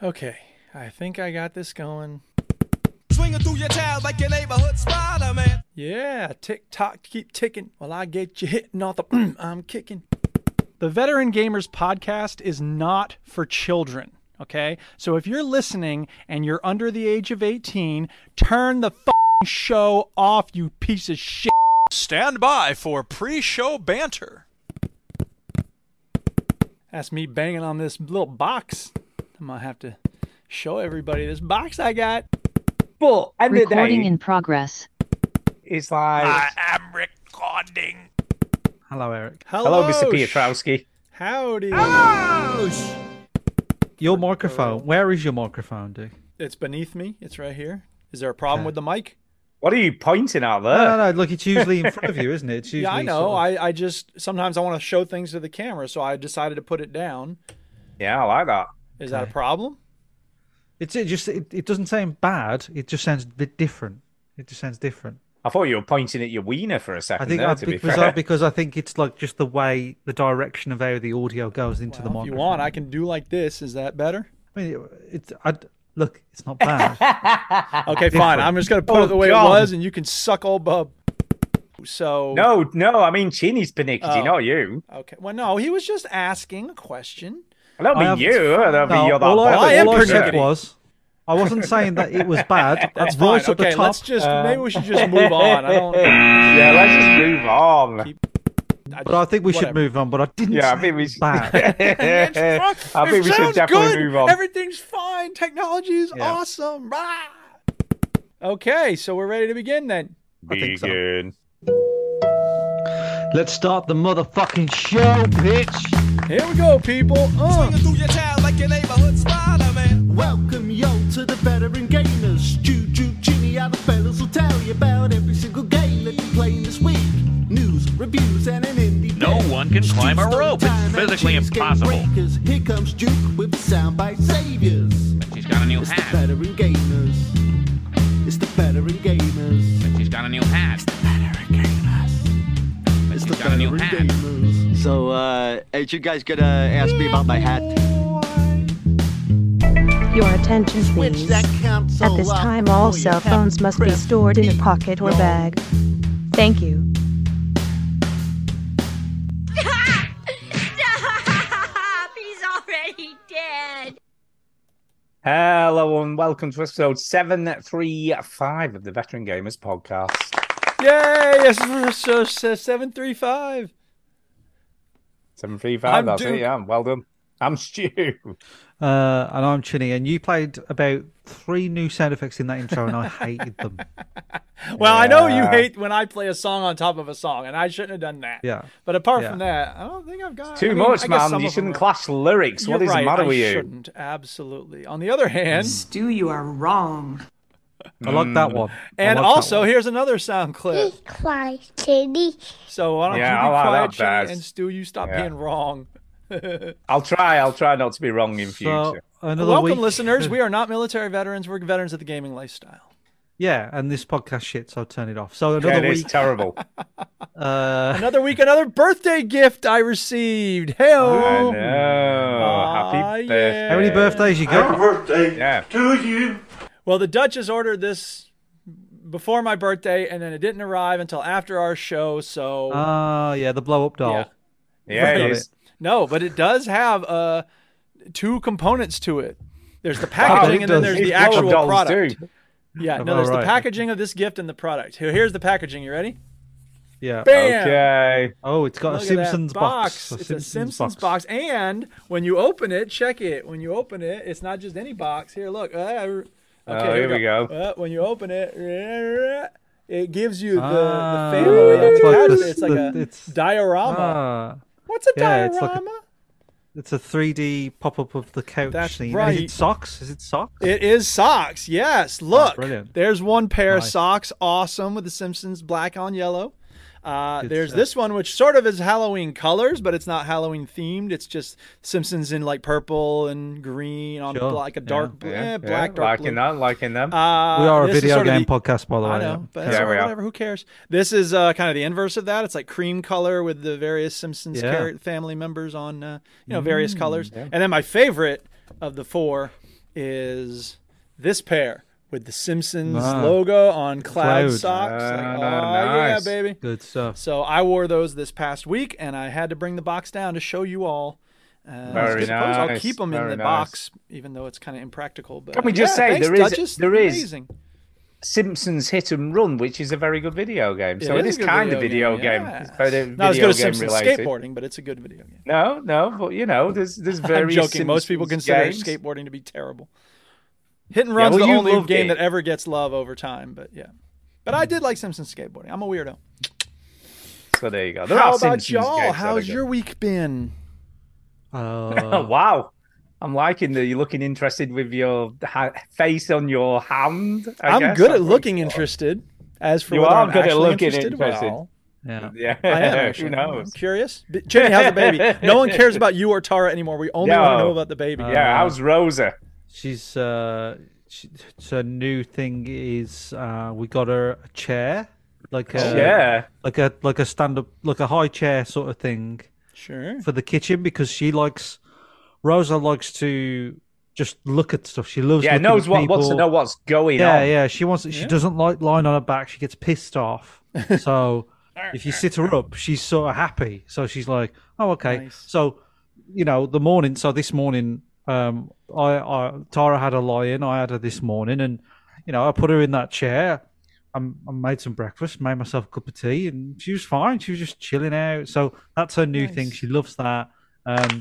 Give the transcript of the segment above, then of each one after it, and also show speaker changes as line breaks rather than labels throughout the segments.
Okay, I think I got this going.
Swinging through your town like your neighborhood Spider Man.
Yeah, tick tock, keep ticking while I get you hitting off the mm, I'm kicking. The Veteran Gamers podcast is not for children, okay? So if you're listening and you're under the age of 18, turn the fing show off, you piece of shit.
Stand by for pre show banter.
That's me banging on this little box. I'm gonna have to show everybody this box I got.
people and
Recording in progress.
it's like
am recording.
hello eric
Hello,
Hello, Mr.
sh-
Piotrowski.
Howdy.
your microphone where is your microphone dude
It's beneath me. It's right here. Is there a problem with the mic?
What are you pointing at there?
no no no look it's usually in front of you isn't it it's usually
Uh, Yeah, I know.
sort of-
I, I just sometimes I want to show things to the camera, so I decided to put it down.
Yeah, I like that.
Is that a
Okay.
problem?
it's it just it, it doesn't sound bad it just sounds a bit different it just sounds different
I thought you were pointing at your wiener for a second
i think
there,
I,
to be
because, I,
fair.
because i think it's like just the way the direction of how the audio goes into the
Well, if
microphone
you want, I can do like this. Is that better?
i mean it- it's i look it's not bad
Okay, fine. I'm just gonna put
Oh,
it the way
God.
it was, and you can suck old bub. So
No, no, I mean Chini's panicky,
Oh.
not you.
Okay. Well, no, he was just asking a question.
I don't
I
mean
haven't-
you. I don't mean
no,
you're that
all i,
bothered.
I am
all I said
pernickety.
was i wasn't saying that it was bad
That's fine.
right at the
Okay,
top uh,
let's just maybe we should just move on. I don't.
Yeah, let's just move on.
Keep- I
But I think we should
whatever.
move on. But I didn't.
Yeah, I
say
think
it
we
was
should.
bad.
I think we should
sounds
definitely
good.
move on.
Everything's fine. Technology is
Yeah.
awesome. Rah! Okay, so we're ready to begin then.
I think so.
Begin.
Let's start the motherfucking show, bitch.
Here we go, people. Uh.
Swinging through your town like your neighborhood Spider Man.
Welcome, yo, to the veteran gamers. Juju, Jimmy, other fellas will tell you about every single game that you're playing this week. News, reviews, and an indie.
No
pick.
one can
Street
climb a
story
rope. It's
time and
physically
cheesecake
impossible.
breakers. Here comes Duke with soundbite saviors.
She's got a new
It's the
hat.
veteran gamers. It's the veteran gamers.
She's got a new hat.
Veteran gamers. It's the
She's got a new
veteran
hat.
gamers.
So, uh, ain't you guys gonna ask me about my hat?
Your attention,
Switch
please.
that console
At this
up
time,
before
all
you
cell
have
phones must be
press
stored in a
E.
pocket or
No.
bag. Thank you.
Stop! He's already dead.
Hello and welcome to episode 735 of the Veteran Gamers Podcast.
Yay! Yes, so, so, 735.
735,
I'm
that's
Duke.
it, yeah. Well done. I'm Stu.
Uh, and I'm Chinny, and you played about three new sound effects in that intro, and I hated them.
Well, I know you
Yeah.
hate when I play a song on top of a song, and I shouldn't have done that.
Yeah.
But apart
Yeah.
from that, I don't think I've got
Too
I mean, I
much,
guess
man.
some
You
of them
shouldn't
are-
clash lyrics.
You're
What is
right,
the matter
I
with you?
Shouldn't absolutely. On the other hand,
Mm.
Stu, you are wrong.
I like that one. I
Mm. and
like that
also
one.
here's another sound clip.
Cry, Katie.
So why don't
Yeah,
you be
I like
quiet,
that
Jimmy,
best.
and Stu? You stop
Yeah.
being wrong.
I'll try. I'll try not to be wrong in future.
So, another
Welcome,
week-
listeners. We are not military veterans. We're veterans of the gaming lifestyle.
yeah, and this podcast shit, so turn it off. So
Yeah,
another
it is
week.
terrible.
uh,
Another week, another birthday gift I received. Hey,
I
Oh.
know.
Ah,
Happy
yeah.
birthday.
how many birthdays you got?
Yeah.
Well, the Duchess ordered this before my birthday, and then it didn't arrive until after our show. So
Ah, yeah, the blow up doll.
Yeah.
Yeah,
Got
it
it.
is.
no, but it does have uh, two components to it. There's the
Wow.
packaging, and then
does.
there's the
These
actual
dolls
product.
do.
Yeah, no,
Oh,
there's the
right.
packaging of this gift and the product. Here- Here's the packaging. You ready?
Yeah.
Bam!
Okay.
Oh, it's got
Look
a
at that
Simpsons box.
It's a Simpsons box. and when you open it, check it. When you open it, it's not just any box. Here, look. Uh, okay,
Oh, here we go.
Uh, when you open it, uh, it gives you the,
Ah,
the family. of
it's
the
like
character.
this-
it's like
the-
a
it's-
diorama.
Ah,
What's a
yeah, it's like a-
diorama?
it's a 3D pop up of the couch
That's
scene. Is
right.
it socks? Is it socks?
It is socks. Yes. Look.
Oh, brilliant.
There's one pair of
Nice.
socks. Awesome with the Simpsons black on yellow. Uh,
Good
there's
stuff.
this one, which sort of is Halloween colors, but it's not Halloween themed. It's just Simpsons in like purple and green on
Sure.
like a
Yeah.
dark, blue,
Yeah,
black,
yeah,
dark
liking
blue.
that, liking them.
Uh,
we are a
this is
video
sort of
game
the-
podcast, by the way.
I know, but
yeah.
that's
Yeah,
all
we
right,
are.
whatever. Who cares? This is uh, kind of the inverse of that. It's like cream color with the various Simpsons
Yeah.
Mm,
char- family members on, uh, you know, various colors. And then my favorite of the four is this pair with the Simpsons
Ah.
logo on cloud,
Cloud.
socks. Like,
Ah,
oh,
nice.
yeah, baby.
Good stuff.
So I wore those this past week, and I had to bring the box down to show you all. Uh, I
Very
suppose I'll
nice,
keep them in
very
the
nice.
box, even though it's kind of impractical. But
Can we just
yeah,
say
thanks,
there is-
Duchess.
there
They're
is-
amazing.
Simpsons Hit and Run, which is a very good video game. so
It
it
is
is,
a good
kind
video
of video
game,
game.
yeah.
It's
Not as
very video
good as
game
Simpsons
related.
skateboarding, but it's a good video game.
No, no, but you know, there's there's
I'm
very.
joking. Most people consider skateboarding to be terrible. Hit and run's
well,
the
you
only
loved
game
it.
that ever gets love over time, but yeah. But I did like Simpsons skateboarding. I'm a weirdo.
So there you go. There
How
are
about
Simpsons games
y'all?
that are
How's
good.
your week been?
Oh
Uh,
wow! I'm liking that you're looking interested with your ha- face on your hand. I
I'm
guess.
good at
That's what
looking
it's for.
interested. As for
You
whether
are
I'm
good at
actually
looking
interested,
interested.
well,
yeah.
Yeah,
I am. Actually.
who knows?
I'm curious. B- Jenny, how's the baby? No one cares about you or Tara anymore. We only want to
No.
know about the baby.
Yeah, how's Rosa?
She's uh, she, her new thing is uh, we got her a chair, like a
Yeah,
like a like a stand up, like a high chair sort of thing
Sure.
for the kitchen because she likes Rosa likes to just look at stuff. She loves
yeah,
looking
knows
at
what wants to
people.
know what's going
Yeah,
on.
yeah. She wants. She doesn't like lying on her back. She gets pissed off. So if you sit her up, she's sort of happy. So she's like, "Oh, okay."
Nice.
So you know, the morning. So this morning, um, I, I Tara had a lie in. I had her this morning, and you know, I put her in that chair. i I made some breakfast, made myself a cup of tea, and she was fine. She was just chilling out. So that's her new thing.
Nice.
She loves that. Um,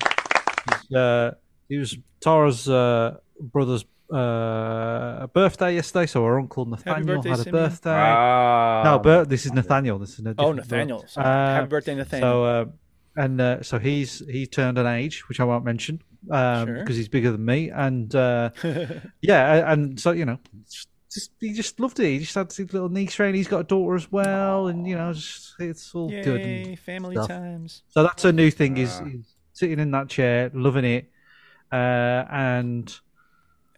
she's, uh, it was Tara's uh, brother's uh, birthday yesterday, so her uncle Nathaniel
birthday,
had a
Simeon.
birthday.
Ah,
no, but this is Nathaniel. This is a
Oh,
different
Nathaniel.
birth-
Happy
Uh,
birthday, Nathaniel.
so, uh, and uh, so he's he turned an age, which I won't mention um,
Sure.
because he's bigger than me. And uh, yeah, a- and so you know, just, just he just loved it. He just had his little niece around. He's got a daughter as well, and you know, just, it's all
Yay,
good. and-
family
stuff.
times.
so that's her new thing is, is sitting in that chair, loving it, uh, and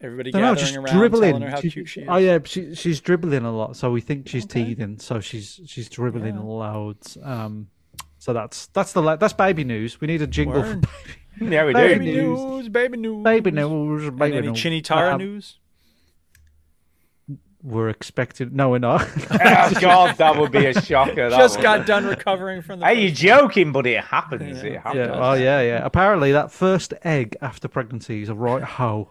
Everybody
don't know,
gathering
just
around
dribbling.
telling her how
She-
cute she is.
Oh yeah, she, she's dribbling a lot, so we think she's
Okay.
teething. So she's she's dribbling loads. Um, so that's that's the la- that's baby news. We need a jingle for
Word.
baby,
yeah, we
Baby
Baby
do.
news.
news.
baby news.
baby news. Baby
And any
news.
Chinitara
Um,
news?
We're expecting. No, we're not.
Oh God, that would be a shocker. That
Just
would.
got done recovering from the.
Are you
first-
joking? But it happens. It
yeah.
happens.
Oh yeah, yeah. Apparently, that first egg after pregnancy is a right hoe.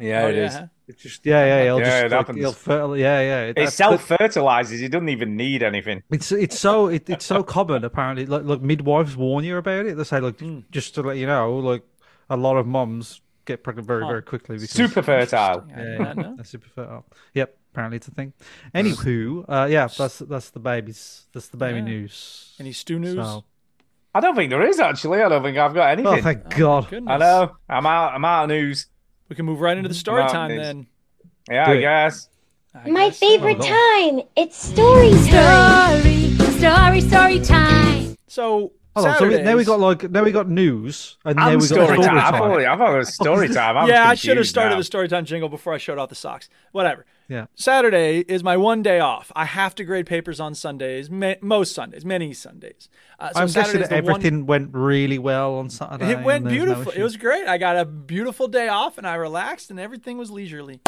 Yeah,
Oh,
it
yeah,
is.
huh?
It's just yeah, yeah. It'll
Yeah,
just,
it
like,
happens.
it'll fertil- yeah, yeah.
It
That's-
self fertilizes. It doesn't even need anything.
It's it's so it, it's so common apparently. Like look, midwives warn you about it. They say like
Hmm.
just to let you know, like a lot of moms get pregnant very very quickly because
Super fertile.
I did not know.
they're super fertile. Yep, apparently it's a thing. Anywho, uh, yeah, that's that's the baby's that's the baby
Yeah.
news.
Any stew news?
So,
I don't think there is actually. I don't think I've got anything.
oh thank God.
Goodness.
I know. I'm out. I'm out of news.
We can move right into the story
Mountain
time
news.
then.
Yeah,
Do
I
it.
guess.
I
My
guess so.
favorite
Oh,
time. It's story time. Story, story, story time.
So,
Hold on, so we, now we
Saturdays-
got like now we got news and now
I'm
we got
story time. I've
time.
already- I've got a story time. I'm
yeah, I should have
confused
started
now.
the story time jingle before I showed off the socks. Whatever.
Yeah.
Saturday is my one day off. I have to grade papers on Sundays, ma- most Sundays, many Sundays. Uh, so
I'm
Saturday's
guessing
the one-
everything went really well on Saturday.
It
and
went
there was no
beautiful. it
issue.
was great. I got a beautiful day off and I relaxed and everything was leisurely.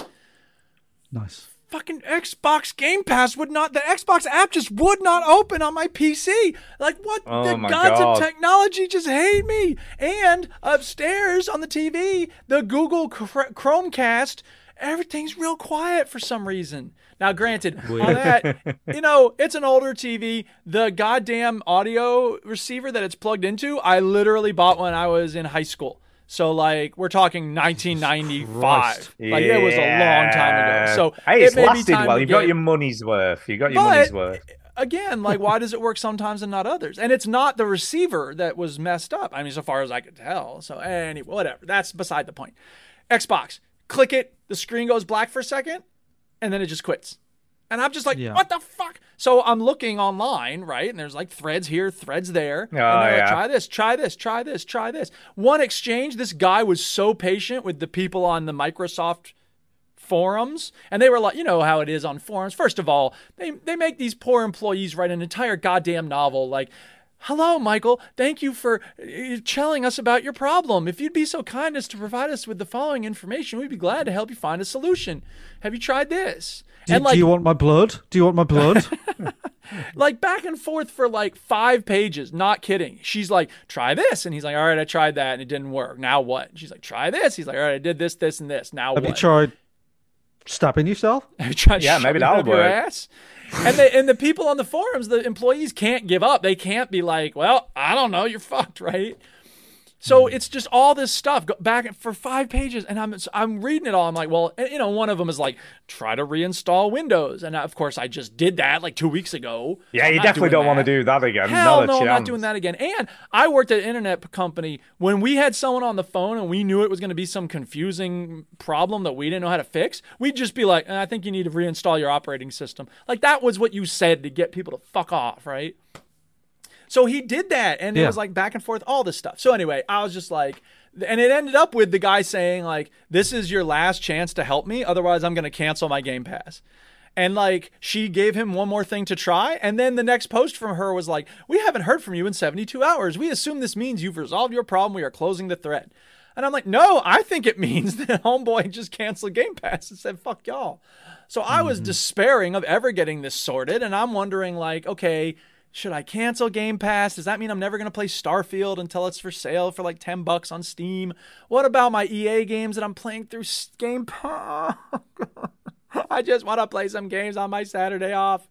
nice.
Fucking Xbox Game Pass would not, the Xbox app just would not open on my PC. Like, what
Oh
the
my
gods
God.
of technology just hate me. And upstairs on the TV, the Google Chr- Chromecast, everything's real quiet for some reason. Now, granted, on that, you know, it's an older TV. The goddamn audio receiver that it's plugged into, I literally bought when I was in high school. So, like, we're talking 1995. Like, it was a long time ago.
Yeah.
So,
hey,
it
it's
may be
lasted
time
well.
to
You've got
get-
your money's worth. You got your
But-
money's worth.
again, like why does it work sometimes and not others? And it's not the receiver that was messed up. I mean, so far as I could tell. So any whatever. That's beside the point. Xbox, click it, the screen goes black for a second, and then it just quits. And I'm just like,
Yeah.
what the fuck? So I'm looking online, right? And there's like threads here, threads there. and
Oh,
they're like,
yeah.
try this, try this, try this, try this. One exchange, this guy was so patient with the people on the Microsoft forums and they were like you know how it is on forums first of all they they make these poor employees write an entire goddamn novel like Hello, Michael. Thank you for uh, telling us about your problem. If you'd be so kind as to provide us with the following information, we'd be glad to help you find a solution. Have you tried this?
Do, do you want my blood? Do you want my blood?
like back and forth for like five pages. Not kidding. She's like, try this. And he's like, all right, I tried that and it didn't work. Now what? And she's like, try this. He's like, all right, I did this, this, and this. Now
Have
what?
you tried stabbing yourself?
Have you tried
Yeah,
shoving
maybe that'll
it up your
work.
ass? And the, and the people on the forums, the employees can't give up. They can't be like, well, I don't know. You're fucked, right? So
Hmm.
it's just all this stuff go back for five pages, and I'm I'm reading it all. I'm like, well, and, you know, one of them is like, try to reinstall Windows, and I, of course, I just did that like two weeks ago. So
Yeah,
I'm
you
not
definitely
doing
don't want to
that.
do that again.
Hell
not a
no, I'm not
chance.
doing that again. And I worked at an internet p- company. When we had someone on the phone and we knew it was going to be some confusing problem that we didn't know how to fix, we'd just be like, "Uh, I think you need to reinstall your operating system. Like that was what you said to get people to fuck off, right? So he did that, and it
Yeah.
was like back and forth, all this stuff. So anyway, I was just like, and it ended up with the guy saying like, "This is your last chance to help me, otherwise I'm going to cancel my Game Pass." And like, she gave him one more thing to try, and then the next post from her was like, "We haven't heard from you in 72 hours. We assume this means you've resolved your problem. We are closing the thread." And I'm like, no, I think it means that Homeboy just canceled Game Pass and said, fuck y'all. So I was despairing of ever getting this sorted. And I'm wondering, like, okay, should I cancel Game Pass? Does that mean I'm never going to play Starfield until it's for sale for like 10 bucks on Steam? What about my EA games that I'm playing through S- Game Pass? I just want to play some games on my Saturday off.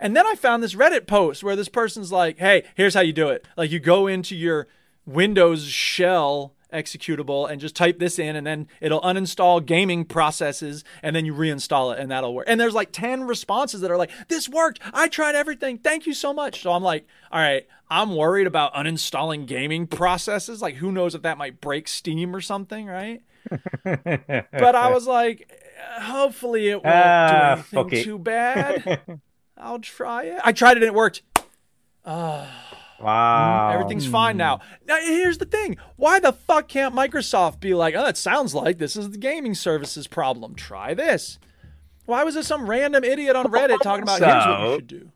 And then I found this Reddit post where this person's like, hey, here's how you do it. Like, you go into your Windows shell executable and just type this in, and then it'll uninstall gaming processes, and then you reinstall it, and that'll work. And there's like 10 responses that are like, this worked. I tried everything. Thank you so much. So I'm like, all right, I'm worried about uninstalling gaming processes. Like, who knows if that might break Steam or something, right? but I was like, hopefully it won't
Ah,
do
fuck
anything
it.
too bad. I'll try it. I tried it and it worked.
Wow.
Everything's fine now. Now here's the thing. Why the fuck can't Microsoft be like, oh, it sounds like this is the gaming services problem. Try this. Why was there some random idiot on Reddit talking about here's what you
So-
should do?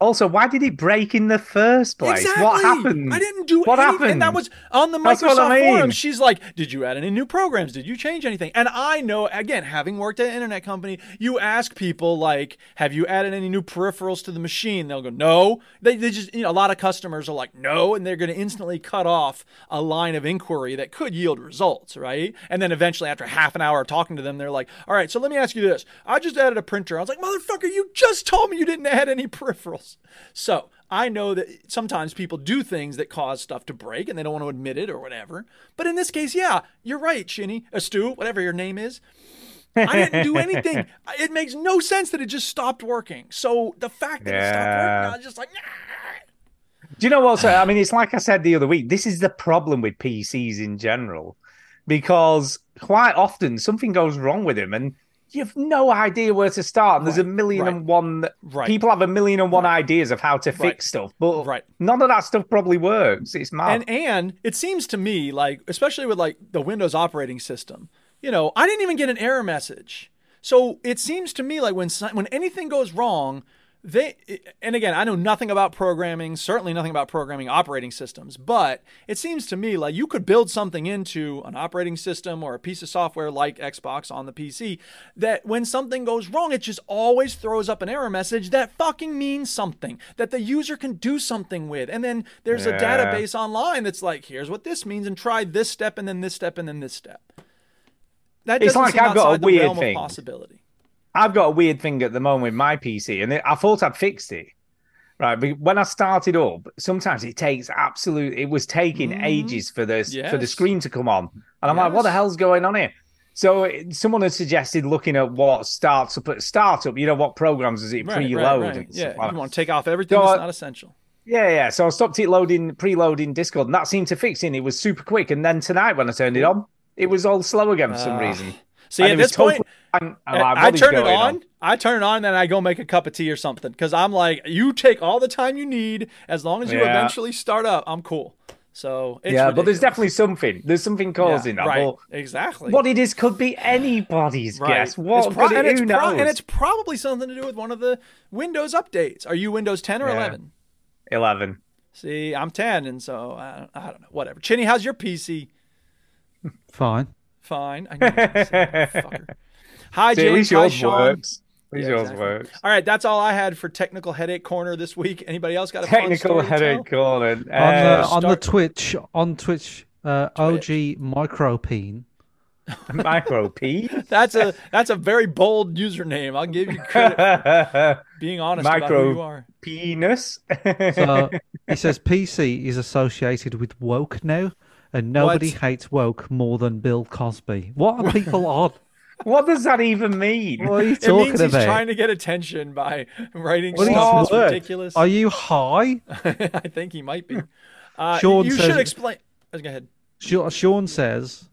Also, why did it break in the first place?
Exactly.
What happened?
I didn't do
What
anything.
happened?
And that was on the
That's what
Microsoft
I mean.
forum. She's like, "Did you add any new programs? Did you change anything?" And I know, again, having worked at an internet company, you ask people like, "Have you added any new peripherals to the machine?" They'll go, "No." They, they just, you know, a lot of customers are like, "No," and they're going to instantly cut off a line of inquiry that could yield results, right? And then eventually, after half an hour of talking to them, they're like, "All right, so let me ask you this: I just added a printer." I was like, "Motherfucker, you just told me you didn't add any peripherals." So I know that sometimes people do things that cause stuff to break and they don't want to admit it or whatever. But in this case, yeah, you're right, Shinny, uh, Stu, whatever your name is. I didn't do anything. I- It makes no sense that it just stopped working. So the fact that it stopped
Yeah.
working, I was just like, "Nah."
Do you know what? So, I mean, it's like I said the other week. This is the problem with PCs in general, because quite often something goes wrong with them, and you've no idea where to start. And there's a million
right.
and one
Right.
people have a million and one ideas of how to
Right.
fix stuff, but
Right.
none of that stuff probably works. It's mad.
and and it seems to me like especially with like the Windows operating system, you know, I didn't even get an error message. So it seems to me like when si- when anything goes wrong, they and again, I know nothing about programming, certainly nothing about programming operating systems, but it seems to me like you could build something into an operating system or a piece of software like Xbox on the PC that when something goes wrong, it just always throws up an error message that fucking means something that the user can do something with. And then there's a
Yeah.
database database online that's like, here's what this means, and try this step, and then this step, and then this step. That
It's
doesn't
like
seem
I've got a
outside the
weird
realm
thing.
of possibility.
I've got a weird thing at the moment with my PC, and it, I thought I'd fixed it. Right, but when I started up, sometimes it takes absolute. It was taking ages for this for the
Mm. Yes.
screen to come on, and I'm like, "What the
Yes.
hell's going on here?" So it, someone has suggested looking at what starts up at startup. You know what programs does it preload? and stuff
Yeah,
like that.
you want to take off everything
So
that's
I-
not essential.
Yeah, yeah. So I stopped it loading, preloading Discord, and that seemed to fix it. and It was super quick, and then tonight when I turned it on, it was all slow again for some
Ah.
reason.
See,
And
at
it was
this point, eh,
totally- I'm- I'm like,
I
what is
turn it
going
on, I turn it on, and then I go make a cup of tea or something because I'm like, you take all the time you need as long as you
Yeah.
eventually start up. I'm cool. So it's
yeah, but there's
ridiculous.
definitely something. There's something
Yeah,
causing that.
right,
But
exactly.
what it is could be anybody's
Right.
guess. What
It's pro-
could it-
and, it's
who
pro-
knows?
and it's probably something to do with one of the Windows updates. Are you Windows 10 or
Yeah.
11?
eleven.
See, I'm ten, and so I don't, I don't know. Whatever. Chinny, how's your PC?
Fine.
Fine. I knew you were gonna say that, fucker. Hi,
See, at
James.
least
Hi,
yours
Sean.
works. At least
Yeah,
yours
exactly.
works.
All right, that's all I had for technical headache corner this week. Anybody else got a
Technical
fun story to
headache, Gordon.
On the,
Uh,
on the
start-
Twitch, on Twitch, uh, OG Micropeen.
micro P.
tell? That's a that's a very bold username. I'll give you credit for being honest about who
Micro-
you are.
Penis.
So he uh, says PC is associated with woke now, and nobody
What?
hates woke more than Bill Cosby. What are people on?
what does that even mean?
What are you
It
talking
means he's
about?
trying to get attention by writing
What is
stuff that's
word?
ridiculous.
Are you high?
I think he might be. Uh,
Sean
you
says-
should explain. Go ahead.
Sha- Sean says,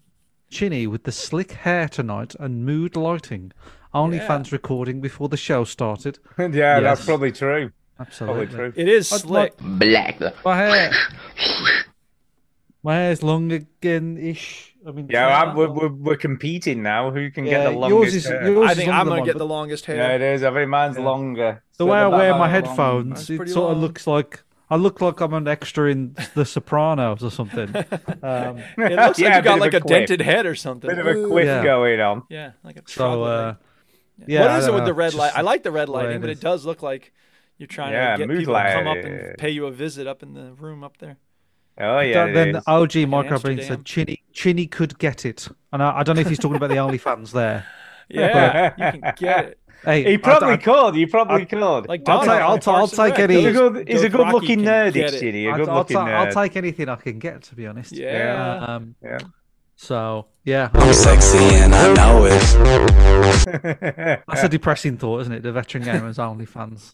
Chinny with the slick hair tonight and mood lighting. Only fans recording before the show started.
yeah, that's probably true. Probably
Absolutely.
true.
It is slick.
My hair. My hair's long again ish. I mean,
Yeah,
it's
I'm,
not
we're,
long.
we're, we're competing now. Who can
Yeah,
get the longest?
yours is,
hair?
yours
I
is
think I'm
longer than
gonna
mine,
get
but
the longest hair.
Yeah, it is. I think mine's longer.
The
So
way I
the
wear
back-
my
long-
headphones, it
pretty
sort
long.
of looks like I look like I'm an extra in The Sopranos or
It
something. Um,
looks like
Yeah,
you
bit
got
of
like a,
a quip.
dented head or something.
Bit of a quiff
Yeah.
going on.
yeah, like a
so, uh,
troglodyte.
yeah. I
what is it
don't
with the
know,
red light?
just-
I like the red
way
lighting,
it
but it
is.
does look like you're trying
Yeah,
to get
mood
people to come up and
light.
pay you a visit up in the room up there.
Oh yeah,
Th-
it
then
is.
OG
an
Microbrain
Amsterdam.
said Chinny Chinny could get it, and I, I don't know if he's talking about the OnlyFans there.
Yeah, you can get it.
Hey,
he
I-
probably
I-
could. He probably could.
Like
I'll
Donna
take- I'll
on
ta- I'll
Parks and Rec.
take any-
he's
he
a
is.
good. He's a
Dothraki can
good-looking nerd.
get
It's
it.
Chitty. A
I'll, I'll,
good-looking
ta- I'll
nerd.
take anything I can get, to be honest.
Yeah.
Um,
Yeah.
So yeah,
I'm sexy and I know it.
that's a depressing thought, isn't it? The veteran gamers OnlyFans.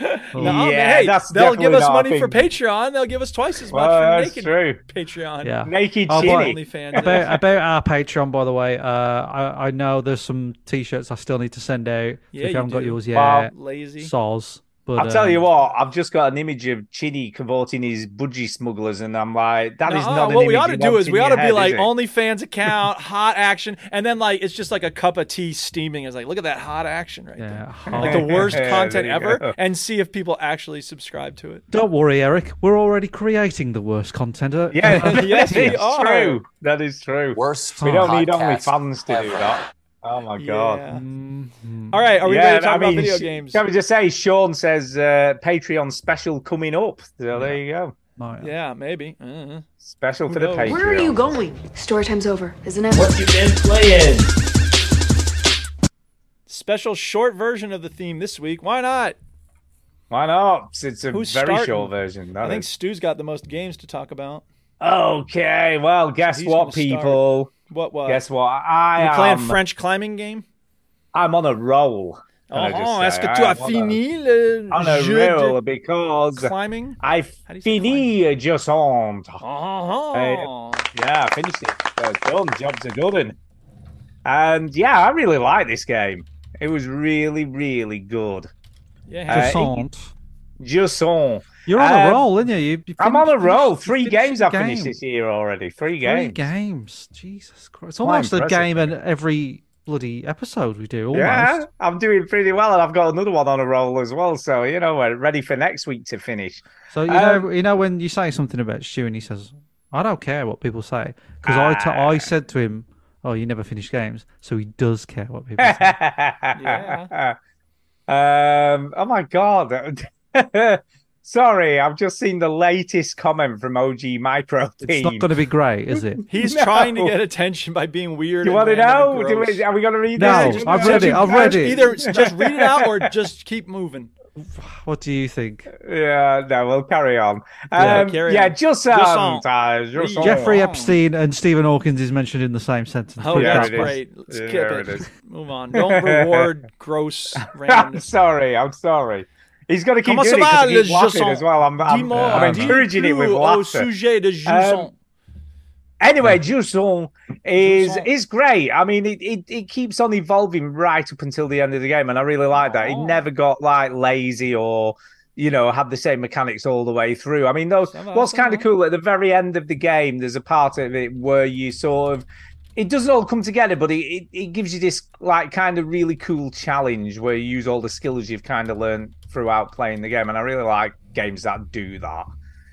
No, I mean,
Yeah,
hey,
that's
they'll give
definitely
us
not a
money for
thing.
Patreon. They'll give us twice as much
Well,
for
that's
naked
true.
Patreon.
Yeah.
Naked
Oh, boy.
Chitty.
OnlyFans.
about about our Patreon, by the way, uh, I, I know there's some T-shirts I still need to send
Yeah,
out. so if
you
you haven't got
do.
yours
Wow.
yet,
Lazy.
soz. But
I'll tell you
uh,
um,
what, I've just got an image of Chitty converting his budgie smugglers, and I'm like, that is
Nuh-uh,
not an
uh, what we
image
ought to
you
do
want
is
in
we
your
ought to be
head,
like
is it?
OnlyFans account, hot action, and then like it's just like a cup of tea steaming. It's like look at that hot action right there,
Yeah,
like the
hot-
worst
There
content
you
ever,
go.
and see if people actually subscribe to it.
Don't worry, Eric. We're already creating the worst content. uh,
Yeah, that
Yes, we
is
are.
true. That is true.
Worst
we don't need
podcast
OnlyFans to do
ever.
that. Oh my god.
Yeah.
mm,
All right, are we
Mm. yeah,
ready to talk
I mean,
about video
sh-
games?
Can we just say Sean says uh, Patreon special coming up? So there you go.
no, yeah.
Yeah, maybe. Uh-huh. I don't know.
Special for the
knows?
Patreon.
Where are you going?
Story time's over, isn't it?
What you been playing?
Special short version of the theme this week. Why not?
Why not? It's- It's a
Who's
very
starting?
short version. that
I think
is.
Stu's got the most games to talk about.
Okay, well, guess
he's gonna
what,
start.
people?
What was?
Guess what? I
You
am.
playing French climbing game?
I'm on a roll. can I just
Oh,
say.
est-ce que
I
tu as
am on a-
fini le
On a
jeu de
roll because
climbing?
I
do you say
fini just on.
Oh,
Yeah, I finished it. So it's done. Jobs are done. And yeah, I really like this game. It was really, really good.
yeah.
Uh,
Croissant.
Just on.
You're on a
um,
roll, aren't you? you, you
I'm on a
finished-
roll.
you
Three
finished
games
the
I've finished
game.
this year already. Three
Three
games.
games. Jesus Christ! It's
Quite
almost a
impressive.
game in every bloody episode we do. Almost.
Yeah, I'm doing pretty well, and I've got another one on a roll as well. So you know, we're ready for next week to finish.
So you know,
Um,
you know when you say something about Stu and he says, "I don't care what people say," because I t-
Ah.
I said to him, "Oh, you never finish games," so he does care what people say.
yeah. Um. Oh my god. Sorry, I've just seen the latest comment from OG Micro.
It's not going to be great, is it?
He's
no.
trying to get attention by being weird.
You
and
want to
random
know?
and
Do
gross.
we, are we going to read
No,
this?
I've read it. I've read it.
Either s- just read it out or just keep moving.
What do you think?
Yeah, no, we'll carry on.
Yeah,
Um,
carry
yeah,
on.
just
Just
sometimes. Just
Read.
Jeffrey
wow.
Epstein and Stephen Hawkins is mentioned in the same sentence.
Oh,
Pretty
Yeah,
that's
it is.
classic.
great. Let's
Yeah,
skip
there
it.
it is.
Move on. Don't reward gross
I'm
randomness.
sorry. I'm sorry. He's got to keep
Comment
doing it
ça va,
'cause
le
he's laughing
Jason?
as well. I'm, I'm,
Dis-moi,
I'm
dis-tu
encouraging it with Um,
au
laughter.
sujet de Jusson.
Anyway, Jusson is
Jusson.
is great. I mean, it, it it keeps on evolving right up until the end of the game, and I really like that. It
Oh.
never got like lazy or you know had the same mechanics all the way through. I mean, those
Ça va,
what's
ça
kind
va.
of cool at the very end of the game. There's a part of it where you sort of it doesn't all come together, but it, it, it gives you this like kind of really cool challenge where you use all the skills you've kind of learned throughout playing the game, and I really like games that do that.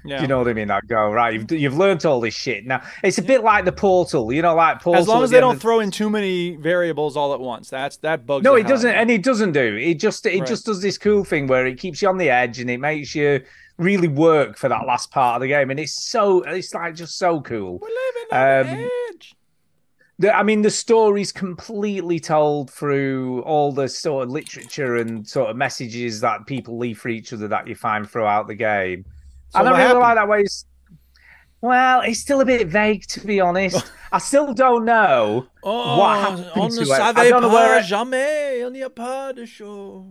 Yeah.
Do you know what I mean? I go right. You've you've learnt all this shit. Now it's a bit like the portal. You know, like portal.
As long as
at the
they
end
don't
of-
throw in too many variables all at once, that's that bugs.
No,
the
it
hell out of
doesn't,
me.
and it doesn't do. It just it
Right.
just does this cool thing where it keeps you on the edge and it makes you really work for that last part of the game. And it's so it's like just so cool. Um, the, I mean, the story's completely told through all the sort of literature and sort of messages that people leave for each other that you find throughout the game.
So
and I
what
really
happened?
like that way. It's, well, it's still a bit vague, to be honest. I still don't know what happened
Oh, on
to
ne
it. I
savait
don't know where
pas
it-
jamais, on n'y a pas de choses.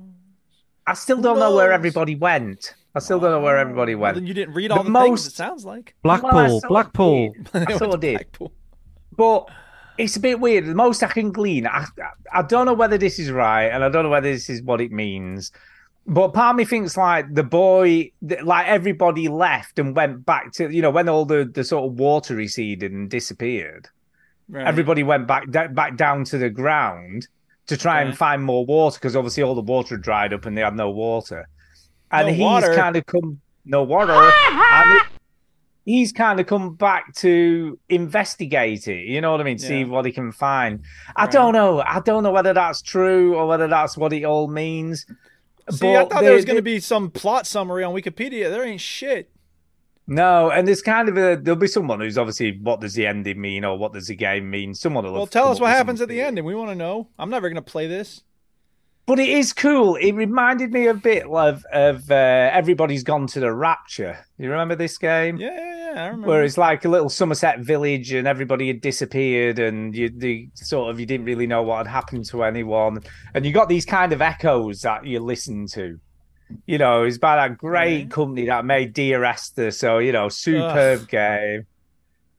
I still don't know where
knows?
everybody went. I still don't know where everybody
Well, then
went.
you didn't read
The
all the, things. It
most-
sounds like
Blackpool,
Well, I sort of
Blackpool.
did. I
It
sort
was
of did.
Blackpool.
But it's a bit weird. The most I can glean, I, I I don't know whether this is right, and I don't know whether this is what it means. But part of me thinks like the boy, th- like everybody left and went back to you know when all the the sort of water receded and disappeared.
Right.
Everybody went back da- back down to the ground to try
Okay.
and find more water because obviously all the water had dried up and they had no water. And
No
he's
water.
kind of come no water. and he's kind of come back to investigate it. You know what I mean? See
Yeah.
what he can find. I
Right.
don't know. I don't know whether that's true or whether that's what it all means.
See, I
But
thought there
they-
was going
they-
to be some plot summary on Wikipedia. There ain't shit.
no, and there's kind of a there'll be someone who's obviously what does the ending mean or what does the game mean? Someone will.
Well,
have
tell
come
us
up
what
with
happens at
something.
the end, and we want to know. I'm never going to play this.
But it is cool. It reminded me a bit of of uh, everybody's gone to the Rapture. You remember this game?
Yeah, yeah, yeah. I remember.
where it's like a little Somerset village and everybody had disappeared and you the sort of you didn't really know what had happened to anyone and you got these kind of echoes that you listen to. You know, it's by that great
Yeah.
company that made Dear Esther, so you know, superb game.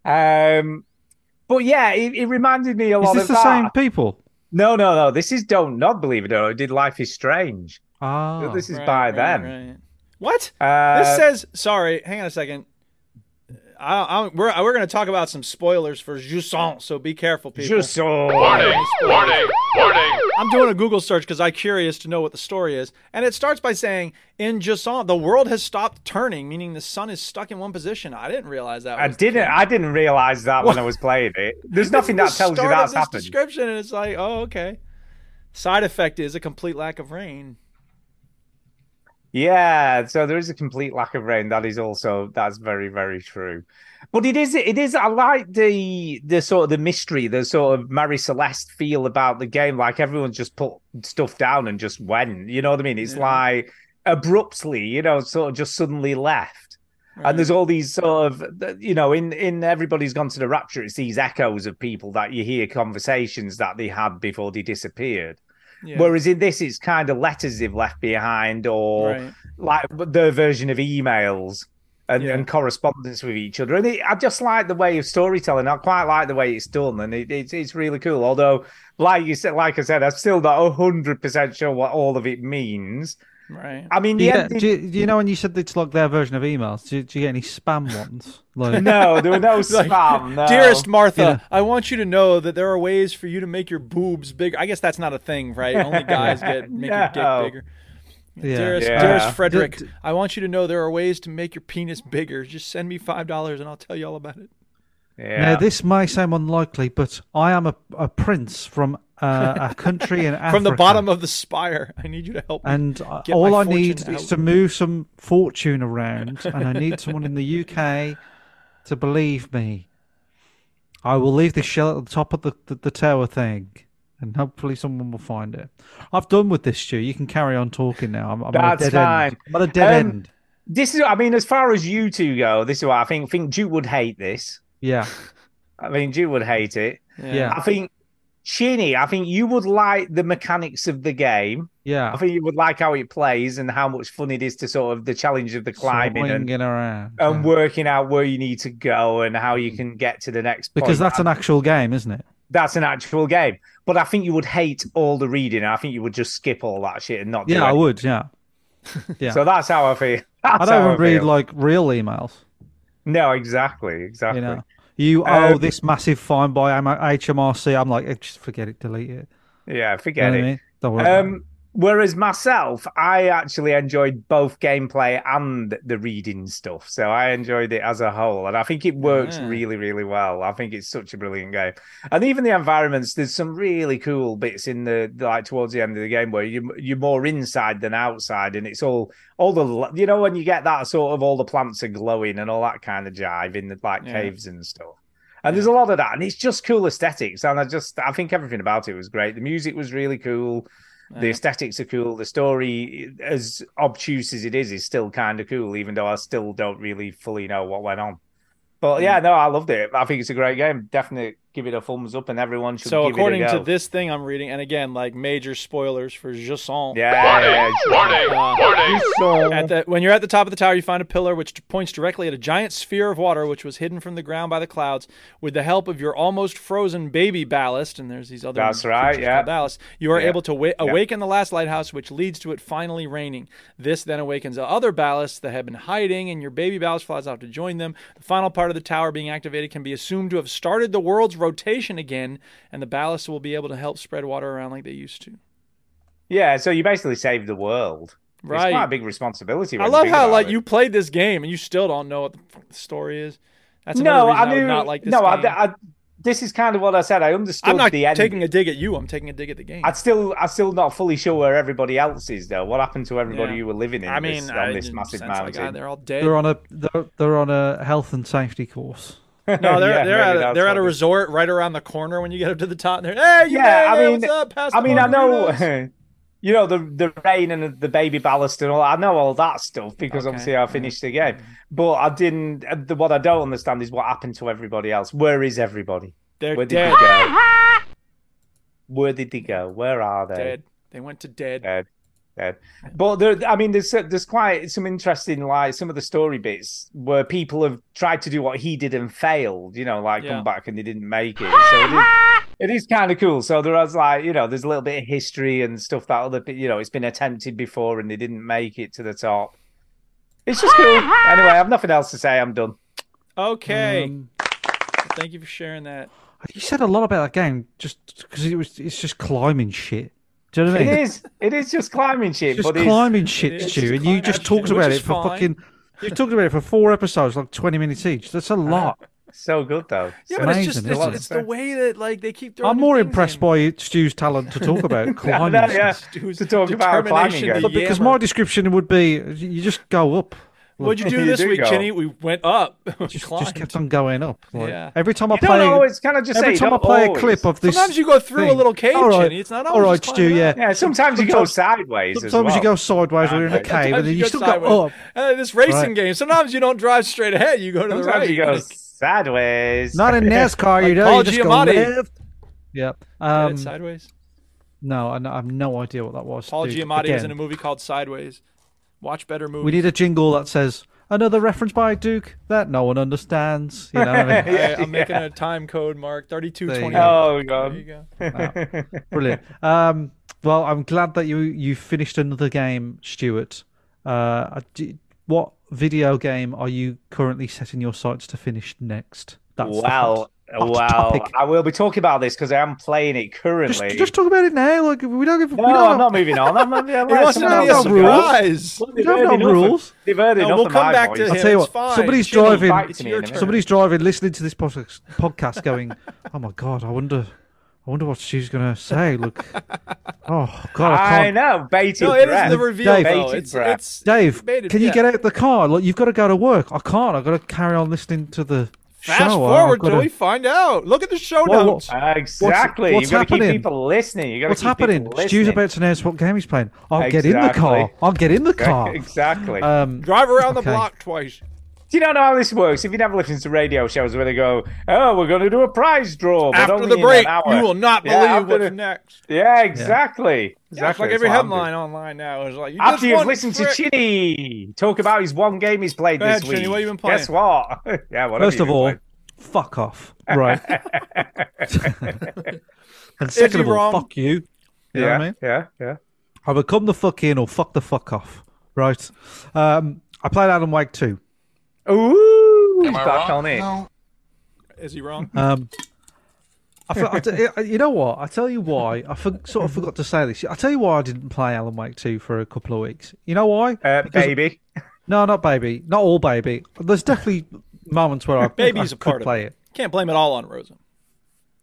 Um, but yeah, it, it reminded me a
Is
lot
this
of
the
that.
same people?
No, no, no. This is don't not believe it or not. it Did Life is Strange?
Ah,
this is
Right,
by
right,
them.
right. What?
Uh,
this says. Sorry, hang on a second. I, I, we're we're going to talk about some spoilers for Jusson, so be careful, people.
just so
I'm doing a Google search because I'm curious to know what the story is. And it starts by saying, in Jusson, the world has stopped turning, meaning the sun is stuck in one position. I didn't realize that.
I
was
didn't. I didn't realize that when I was playing it. There's nothing that
the
tells you
start
that's
of this
happened.
description, and it's like, oh, okay. Side effect is a complete lack of rain.
Yeah, so there is a complete lack of rain. That is also that's very very true. But it is it is I like the the sort of the mystery, the sort of Marie Celeste feel about the game. Like everyone just put stuff down and just went. You know what I mean? It's
Yeah.
like abruptly, you know, sort of just suddenly left.
Right.
And there's all these sort of you know in in everybody's gone to the rapture. It's these echoes of people that you hear conversations that they had before they disappeared.
Yeah.
Whereas in this, it's kind of letters they've left behind or
Right.
like their version of emails and,
Yeah.
and correspondence with each other. And it, I just like the way of storytelling. I quite like the way it's done, and it, it's it's really cool. Although, like you said, like I said, I'm still not hundred percent sure what all of it means.
Right.
I mean, the
Do you, get,
ending,
do, you, do you know when you said it's like their version of emails? Do you, do you get any spam ones? Like,
no, there were no
Like,
spam. no.
Dearest Martha, I want you to know that there are ways for you to make your boobs bigger. I guess that's not a thing, right? Only guys get make your
No.
dick bigger.
yeah.
Dearest,
Yeah.
dearest Frederick,
D- d-
I want you to know there are ways to make your penis bigger. Just send me five dollars and I'll tell you all about it.
Yeah.
Now, this may seem unlikely, but I am a, a prince from uh, a country in Africa.
From the bottom of the spire, I need you to help. me.
And I-
Get
all
my
I need
fortune
is
out.
to move some fortune around, and I need someone in the UK to believe me. I will leave this shell at the top of the, the, the tower thing, and hopefully someone will find it. I've done with this, Stu. You can carry on talking now. I'm, I'm
That's
at a dead
fine.
end. I'm at a dead
Um,
end.
This is, I mean, as far as you two go, this is what I think. Think Jude would hate this.
Yeah,
I mean, Jude would hate it.
yeah,
I think Shinny, I think you would like the mechanics of the game. I
yeah.
think you would like how it plays and how much fun it is to sort of the challenge of the climbing and,
Swinging around.
and
yeah. Mm.
working out where you need to go and how you can get to the next
Because
point.
that's an actual game, isn't it?
that's an actual game. But I think you would hate all the reading. I think you would just skip all that shit and not do
Yeah, I
it.
would. Yeah, yeah.
So that's how I feel.
I
That's
don't
how
even read
feel.
like real emails.
No, exactly, exactly.
You know, you owe
Um,
this massive fine by M- HMRC. I'm like, eh, just forget it, delete it.
Yeah,
You know
forget
what I
it.
mean? Don't worry. about it.
Um, Whereas myself, I actually enjoyed both gameplay and the reading stuff. So I enjoyed it as a whole. And I think it works really, really well. I think it's such a brilliant game. And even the environments, there's some really cool bits in the like towards the end of the game where you you're more inside than outside, and it's all all the you know when you get that sort of all the plants are glowing and all that kind of jive in the like caves and stuff. And there's a lot of that, and it's just cool aesthetics. And I just, I think everything about it was great. The music was really cool. The aesthetics are cool. The story, as obtuse as it is, is still kind of cool, even though I still don't really fully know what went on. But
Mm.
yeah, no, I loved it. I think it's a great game. Definitely give it a thumbs up, and everyone should.
So
give
according
it a go.
to this thing I'm reading, and again, like major spoilers for Jusson.
yeah,
Uh,
you saw-
At the, when you're at the top of the tower, you find a pillar which points directly at a giant sphere of water which was hidden from the ground by the clouds. With the help of your almost frozen baby ballast, and there's these other
That's right,
creatures
yeah.
called ballast, you are
Yeah.
able to wa- awaken the last lighthouse, which leads to it finally raining. This then awakens the other ballasts that have been hiding, and your baby ballast flies off to join them. The final part of the tower being activated can be assumed to have started the world's rotation again, and the ballasts will be able to help spread water around like they used to.
yeah. So you basically saved the world.
Right.
It's quite a big responsibility.
I
when you
love
think
how
about
like
it.
you played this game and you still don't know what the, fuck the story is. That's another
No,
reason
I
I,
knew.
would not like this
no,
game.
I, I, this is kind of what I said. I understood
am not
the end.
taking a dig at you. I'm taking a dig at the game.
I'd still, I'm still not fully sure where everybody else is though. What happened to everybody
Yeah.
who were living in
I mean,
this,
I
on this
didn't
massive
sense like,
mountain?
ah, they're all dead.
They're on a they're, they're on a health and safety course.
no, they're they're
Yeah, maybe
at a,
that's
they're at a
what it-
resort right around the corner when you get up to the top. And they're hey, you
Yeah,
made
I
it,
mean-
what's up? Pass
I
the
mean, I
margaritas."
know, you know, the the rain and the baby ballast and all. I know all that stuff because
Okay. Mm-hmm.
obviously I finished the game. But I didn't. uh, the- What I don't understand is what happened to everybody else. Where is everybody?
they're
Where did
dead.
they go? Where did they go? Where are they?
Dead. They went to dead.
Dead. Dead. But there, I mean, there's there's quite some interesting like some of the story bits where people have tried to do what he did and failed. You know, like
Yeah.
come back and they didn't make it. So it is, it is kind of cool. So there was like you know, there's a little bit of history and stuff that other pe- you know it's been attempted before and they didn't make it to the top. It's just cool. Anyway, I've nothing else to say. I'm done.
Okay,
Um,
thank you for sharing that.
you said a lot about that game just because it was it's just climbing shit. Do you know what I
It
mean?
is. It is just climbing shit.
It's just
but it's,
climbing shit,
it is
Stu,
just
and you
climbing
just
shit,
talked
which
about
is
it for
fine.
fucking. You talked about it for four episodes, like twenty minutes
Uh,
each. That's a lot.
so good though.
Yeah,
So
but it's just
amazing,
it's,
isn't it?
it's the way that like they keep. throwing
I'm
new
more
things
impressed
in.
by Stu's talent to talk about climbing.
know,
stuff.
yeah.
Stu's
to talk about a climbing
determination
game.
to
But
Because
yammer.
my description would be you just go up.
What'd you do
You
this
do
week,
go.
Jenny? We went up. We
Just, just
climbed.
kept on going up. Like,
Yeah.
Every time I
You
play,
don't always kind of just
every
say you
time I
don't
play a
always.
clip of this.
Sometimes you go through a
thing.
little cave,
All right,
Jenny. It's not
all
always
right,
just
Stu.
climbing
Yeah.
up.
Yeah, sometimes you go sideways. as
Sometimes you
well.
go sideways or you're in a cave, and
Sometimes
then you,
go
still
sideways.
go up.
Uh, this racing
Right.
game. Sometimes you don't drive straight ahead. You go to the
Sometimes
right.
you go sideways.
Not in NASCAR, you know.
Paul
You just go
Giamatti.
left. Yeah.
Headed
Um,
sideways.
no, I, I have no idea what that was.
Paul
dude.
Giamatti was
Again,
in a movie called Sideways. Watch better movies.
We need a jingle that says another reference by Duke that no one understands. You know what I mean?
I, am making a time code mark. Thirty-two
There you
twenty.
go.
Oh
There you
god.
go.
Brilliant. Um, well, I'm glad that you you finished another game, Stuart. Uh, I d- what video game are you currently setting your sights to finish next? That's
Well,
the hot- hot
well,
topic.
I will be talking about this because I am playing it
Just,
currently.
just talk about it now. Like we don't give.
no,
we don't
I'm not moving on. I'm not. I'm
He wants to
someone
be a
else go.
surprise.
Well,
We
they've
don't
heard
know
enough of-
rules.
They've heard
No,
enough
we'll
of
come
my
back
voice.
to
I'll
him.
tell you
It's
what,
fine.
somebody's
Jimmy,
driving.
back to
It's
me
your
in a minute.
turn.
Somebody's driving, listening to this podcast, podcast going, "Oh my god, I wonder, I wonder what she's gonna say." Look, oh god, I
I
can't.
know, bated
No, it
breath.
is the reveal
Dave.
though.
Bated
It's,
breath.
it's
Dave,
Bated,
can you
yeah.
get out the car? Look, you've got to go to work. I can't. I've got to carry on listening to the show.
Fast
I've
forward
got
till
to-
we find out. Look at the show
Well,
notes.
well,
Uh, exactly.
what's
You've got to keep
happening?
people listening. You got to
What's
keep people
happening? Stu's
listening.
about to announce what game he's playing. I'll get in the car.
Exactly.
I'll get in the car.
exactly.
Um,
Drive around the
Okay.
block twice.
Do you not know how this works? If you never listen to radio shows where they go, "Oh, we're going to do a prize draw," but
After
only
the
in
break,
an hour.
you will not believe
Yeah, after
what's
the-
next.
Yeah, exactly.
Yeah, it's
Exactly.
like every
That's what I'm doing.
headline online now is like you just
After you've
won
listened
frick-
to Chinny talk about his one game he's played
Go ahead,
this week,
Chinny, what you been
guess what? yeah, whatever
first
you've
of
been
all,
playing.
fuck off. Right. and
he
second of all,
wrong?
fuck you. You know
yeah,
what I mean?
yeah, yeah.
Either come the fuck in or fuck the fuck off. Right. Um, I played Alan Wake 2.
Ooh, he's back on it.
Is he wrong?
Um, I for- I t- I- you know what? I tell you why. I for, sort of forgot to say this. I tell you why I didn't play Alan Wake two for a couple of weeks. You know why?
Uh,
Because-
baby.
No, not baby. Not all baby. There's definitely moments where I
Baby's
I
a
could
part of
play
it. Can't blame it all on Rosen.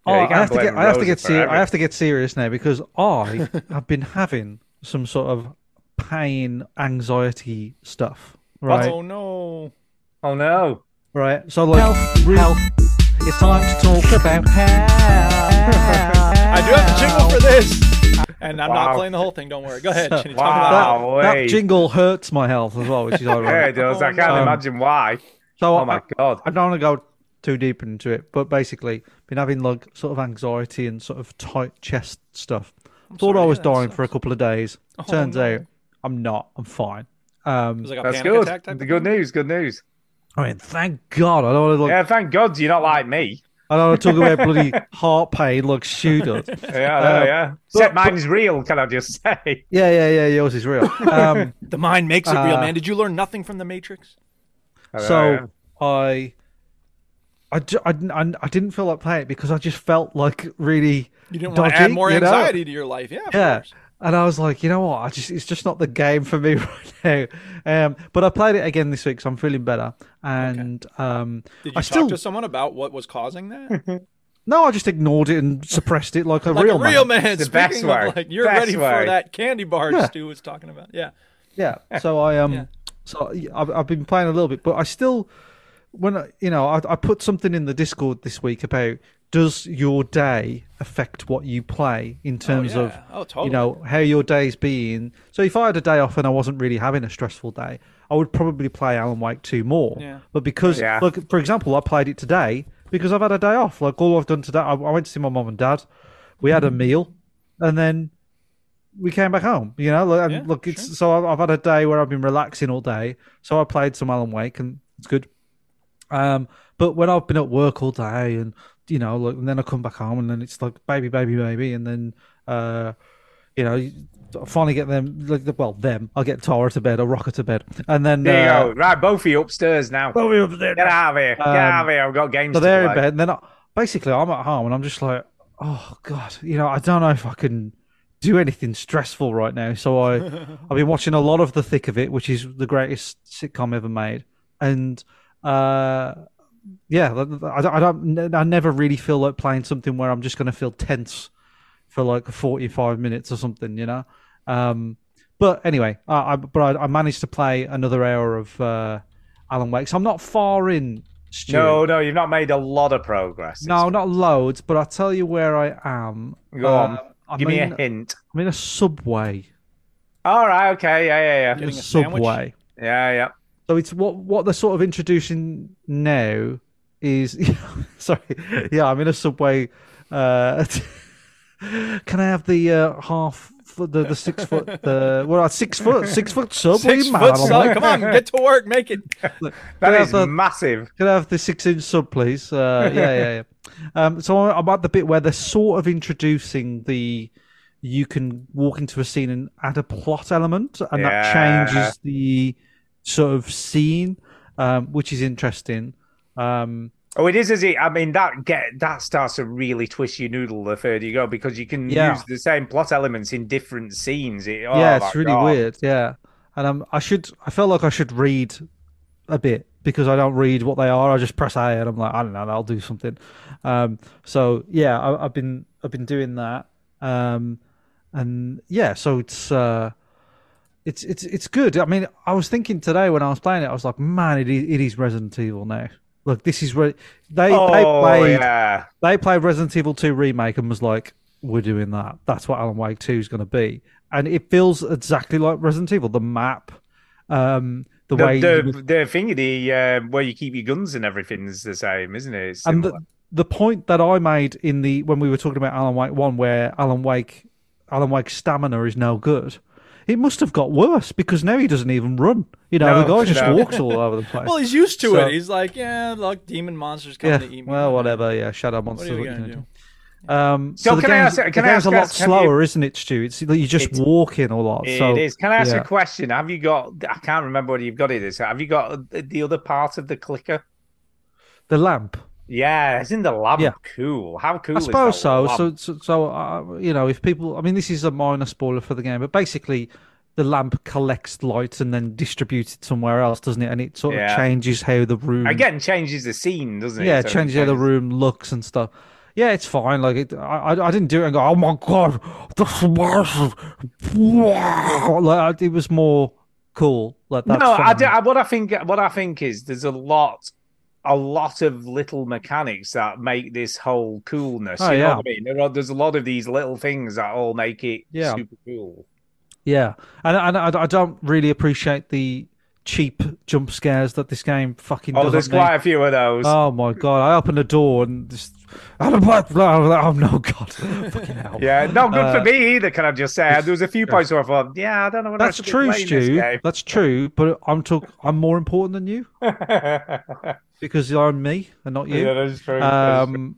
Oh,
Yeah, you
I
can't
have to
blame
get. I have to
Rosa
get.
for
Ser- I
having-
have to get serious now because I have been having some sort of pain, anxiety stuff. Right.
Oh no.
Oh no.
Right. So like, re- it's time to talk about
I do have to jingle for this. And I'm not
Wow.
playing the whole thing, don't worry. Go ahead, Chinny. Talk
Wow.
that
Oh, wait.
jingle hurts my health as well, which is
Yeah, it
ironic.
does. I can't
Oh, no.
imagine why.
so
Oh my
I,
god.
I don't want to go too deep into it, but basically, been having like sort of anxiety and sort of tight chest stuff. Thought I
sorry,
was
that
dying
sucks.
for a couple of days. Turns
no.
out I'm not. I'm fine.
It
Um,
was like a
That's
panic
good.
attack type of
Good
thing.
news. Good news.
I mean, thank God. I don't want to like,
Yeah, thank God you're not like me.
I don't want to talk about bloody heart pain like Stu does.
Yeah, I know,
Um,
yeah.
but-
Except mine's real, can I just say?
Yeah, yeah, yeah. Yours is real. Um,
The mind makes it real,
Uh,
man. Did you learn nothing from the Matrix?
I know, Oh, yeah.
so I, I, ju- I, didn't- I, I didn't feel like playing it because I just felt like really
You didn't want
dodgy,
to add more
you know?
anxiety to your life. Yeah, of
Yeah.
course.
And I was like, you know what? I just it's just not the game for me right now. Um, but I played it again this week, so I'm feeling better. And um,
Did you
I
talk
still
to someone about what was causing that?
no, I just ignored it and suppressed it like a
like
real
a real
man.
man.
the
Speaking
best
of,
way.
like, you're
Best
ready for
way.
that candy bar
Yeah.
Stu was talking about. Yeah.
Yeah. So I um,
Yeah.
so I- I've, I've been playing a little bit, but I still, when I, you know, I, I put something in the Discord this week about does your day affect what you play in terms
yeah.
of
Oh, totally.
you know how your day's been. So if I had a day off and I wasn't really having a stressful day, I would probably play Alan Wake two more.
Yeah.
But because
Yeah.
look, for example, I played it today because I've had a day off. Like all I've done today, I, I went to see my mom and dad. We had a
Mm-hmm.
meal, and then we came back home. You know, like, and
Yeah,
look, it's so I've, I've had a day where I've been relaxing all day. So I played some Alan Wake, and it's good. Um, but when I've been at work all day, and you know, like, and then I come back home, and then it's like baby, baby, baby, and then uh, you know, you- I finally get them. Like, the- well, them. I get Tara to bed, I rock her to bed, and then
There you
uh,
go. Right, both of you upstairs now.
well, we were there
Get out of here. Get
Um,
out of here. I've got games
so
to
they're
play.
in bed, and then I, basically I'm at home, and I'm just like, oh god, you know, I don't know if I can do anything stressful right now. So I, I've been watching a lot of The Thick of It, which is the greatest sitcom ever made, and uh, yeah, I don't, I don't, I never really feel like playing something where I'm just going to feel tense for like 45 minutes or something, you know. Um, but anyway, I, I but I, I managed to play another hour of uh, Alan Wake, so I'm not far in. Stuart.
No, no, you've not made a lot of progress.
No, not loads, but I'll tell you where I am.
Go on.
Um, I'm
Give me
in-
a hint.
I'm in a subway.
All right, okay, yeah, yeah, yeah,
In a
Getting a sandwich?
subway.
yeah, yeah.
So it's what what they're sort of introducing now is sorry, yeah, I'm in a subway. Uh, can I have the uh, half foot, the the six foot, the well, six foot, six foot sub? What do you
Six
mean,
foot
I'm
sub.
like,
Come on, get to work, make it.
can I
That
have
is
the-
massive.
Can I have the six inch sub, please? Uh, yeah, yeah, yeah. Um, so I- I'm at the bit where they're sort of introducing the you can walk into a scene and add a plot element, and that
Yeah.
changes the sort of scene, um, which is interesting. Um,
Oh, it is, is it? I mean, that get that starts to really twist your noodle the further you go because you can
Yeah.
use the same plot elements in different scenes. It- oh,
yeah,
my
it's really
God.
weird. Yeah, and um, I should I felt like I should read a bit because I don't read what they are. I just press A and I'm like, I don't know, I'll do something. Um, so yeah, I, I've been I've been doing that. Um, and yeah, so it's uh, it's it's it's good. I mean, I was thinking today when I was playing it, I was like, man, it is, it is Resident Evil now. Look, this is where they they
Oh,
played
yeah.
they played Resident Evil 2 remake and was like, we're doing that. That's what Alan Wake 2 is going to be. And it feels exactly like Resident Evil. The map, um, the,
The,
way,
the, the thing, the uh, where you keep your guns and everything is the same, isn't it? It's
and
similar.
the, the point that I made in the when we were talking about Alan Wake one, where Alan Wake, Alan Wake's stamina is no good. It must have got worse because now he doesn't even run. You know,
No,
the guy just
no.
walks all over the place.
Well, he's used to
So-
it. He's like, yeah, like demon monsters come
yeah,
to eat me.
well, whatever. Yeah, shadow monsters.
we
what
gonna
you gonna do? Um,
So
the
can I
game's,
ask-
the
can I
game's
ask
a lot
us, can you-
slower, isn't it, Stu? It's like you just
It's-
walk in a lot.
It
so
is. Can I ask
yeah.
a question? Have you got? I can't remember whether you've got it. This. Have you got the other part of the clicker?
The lamp.
Yeah, isn't the lab
Yeah.
cool? How cool
I
is
suppose
that
so.
with
So,
lab?
so, so uh, you know, if people, I mean, this is a minor spoiler for the game, but basically, the lamp collects light and then distributes it somewhere else, doesn't it? And it sort
Yeah.
of changes how the room
Again, changes the scene, doesn't it?
yeah,
So it
changes how the
changes-
room looks and stuff. Yeah, it's fine. Like it, I, I I didn't do it and go, oh my god, this is massive. Wow. Like I- it was more cool. Like that's
no, I,
fine.
do, I what I think what I think is there's a lot, a lot of little mechanics that make this whole coolness.
Oh,
you know
yeah.
what I mean? There are, there's a lot of these little things that all make it
Yeah.
super cool.
Yeah, and, and I, I don't really appreciate the cheap jump scares that this game fucking.
Oh,
does
there's quite a few of those.
Oh my god! I opened the door and just. Oh no, God! Fucking hell.
yeah, not good
Uh,
for me either. Can I just say? There was a few points where I thought, yeah, I don't know. What
That's
I should be
true,
playing this
Stu.
game.
That's true. But I'm talk. I'm more important than you because I'm me and not you.
yeah, that's true. That is true.
Um,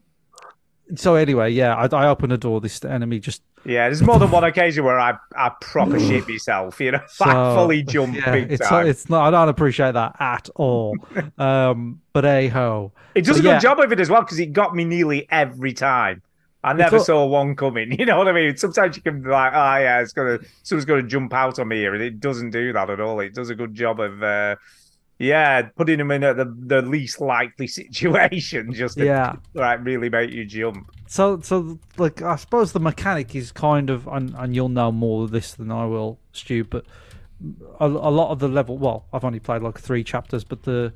so anyway, yeah, I, I opened the door. This enemy just
yeah, there's more than one occasion where I, I proper shit myself. You know, I
so-
fully jump
yeah,
big
it's,
time.
It's not. I don't appreciate that at all. um, but hey ho,
It does
But
a good
yeah.
job of it as well because it got me nearly every time. I never
all-
saw one coming. You know what I mean? Sometimes you can be like, oh yeah, it's gonna someone's gonna jump out on me here, and it doesn't do that at all. It does a good job of uh yeah, putting them in at the, the least likely situation just to
Yeah.
like really make you jump.
So so like I suppose the mechanic is kind of and, and you'll know more of this than I will, Stu. But a, a lot of the level. Well, I've only played like three chapters, but the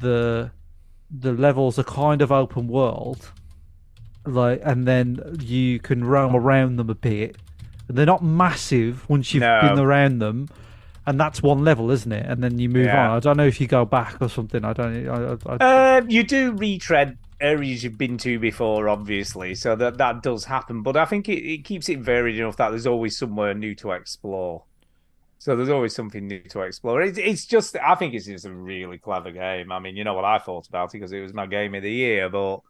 the the levels are kind of open world, like, and then you can roam around them a bit. They're not massive once you've
No.
been around them, and that's one level, isn't it? And then you move
Yeah.
on. I don't know if you go back or something. I don't. I, I, I,
Um, you do retread areas you've been to before, obviously, so that that does happen. But I think it, it keeps it varied enough that there's always somewhere new to explore. So there's always something new to explore. It's, it's just, I think it's just a really clever game. I mean, you know what I thought about it because it was my game of the year. But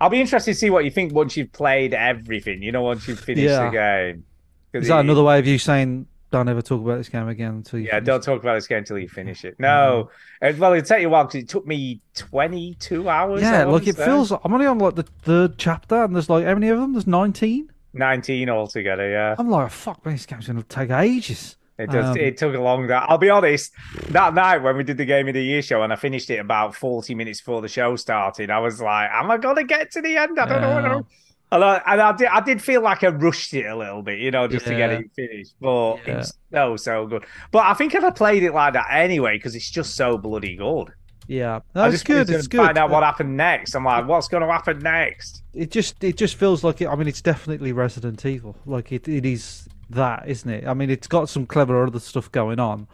I'll be interested to see what you think once you've played everything. You know, once you've finished
Yeah.
the game. 'Cause
is that
it-
another way of you saying don't ever talk about this game again until you
yeah,
finish
don't talk about this game until you finish
Mm-hmm.
it. No, And, well, it'll take you a while because it took me 22 hours. I
Yeah,
wanna
like it
say.
feels. I'm only on like the third chapter, and there's like how many of them? There's 19.
19 altogether. Yeah,
I'm like, fuck, man, this game's gonna take ages.
it does.
Um,
it took a long time. I'll be honest. That night when we did the game of the year show and I finished it about 40 minutes before the show started, I was like, "Am I gonna get to the end? I don't know." When
Yeah.
I'm... And, I, and I did. I did feel like I rushed it a little bit, you know, just to get
Yeah.
it finished. But
Yeah.
it's so so good. But I think if I played it like that anyway, because it's just so bloody good.
Yeah,
I
that's
just
good.
wanted to
It's good.
Find out what happened next. I'm like, what's going to happen next?
It just, it just feels like it. I mean, it's definitely Resident Evil. Like it, it is that, isn't it? I mean, it's got some clever other stuff going on,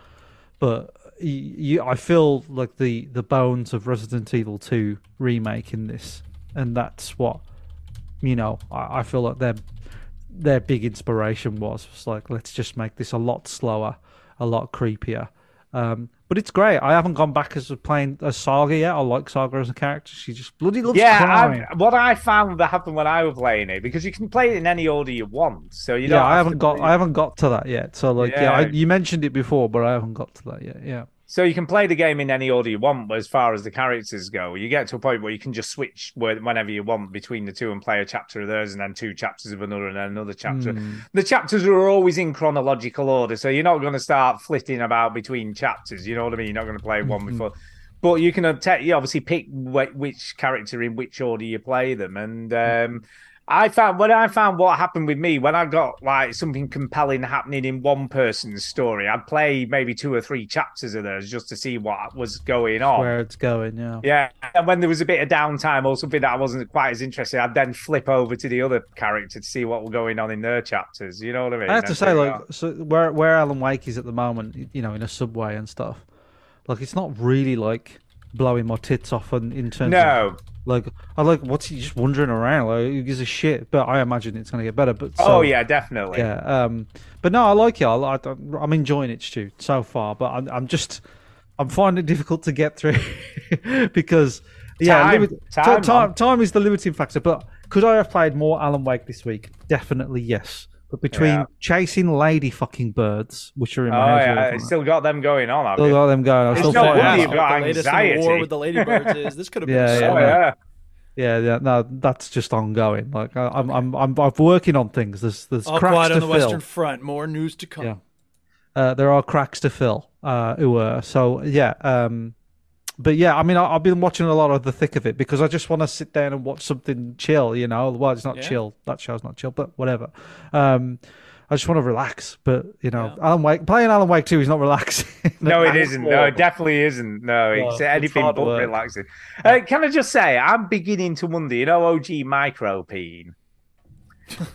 but y- you, I feel like the the bones of Resident Evil 2 remake in this, and that's what you know. I, I feel like they're their big inspiration was was like let's just make this a lot slower, a lot creepier. Um, but it's great. I haven't gone back as a playing as Saga yet. I like Saga as a character. She just bloody loves
Yeah,
crime.
I, what I found that happened when I was playing it because you can play it in any order you want. So you
yeah,
don't have
I haven't
to
got
play-
I haven't got to that yet. So like yeah, I,
Yeah.
you mentioned it before, but I haven't got to that yet. Yeah,
So you can play the game in any order you want, but as far as the characters go, you get to a point where you can just switch where- whenever you want between the two and play a chapter of theirs and then two chapters of another and then another chapter.
Hmm.
The chapters are always in chronological order, so you're not going to start flitting about between chapters. You know what I mean? You're not going to play
Hmm.
one before, but you can obta- you obviously pick wh- which character in which order you play them, and.
Hmm.
um I found when I found what happened with me when I got like something compelling happening in one person's story, I'd play maybe two or three chapters of those just to see what was going on.
where it's going. Yeah,
Oh. Yeah, and when there was a bit of downtime or something that I wasn't quite as interested, I'd then flip over to the other character to see what were going on in their chapters. You know what I mean?
I have to
And
say
figure
like
out-
so where where Alan Wake is at the moment, you know, in a subway and stuff. Like it's not really like blowing my tits off in, in terms of
no,
Like I like what's he just wandering around? Like who gives a shit? But I imagine it's gonna get better. But so,
oh yeah, definitely.
yeah. Um, but no, I like it. I, li- I, am enjoying it, Stu, so far. But I'm, I'm just I'm finding it difficult to get through because yeah,
Time.
ti-
Time,
time,
man.
time is the limiting factor. But could I have played more Alan Wake this week? Definitely yes. But between
Yeah.
chasing lady fucking birds, which are in
Oh
my house, all the
yeah,
time,
it's still got them going on. have
still
you?
got them going. I
It's
still
no
fight
wonder
out.
you've got
the latest in the
anxiety.
war with the ladybirds is this could have been
Yeah,
so
Oh,
yeah.
yeah.
Yeah, yeah, no, that's just ongoing. Like I, I'm, I'm, I'm, I'm working on things. There's, there's
All
cracks
quiet
to
on the
fill.
Western Front. More news to come.
Yeah. Uh, there are cracks to fill. Uh, who were so yeah. Um, but yeah, I mean, I, I've been watching a lot of the thick of it because I just want to sit down and watch something chill. You know, well, it's not
Yeah.
chill. That show's not chill, but whatever. Um, I just want to relax. But you know, Alan Wake playing Alan Wake two is not relaxing.
No, it
At
isn't. No,
all.
it definitely isn't. No,
No,
it's
it's
anything
hard
but
work.
relaxing. Uh, can I just say, I'm beginning to wonder, you know, OG Micropene.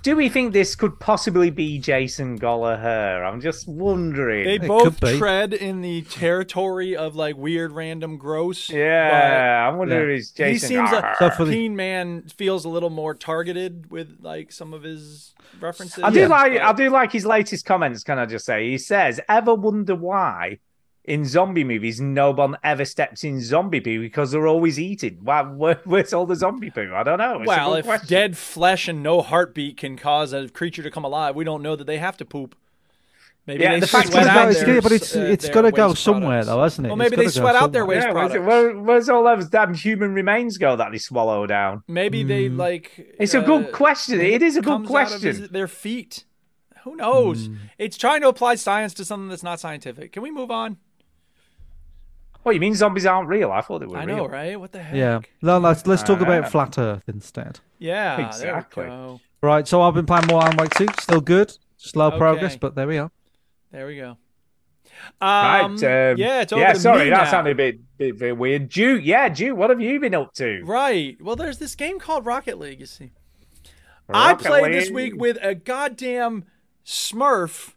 Do we think this could possibly be Jason Gollaher? I'm just wondering.
They
It
both
could be.
tread in the territory of like weird, random, gross.
yeah, I wonder
Yeah.
if it's
but
Jason.
he seems like
So for the-
Keen Man feels a little more targeted with like some of his references.
I do
Yeah.
like
but-
I do like his latest comments. Can I just say he says, "Ever wonder why in zombie movies no one ever steps in zombie poo because they're always eating? Why where, where's all the zombie poo? I don't know. It's a
Well,
good
if
question.
dead flesh and no heartbeat can cause a creature to come alive, we don't know that they have to poop. Maybe
Yeah,
they
the fact
sweat
is
out
that
it's-
their,
yeah, but it's-
uh,
it's
their
gotta go
waste
somewhere,
products.
though, hasn't it?
Well,
It's
maybe
gotta
they
go
sweat out their
somewhere.
waste
yeah, where's, it,
products.
where, where's all those damn human remains go that they swallow down?
Maybe they like.
hmm.
uh,
It's a good question. It is a good
comes out of
question. Hmm.
his- their feet. Who knows? It's trying to apply science to something that's not scientific. Can we move on?
What you mean zombies aren't real? I thought they were
I
real.
know, right? What the heck?
Yeah. No, let's let's talk
Ah.
about flat Earth instead.
Yeah. there we
Exactly.
go.
Right. So I've been playing more Alan Wake two. Still good. Slow progress,
Okay.
but there we are.
There we go.
Right.
Um,
um,
yeah. It's over
yeah.
to
Sorry,
me
that
now.
sounded a bit, bit, bit weird. Duke, yeah, Duke, what have you been up to?
Right. Well, there's this game called Rocket League, you see.
Rocket
I played this week
League.
with a goddamn Smurf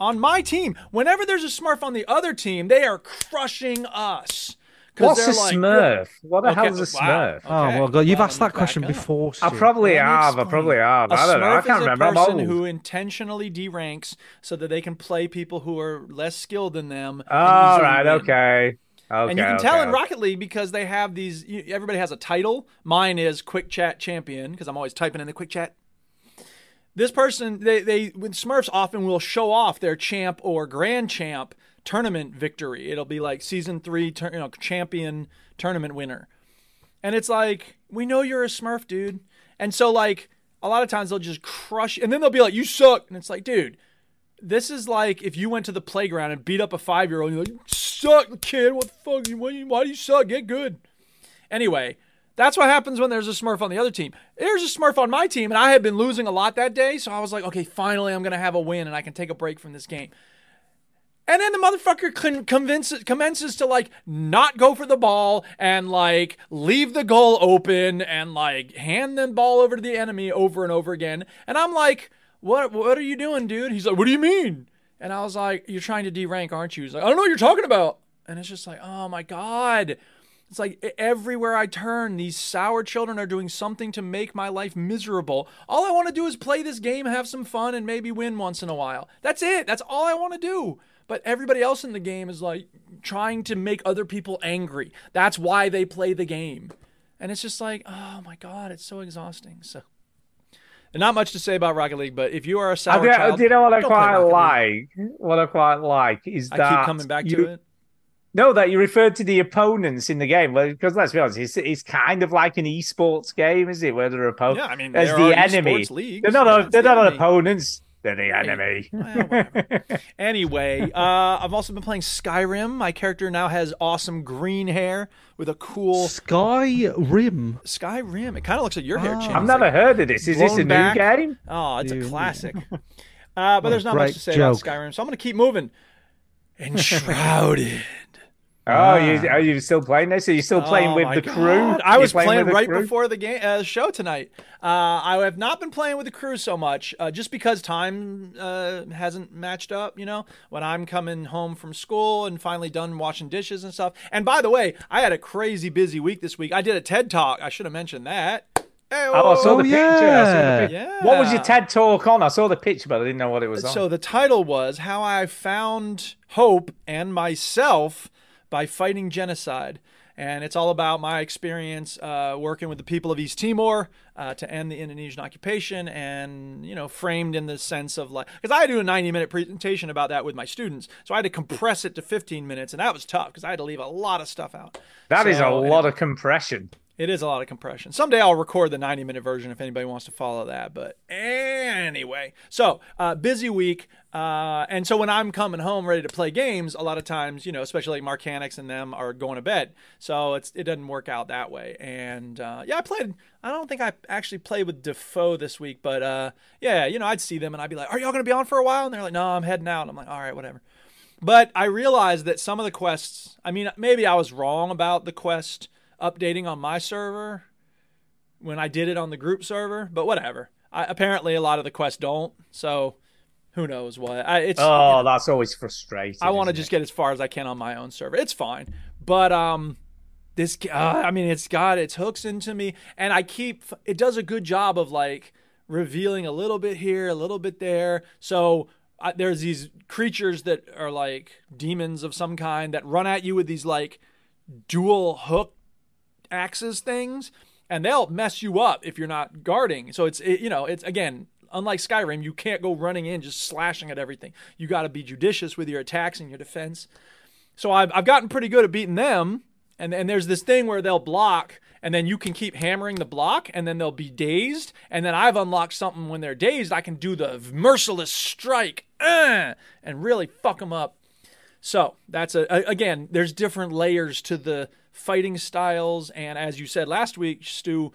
on my team. Whenever there's a Smurf on the other team, they are crushing us. 'Cause
What's
they're
a
like,
Smurf? What the
Okay,
hell's a
wow.
Smurf?
Okay,
Oh well, God, you've
well,
asked
let
that
me
question
back up.
before.
I
Stu.
probably
Let me
have. I
explain.
probably have.
A
I don't know. I
Smurf
can't
is
remember.
a
I'm
person
old.
who intentionally deranks so that they can play people who are less skilled than them. and
All
easily
right.
win.
Okay. Okay.
and you can
okay,
tell in
okay.
Rocket League because they have these. You, everybody has a title. Mine is Quick Chat Champion because I'm always typing in the Quick Chat. This person, they they with Smurfs often will show off their champ or grand champ tournament victory. It'll be like season three, tur- you know, champion tournament winner, and it's like we know you're a Smurf, dude. And so like a lot of times they'll just crush, and then they'll be like, "You suck," and it's like, dude. This is like if you went to the playground and beat up a five year old. You're like, "You suck, kid. What the fuck? You- Why you- why do you suck? Get good. Anyway, that's what happens when there's a Smurf on the other team. There's a Smurf on my team, and I had been losing a lot that day, so I was like, okay, finally, I'm gonna have a win, and I can take a break from this game. And then the motherfucker con- convinces, commences to like not go for the ball and like leave the goal open and like hand the ball over to the enemy over and over again. And I'm like, what, what are you doing, dude? He's like, what do you mean? And I was like, you're trying to derank, aren't you? He's like, I don't know what you're talking about. And it's just like, oh my God. It's like e- everywhere I turn, these sour children are doing something to make my life miserable. All I want to do is play this game, have some fun, and maybe win once in a while. That's it. That's all I want to do. But everybody else in the game is like trying to make other people angry. That's why they play the game. And it's just like, oh my God, it's so exhausting. So, and not much to say about Rocket League, but if you are a
I
sour
do,
child,
do you know what I
don't play
quite
Rocket League.
like? What I quite like is
I
that
keep coming back
you,
to it.
No, that you referred to the opponents in the game. Well, because let's be honest, it's, it's kind of like an esports game, is it? Where they're opponents
Yeah, I mean,
as
there
the
are
enemy.
esports leagues.
They're not.
Yeah,
o-
it's
they're
the
not
enemy.
opponents. They're the enemy.
Well, whatever. anyway, uh, I've also been playing Skyrim. My character now has awesome green hair with a cool
Sky Rim.
Skyrim. It kind of looks like your
Ah.
hair, Chance.
I've never heard of this. Is this a
blown
new
back.
game?
Oh, it's a classic. Uh, but there's not
great
much to say
joke.
about Skyrim, so I'm going to keep moving. Enshrouded.
Oh, you, are you still playing this? Are you still playing
Uh, Oh
with
my
the crew?
God. I
You're
was playing,
with the
right
crew?
before the game uh, show tonight. Uh, I have not been playing with the crew so much, uh, just because time uh, hasn't matched up. You know, when I'm coming home from school and finally done washing dishes and stuff. And by the way, I had a crazy busy week this week. I did a TED talk. I should have mentioned that. Hey,
Oh, I saw
Oh,
the picture. I saw the
yeah.
picture. What was your
Yeah.
TED talk on? I saw the picture, but I didn't know what it was on.
So the title was How I Found Hope and Myself by Fighting Genocide. And it's all about my experience uh, working with the people of East Timor uh, to end the Indonesian occupation and, you know, framed in the sense of like, because I had to do a 90 minute presentation about that with my students. So I had to compress it to 15 minutes. And that was tough because I had to leave a lot of stuff out.
that is a
So-
lot of compression.
It is a lot of compression. Someday I'll record the 90 minute version if anybody wants to follow that. But anyway, so uh, busy week. Uh, and so when I'm coming home ready to play games, a lot of times, you know, especially like Marcanix and them are going to bed. So it's, it doesn't work out that way. And uh, yeah, I played, I don't think I actually played with Defoe this week, but uh, yeah, you know, I'd see them and I'd be like, are y'all going to be on for a while? And they're like, no, I'm heading out. And I'm like, all right, whatever. But I realized that some of the quests, I mean, maybe I was wrong about the quest updating on my server when I did it on the group server, but whatever. I, apparently, a lot of the quests don't, so who knows what. I, it's
Oh, that's always frustrating.
I want to
isn't
just get as far as I can on my own server. It's fine, but um, this uh, I mean, it's got its hooks into me, and I keep it does a good job of like revealing a little bit here, a little bit there. So I, there's these creatures that are like demons of some kind that run at you with these like dual hook axes things and they'll mess you up if you're not guarding so it's it, you know it's again unlike skyrim you can't go running in just slashing at everything you got to be judicious with your attacks and your defense so I've, I've gotten pretty good at beating them and and there's this thing where they'll block and then you can keep hammering the block and then they'll be dazed and then i've unlocked something when they're dazed i can do the merciless strike uh, and really fuck them up so that's a, a again. There's different layers to the fighting styles, and as you said last week, Stu,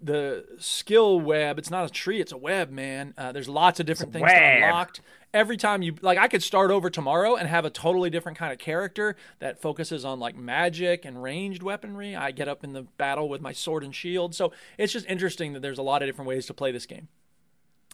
the skill web. It's not a tree; it's a web, man. Uh, there's lots of different things
web.
to unlock. Every time you like, I could start over tomorrow and have a totally different kind of character that focuses on like magic and ranged weaponry. I get up in the battle with my sword and shield. So it's just interesting that there's a lot of different ways to play this game,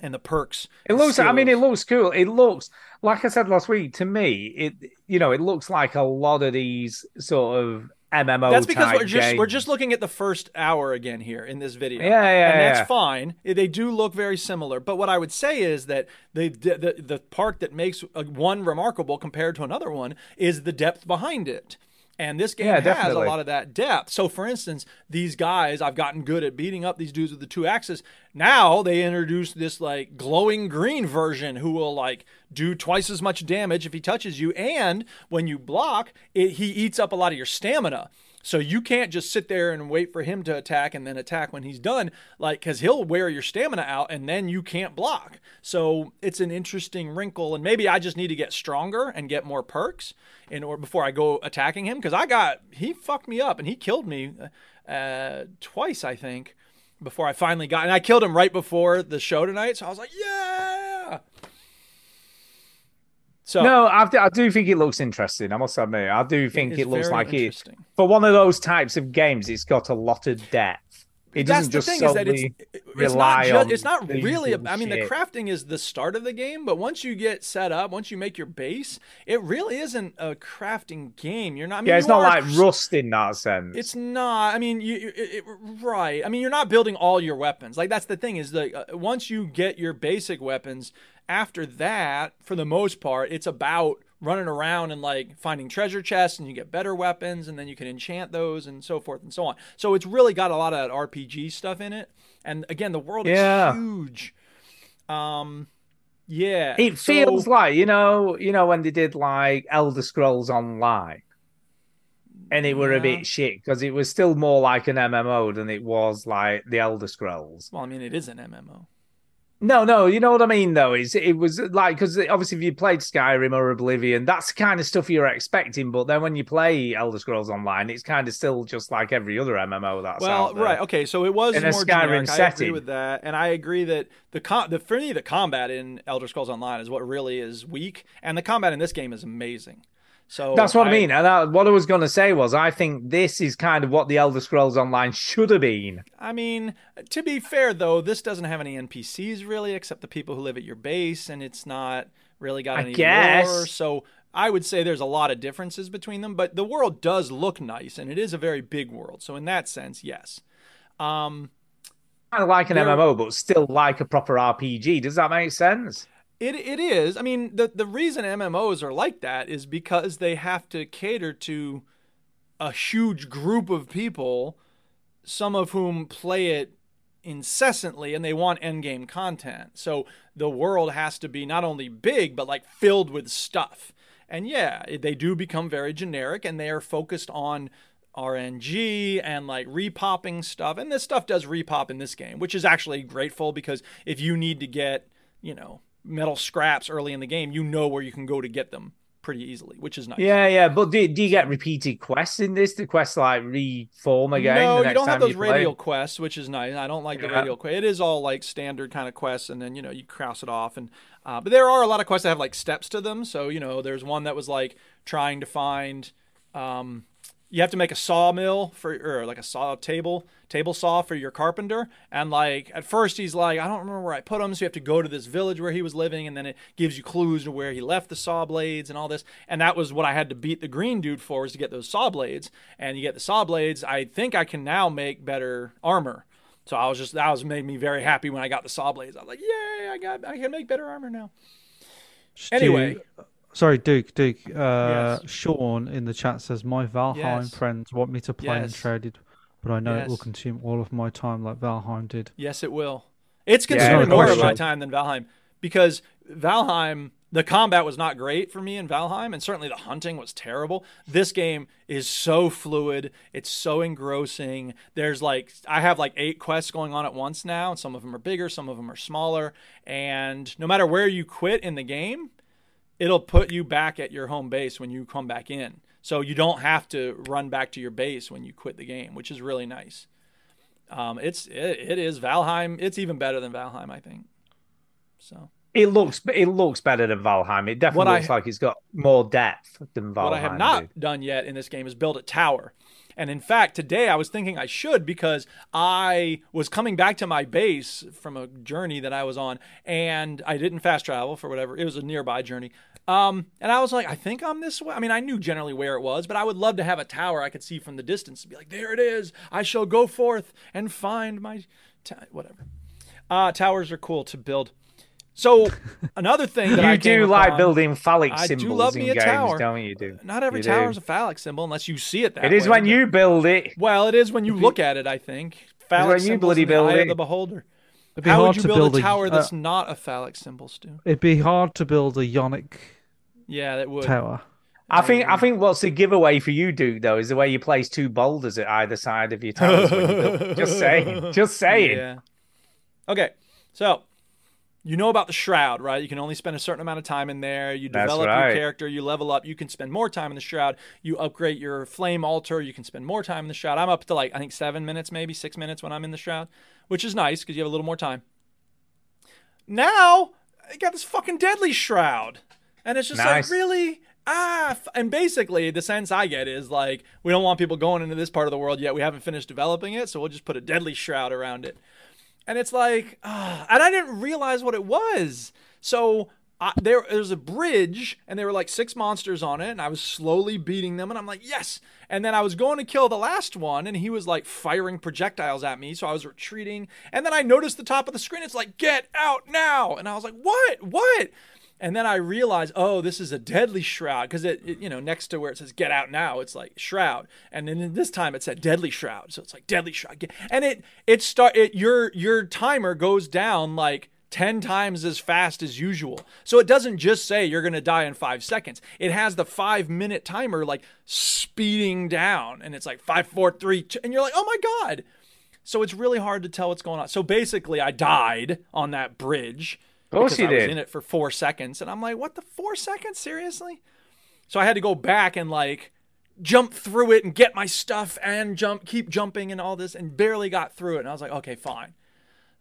and the perks.
It
and
looks. I mean,
skills.
it looks cool. It looks like I said last week. To me, it you know, it looks like a lot of these sort of MMO.
That's because
type
we're just we're
games.
just looking at the first hour again here in this video.
Yeah, yeah,
and
yeah.
that's fine. They do look very similar, but what I would say is that the the the part that makes uh, one remarkable compared to another one is the depth behind it. And this game
Yeah,
has
definitely.
a lot of that depth. So, for instance, these guys, I've gotten good at beating up these dudes with the two axes. Now they introduced this like glowing green version who will like do twice as much damage if he touches you. And when you block, it, he eats up a lot of your stamina. So you can't just sit there and wait for him to attack and then attack when he's done, like because he'll wear your stamina out and then you can't block. So it's an interesting wrinkle, and maybe I just need to get stronger and get more perks in or before I go attacking him because I got he fucked me up and he killed me uh, twice I think before I finally got and I killed him right before the show tonight. So I was like, yeah. So
No, I, I do think it looks interesting. I must admit, I do think
is
it looks
very
like it
interesting.
for one of those types of games. It's got a lot of depth. It
That's
doesn't
the
just
thing is that it's,
solely
it's
rely
not just,
on
it's not
the
really. a-
usual
I mean, the
shit.
crafting is the start of the game, but once you get set up, once you make your base, it really isn't a crafting game. You're not. I mean,
Yeah, it's
you
not
are-
like Rust in that sense.
It's not. I mean, you, you it, it- right. I mean, you're not building all your weapons. Like that's the thing is like uh, once you get your basic weapons, after that, for the most part, it's about running around and like finding treasure chests and you get better weapons and then you can enchant those and so forth and so on. So it's really got a lot of that RPG stuff in it. And again, the world
Yeah.
is huge. Um yeah.
it
so-
feels like you know you know when they did like elder scrolls online and it were a
Yeah.
bit shit because it was still more like an mmo than it was like the elder scrolls
well, I mean, it is an MMO.
no no you know what i mean though is it was like because obviously if you played skyrim or oblivion that's the kind of stuff you're expecting but then when you play elder scrolls online it's kind of still just like every other mmo that's
Well,
out there.
right, okay. So it was
in a
more
Skyrim
generic. I agree
setting.
with that, and I agree that the com- the for me the combat in Elder Scrolls Online is what really is weak, and the combat in this game is amazing. So
That's what I, mean. And that, what I was going to say was, I think this is kind of what the Elder Scrolls Online should have been.
I mean, to be fair though, this doesn't have any NPCs really, except the people who live at your base, and it's not really got
I
any
guess.
lore. So I would say there's a lot of differences between them, but the world does look nice, and it is a very big world. So in that sense, yes. Um,
kind of like an
There-
MMO, but still like a proper RPG. Does that make sense?
It it is. I mean, the the reason MMOs are like that is because they have to cater to a huge group of people, some of whom play it incessantly and they want end game content. So the world has to be not only big but like filled with stuff. And yeah, it- they do become very generic and they are focused on RNG and like repopping stuff. And this stuff does repop in this game, which is actually grateful because if you need to get, you know, metal scraps early in the game, you know where you can go to get them pretty easily, which is nice.
Yeah, yeah, but do, do you get repeated quests in this? The quests like reform again?
No,
the
you
next
don't have
time
those
play?
radial quests, which is nice. I don't like the
Yeah.
radial quest. It is all like standard kind of quests, and then you know you cross it off. And uh, but there are a lot of quests that have like steps to them. So you know, there's one that was like trying to find. Um, you have to make a sawmill for or like a saw table table saw for your carpenter and like at first he's like i don't remember where i put him so you have to go to this village where he was living and then it gives you clues to where he left the saw blades and all this and that was what i had to beat the green dude for was to get those saw blades and you get the saw blades i think i can now make better armor so i was just that was made me very happy when i got the saw blades i was like yay i got i can make better armor now
Stu-
anyway
sorry, Duke. Duke. Uh,
Yes.
Sean in the chat says my Valheim
Yes.
friends want me to play and
Yes.
traded, but I know it will
Yes.
consume all of my time like Valheim did.
Yes, it will. It's
Yeah,
consuming
no
more of my
question.
time than Valheim because Valheim, the combat was not great for me in Valheim, and certainly the hunting was terrible. This game is so fluid, it's so engrossing. There's like, I have like eight quests going on at once now, and some of them are bigger, some of them are smaller. And no matter where you quit in the game, it'll put you back at your home base when you come back in. So you don't have to run back to your base when you quit the game, which is really nice. Um, it's it, it is Valheim. It's even better than Valheim, I think. So
It looks it looks better than Valheim. It definitely
What I-
looks like it's got more depth than Valheim.
what I have not
did.
done yet in this game is build a tower. And in fact, today I was thinking I should because I was coming back to my base from a journey that I was on, and I didn't fast travel for whatever. It was a nearby journey. Um, and I was like, I think I'm this way. I mean, I knew generally where it was, but I would love to have a tower I could see from the distance and be like, there it is. I shall go forth and find my ta- whatever. Uh, towers are cool to build. So another thing that I
You do
came
like
upon-
building phallic
I do
symbols
love
in
me a
games,
tower.
don't you? Do
Not every
You do.
tower is a phallic symbol unless you see it that
It is
way.
when you build it.
Well, it is when you look at it, I think. Phallic
when you
symbols
bloody
in the eye
build
of
it.
the beholder.
It'd be
How
hard
would you
to
build,
build
a tower
uh,
that's not a phallic symbol, Stu?
it'd be hard to build a Yonic
Yeah, that would.
tower.
I think
Um,
I think what's the giveaway for you, Duke, though, is the way you place two boulders at either side of your towers. when you build. Just saying, just saying.
Yeah. Okay, so you know about the shroud, right? You can only spend a certain amount of time in there. You
That's
develop your
right.
character, you level up. You can spend more time in the shroud. You upgrade your flame altar. You can spend more time in the shroud. I'm up to like I think seven minutes, maybe six minutes when I'm in the shroud, which is nice because you have a little more time. Now I got this fucking deadly shroud, and it's just
Nice.
like really. Ah, f- and basically the sense I get is like we don't want people going into this part of the world yet. We haven't finished developing it, so we'll just put a deadly shroud around it. And it's like, ah, and I didn't realize what it was. So I, there, there was a bridge, and there were like six monsters on it, and I was slowly beating them, and I'm like, yes. And then I was going to kill the last one, and he was like firing projectiles at me, so I was retreating. And then I noticed the top of the screen. It's like, get out now. And I was like, what? What? And then I realized, oh, this is a deadly shroud because it, it, you know, next to where it says "get out now," it's like shroud, and then this time it said deadly shroud, so it's like deadly shroud, Get- and it it start it your your timer goes down like. 10 times as fast as usual. So it doesn't just say you're going to die in 5 seconds. It has the 5 minute timer like speeding down and it's like five, four, three, two, and you're like, "Oh my god." So it's really hard to tell what's going on. So basically I died on that bridge
Of course
because
you
I was
did.
in it for four seconds, and I'm like, what the four seconds? Seriously? So I had to go back and like jump through it and get my stuff and jump, keep jumping and all this, and barely got through it. And I was like, okay, fine.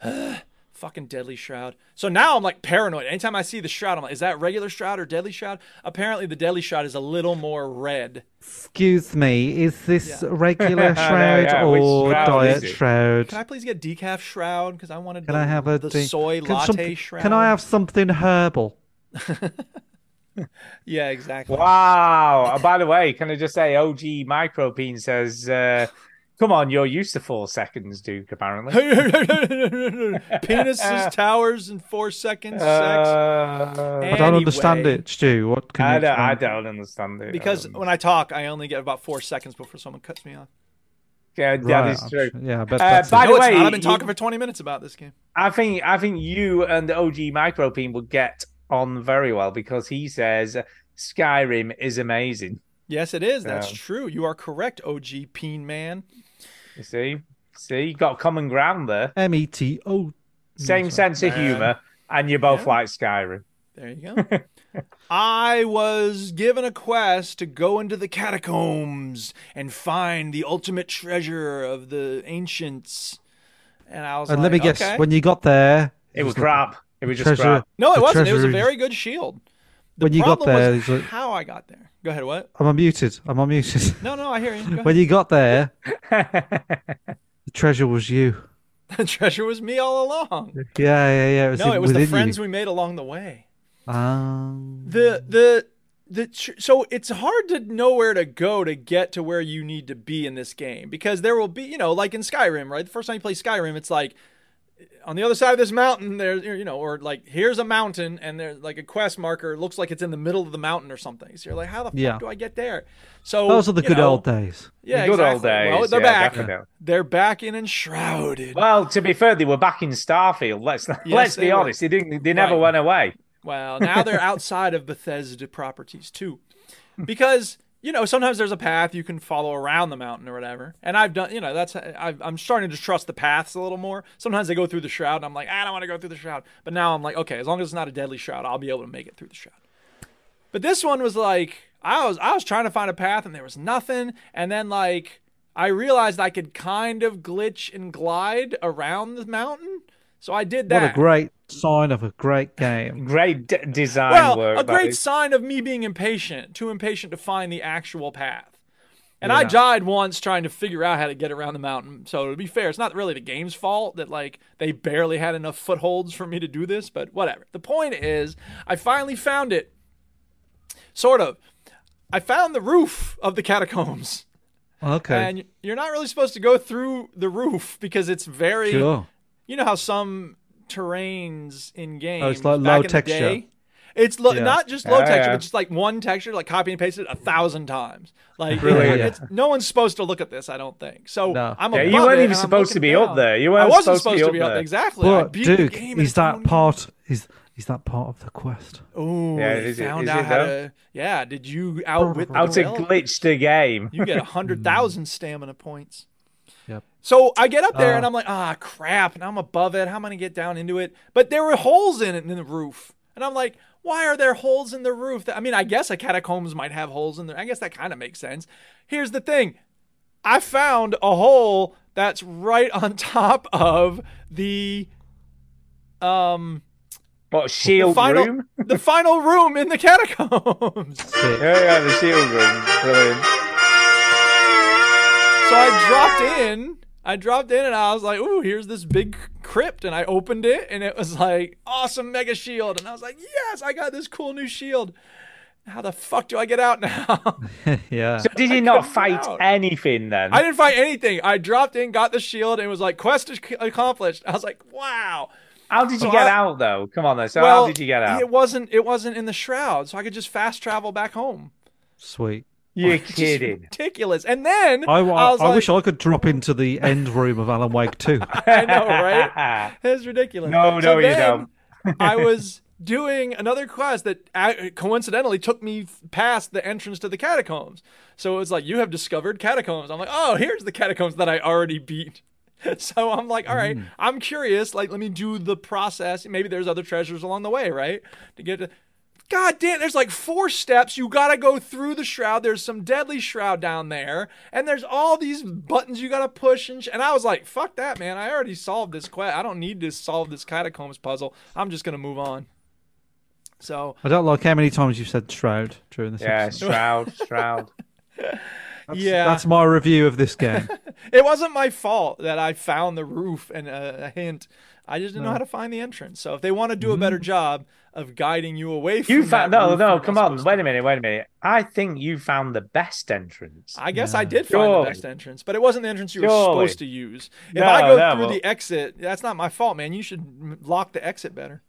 Fucking deadly shroud. So now I'm like paranoid. Anytime I see the shroud, I'm like, is that regular shroud or deadly shroud? Apparently, the deadly shroud is a little more red.
Excuse me, is this
Yeah,
regular shroud
yeah, which
or
shroud
diet
is it?
shroud?
Can I please get decaf shroud? Because I wanted.
Can
the,
I have a
the
di-
soy
can
latte
some-
shroud?
Can I have something herbal?
Yeah, exactly.
Wow. Oh, by the way, can I just say, OG Micropeen says, uh, "Come on, you're used to four seconds, Duke." Apparently.
Penises, towers, and four seconds sex.
Uh,
I don't understand
Anyway,
it, Stu. What can you
I don't,
explain?
I don't understand it
Because
um,
when I talk, I only get about four seconds before someone cuts me off.
yeah,
Right,
that is
I'm
true.
sure- Yeah, I bet
Uh,
that's
by
it.
the
no, it's
way,
not. I've been
you-
talking for 20 minutes about this game.
I think I think you and the OG Micropeen will get on very well because he says Skyrim is amazing.
Yes, it is. That's
Yeah.
true. You are correct, OG Peen Man.
You see, see, you got common ground there.
M E T O.
Same sense of humor, and you both like Skyrim.
There you go. I was given a quest to go into the catacombs and find the ultimate treasure of the ancients. And I was
And
like,
let me guess,
okay.
when you got there,
It was
like
crap. It was just
treasure-
crap.
no, it
the
wasn't. It was a
treasure is-
very good shield. The
When you got
problem
there,
was
it's like-
how I got there. Go ahead. What?
I'm unmuted. I'm unmuted.
No, no, I hear you. Go ahead.
when you got there, the treasure was you.
the treasure was me all along.
Yeah, yeah, yeah. It was
No,
in-
it was the
within
friends
You.
we made along the way.
Um,
the the the tr- so it's hard to know where to go to get to where you need to be in this game because there will be you know like in Skyrim right the first time you play Skyrim it's like on the other side of this mountain there's you know or like here's a mountain and there's like a quest marker it looks like it's in the middle of the mountain or something so you're like how the
Yeah.
fuck do I get there so
those are the
Oh, you
good
know,
old days.
yeah
The good old
exactly. well,
days,
they're
yeah,
back
definitely.
they're back in enshrouded
Well, to be fair, they were back in Starfield. Let's let's
they
be
were.
honest. They didn't. They never
Right.
went away.
Well, now they're outside of Bethesda properties too. Because, you know, sometimes there's a path you can follow around the mountain or whatever. And I've done, you know, that's, I've, I'm starting to trust the paths a little more. Sometimes I go through the shroud and I'm like, I don't want to go through the shroud. But now I'm like, okay, as long as it's not a deadly shroud, I'll be able to make it through the shroud. But this one was like, I was, I was trying to find a path and there was nothing. And then like, I realized I could kind of glitch and glide around the mountain. So I did that.
What a great sign of a great game.
Great d- design
well,
work.
a
that
great
is.
sign of me being impatient, too impatient to find the actual path. And I died once trying to figure out how to get around the mountain. So to be fair, it's not really the game's fault that like they barely had enough footholds for me to do this, but whatever. The point is, I finally found it. Sort of. I found the roof of the catacombs.
Okay.
And you're not really supposed to go through the roof because it's very
Sure.
you know how some terrains in games
Oh, it's like
back
low
in the
texture.
day- it's lo-
Yeah.
not just low
Yeah,
texture,
yeah.
but just like one texture, like copy and paste it a thousand times. Like
Really,
it-
yeah.
it's, no one's supposed to look at this, I don't think. So
No.
I'm
Yeah, you
above
weren't
it,
even
and I'm
supposed to
looking
be up
down.
there. You weren't
I wasn't
supposed to be up there.
Exactly. I
But
beat the
Duke,
game and
is
it's
that
only-
part? Is is that part of the quest?
Ooh,
Yeah,
they
is it-
found
is
out
it
how
though?
to. Yeah, did you outwit the
How to
developer?
glitch the game.
You get a hundred thousand stamina points.
Mm. Yep.
So I get up there and
Uh.
I'm like, ah, crap. And I'm above it. How am I gonna get down into it? But there were holes in it in the roof, and I'm like, why are there holes in the roof? I mean, I guess a catacombs might have holes in there. I guess that kind of makes sense. Here's the thing: I found a hole that's right on top of the um
What shield
final
room?
the final room in the catacombs.
Yeah, yeah, the shield room. Brilliant.
So I dropped in. I dropped in and I was like, ooh, here's this big crypt. And I opened it and it was like, awesome mega shield. And I was like, yes, I got this cool new shield. How the fuck do I get out now?
Mm-hmm.
yeah.
So did you
couldn't
not
get
fight
out.
anything then?
I didn't find anything. I dropped in, got the shield, and was like, quest ac- accomplished. I was like, wow.
How did you
So
get
I-
out though? Come on, then. So
well,
how did you get out?
It wasn't it wasn't in the shroud, so I could just fast travel back home.
Sweet.
You're
It's just
kidding.
ridiculous. And then
I, wa-
was
I
like,
wish I could drop into the end room of Alan Wake too.
I know, right?
Ah,
That's ridiculous.
No,
So
no, you
then,
don't.
I was doing another quest that I, coincidentally took me f- past the entrance to the catacombs. So it was like, you have discovered catacombs. I'm like, oh, here's the catacombs that I already beat. So I'm like, all
Mm.
right, I'm curious. Like, let me do the process. Maybe there's other treasures along the way, right? To get to. God damn, there's like four steps. You gotta go through the shroud. There's some deadly shroud down there. And there's all these buttons you gotta push and sh- and I was like, fuck that, man. I already solved this quest. I don't need to solve this catacombs puzzle. I'm just gonna move on. So
I don't like how many times you've said shroud during this.
Yeah,
episode.
shroud, shroud.
yeah.
That's my review of this game.
it wasn't my fault that I found the roof and uh, a, a hint. I just didn't know how to find the entrance. So if they want to do a better job of guiding you away from
Mm-hmm. You found
that
no,
roof,
no.
you're
Come
not
on,
supposed
wait
to.
a minute, wait a minute. I think you found the best entrance.
I guess I did find
Surely.
the best entrance, but it wasn't the entrance you were
Surely.
supposed to use. If I
No,
go
no,
through
well-
the exit, that's not my fault, man. You should m- lock the exit better.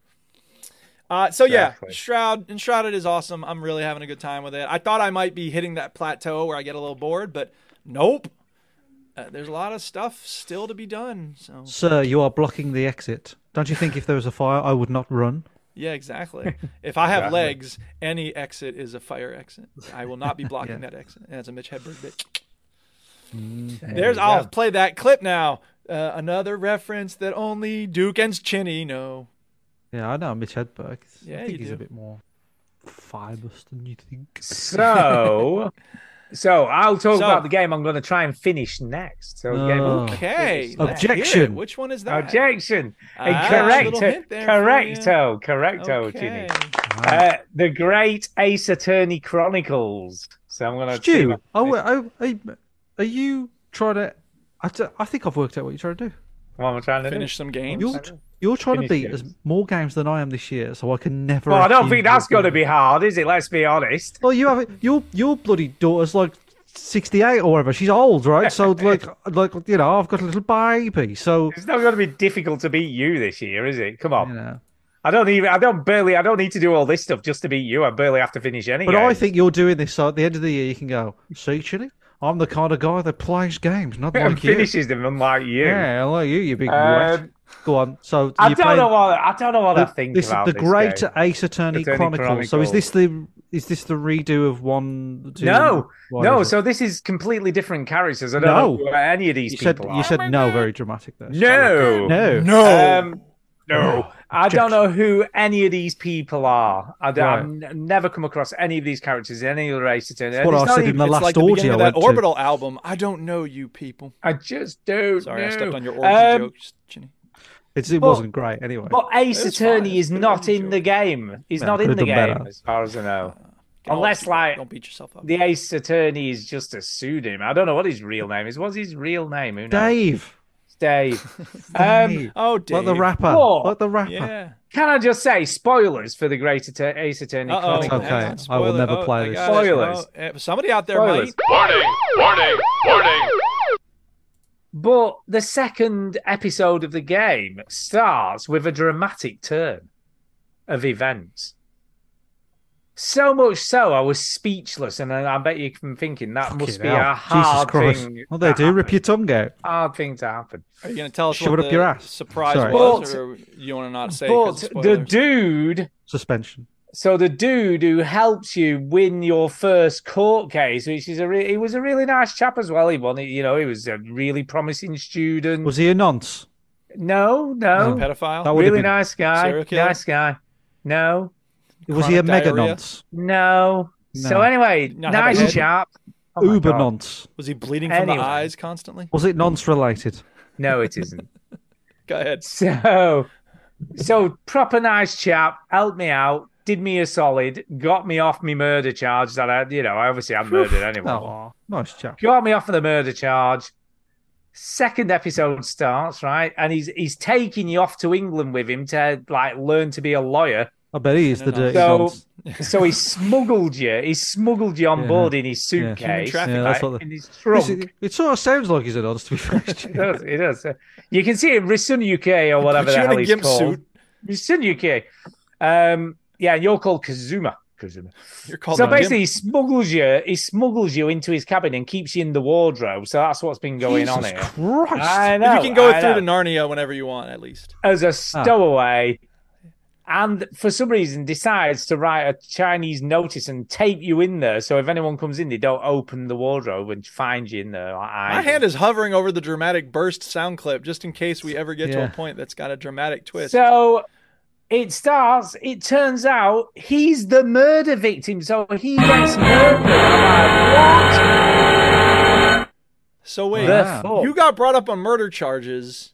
Uh, so yeah,
Exactly.
Shroud Enshrouded is awesome. I'm really having a good time with it. I thought I might be hitting that plateau where I get a little bored, but nope. Uh, there's a lot of stuff still to be done. So
Sir, you are blocking the exit. Don't you think if there was a fire, I would not run?
Yeah, exactly. If I have
Exactly.
legs, any exit is a fire exit. I will not be blocking that exit. And that's a Mitch Hedberg bit. There's. I'll play that clip now. Uh, another reference that only Duke and Chinny know.
Yeah, I know Mitch Hedberg.
Yeah,
I think
you
he's
do.
a bit more fibrous than you think.
So, so I'll talk
So-
about the game I'm going to try and finish next. So, game
No.
Okay. let's hear it.
Objection.
Which one is that?
objection.
Ah, there's a
correct,
little hint there for
correcto, correcto,
Okay.
Ginny. Uh, the Great Ace Attorney Chronicles. So I'm going to.
Stu, oh, wait, oh, are you- are you trying to? I, t- I think I've worked out what you're trying to do.
What am I trying to do?
Finish some games.
You're tr- you're trying to
Finish
beat as
games.
more games than I am this year, so I can never.
Well, I don't
achieve
think
your
that's going to
goal.
be hard, is it? Let's be honest.
Well, Oh, you have your your bloody daughter's like sixty eight or whatever. She's old, right? So like like you know, I've got a little baby, so
It's not going to be difficult to beat you this year, is it? Come on.
you know.
I don't even. I don't barely. I don't need to do all this stuff just to beat you. I barely have to finish any.
But
game.
I think you're doing this. So at the end of the year, you can go see, Chili. I'm the kind of guy that plays games, not
and
like you.
finishes them unlike you.
Yeah, I like you, you big rat.
Um,
Go on. So
I
you're
don't
playing-
know what. I don't know what I think
this is
about
the
this
Great
game.
Ace Attorney,
Attorney
Chronicles. So is
Chronicles.
this the is this the redo of one? Two,
No,
whatever?
no. So this is completely different characters. I don't know
No.
who any of these
you said
people
you
are.
said no, very dramatic there.
no,
no,
No.
Um, no, I don't know who any of these people are. I don't, I've n- never come across any of these characters in any other race. Attorney.
what
And
I
it's not
said in
even-
my
it's
last
like the
audio.
beginning of
I
that
went to-
orbital album. I don't know you people.
I just don't.
Sorry, I
know.
stepped on your origin
Um,
jokes, Chinny.
It's, it wasn't great anyway.
But Ace
It's
Attorney
fine,
is
it's
not
good,
in the game. He's
Yeah,
not in
could've
the game,
done better.
as far as I know.
Can all
Unless,
people-
like,
don't beat yourself up.
The Ace Attorney is just a pseudonym. I don't know what his real name is. What's his real name? Who knows?
Dave,
Dave. Um,
oh, Dave.
like the rapper,
Whoa.
like the rapper.
Yeah.
can I just say spoilers for the Great Atta- Ace Attorney?
Uh-oh.
Chronicles?
Okay,
Hang
I
on,
will
spoiler-
never
oh,
play
I
this.
got it.
Spoilers.
Oh, eh, somebody out there
Spoilers.
might.
But the second episode of the game starts with a dramatic turn of events. So much so, I was speechless, and I, I bet you can thinking that must be
Fucking hell.
a hard
Jesus Christ.
thing.
Well, they
that
do rip
happened.
your tongue out.
hard thing to happen.
Are you going to tell us
Shove
what
it
the
up your ass.
surprise
Sorry.
was,
But-
or you want to not say? 'cause
But
of
the
spoilers?
dude,
Suspension.
so the dude who helps you win your first court case, which is a re- he was a really nice chap as well. He won it, you know, he was a really promising student.
Was he a nonce?
no, no,
pedophile.
That would have
really
been-
nice guy,
Serial killer?
nice guy. No,
Was he a
Chronic
mega
diarrhea?
nonce?
No.
No.
So anyway,
Not have a
nice
head?
chap. Oh my
Uber
God.
nonce.
was he bleeding from the
Anyway.
eyes constantly?
Was it nonce related?
No, it isn't.
Go ahead.
So, so proper nice chap helped me out, did me a solid, got me off my murder charge that I, you know, I obviously hadn't murdered anyone.
Oh, nice chap.
Got me off of the murder charge. Second episode starts right, and he's he's taking you off to England with him to like learn to be a lawyer.
I bet he is
No,
the
no.
dirty
So-
nonce.
So he smuggled you. He smuggled you on
Yeah.
board in his
Yeah. Human
suitcase,
trafficking.
Yeah, that's
right,
what the-
in his
This
trunk.
is- It sort of sounds like he's a nonce, to be fair.
It does. It does. You can see it in Risun UK or whatever
Put
the
you
hell
in a
he's
gimp
called.
suit.
Risun UK. Um, yeah, and you're called Kazuma. Kazuma.
You're called
So
a gimp.
basically, he smuggles you. He smuggles you into his cabin and keeps you in the wardrobe. So that's what's been going on
Jesus
here.
Christ.
I know.
you can go
I
through to
know.
Narnia whenever you want, at least.
as a stowaway, and for some reason decides to write a Chinese notice and tape you in there. So if anyone comes in, they don't open the wardrobe and find you in there.
My hand is hovering over the dramatic burst sound clip just in case we ever get to
Yeah.
a point that's got a dramatic twist.
So it starts. It turns out he's the murder victim, so he gets murdered. I'm like,
So wait,
The fuck?
you got brought up on murder charges,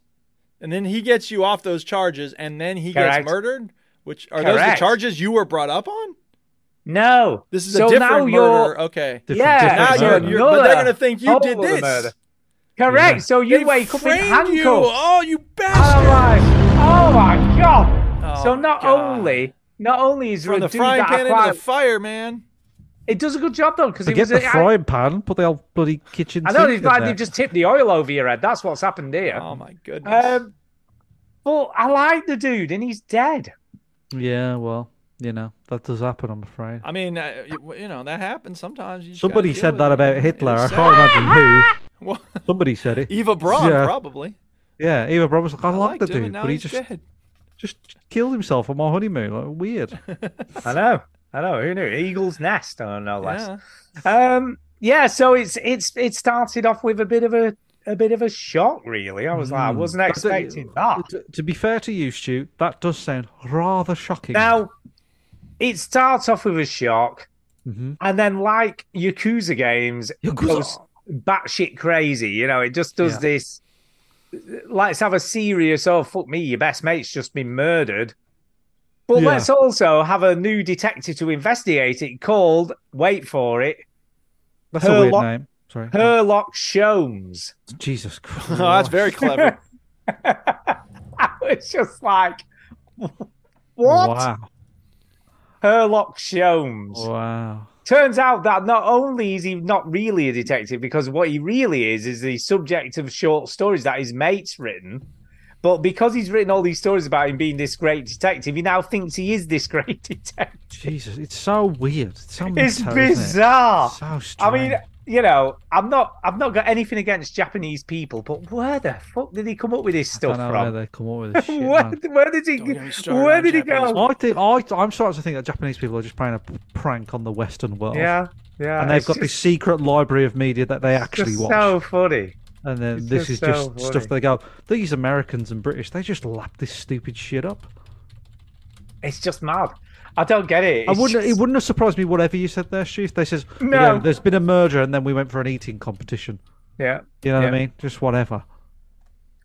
and then he gets you off those charges, and then he
Correct.
gets murdered. Which are those the
Correct.
charges you were brought up on?
No,
This is
So
a
now
different
you're-
murder. Okay,
Different-
yeah,
now
different
you're,
murder.
you're but they're gonna
Another
think you did
whole
this.
murder. Correct.
Yeah.
So you
They
wake up in
framed you.
handcuffs.
Oh, you
I'm
bastard!
like, oh my god!
Oh
so
my
not
God.
only not only is there
From
a
the
dude
frying
that I
pan
quite-
into the fire, man.
it does a good job though because it
Forget
was.
the
A, I,
frying pan, put the old bloody kitchen
I know
sink
they've
in
like,
there.
they've just tipped the oil over your head. That's what's happened here.
Oh my goodness.
um, but I like the dude, and he's dead.
Yeah, well, you know, that does happen, I'm afraid.
I mean, uh, you, you know that happens sometimes. You just gotta
Somebody
deal
said
with
that
it.
about
It
Hitler. I
is
can't imagine who.
sad. Well,
Somebody said it.
Eva Braun
Yeah.
probably.
Yeah, Eva Braun was like, I,
I
like
liked him,
the
and
dude,
now
but he
he's
just
dead.
Just killed himself on my honeymoon. Like, weird.
I know. I know. Who knew? Eagle's nest, oh, no less. Um, yeah. So it's it's it started off with a bit of a a bit of a shock, really. I was like, I wasn't expecting that.
T- to be fair to you, Stu, that does sound rather shocking.
Now, it starts off with a shock, and then like Yakuza games, it
Mm-hmm. Yakuza.
goes batshit crazy. You know, it just does
Yeah.
this. Let's have a serious. Oh fuck me, your best mate's just been murdered. But
Yeah.
let's also have a new detective to investigate it called, wait for it,
that's
her
a weird
lo-
name. Sorry.
Herlock Sholmes.
Jesus Christ.
Oh, that's very clever.
I was just like, what?
Wow.
Herlock Sholmes.
Wow.
Turns out that not only is he not really a detective, because what he really is is the subject of short stories that his mate's written. But because he's written all these stories about him being this great detective, he now thinks he is this great detective.
Jesus. It's so weird. It's so
It's
mental, isn't it?
bizarre.
So strange.
I mean, you know, I'm not, I've not got anything against Japanese people, but where the fuck did he come up with this
I
stuff
don't know
from?
where they come up with this shit.
where,
man.
where did he?
get me started
Where
on
did he
Japanese
go?
I think I, I'm starting to think that Japanese people are just playing a p- prank on the Western world.
Yeah, yeah.
and they've
it's
got this
just-
secret library of media that they
it's
actually
just
watch.
So funny.
and then
it's
this
just
is
so
just
funny.
stuff they go. These Americans and British, they just lap this stupid shit up.
It's just mad. I don't get it.
I
It's
wouldn't. It
just-
wouldn't have surprised me whatever you said there, Chief. They says, you
No.
know, there's been a murder, and then we went for an eating competition.
Yeah.
You know what
Yeah.
I mean? Just whatever.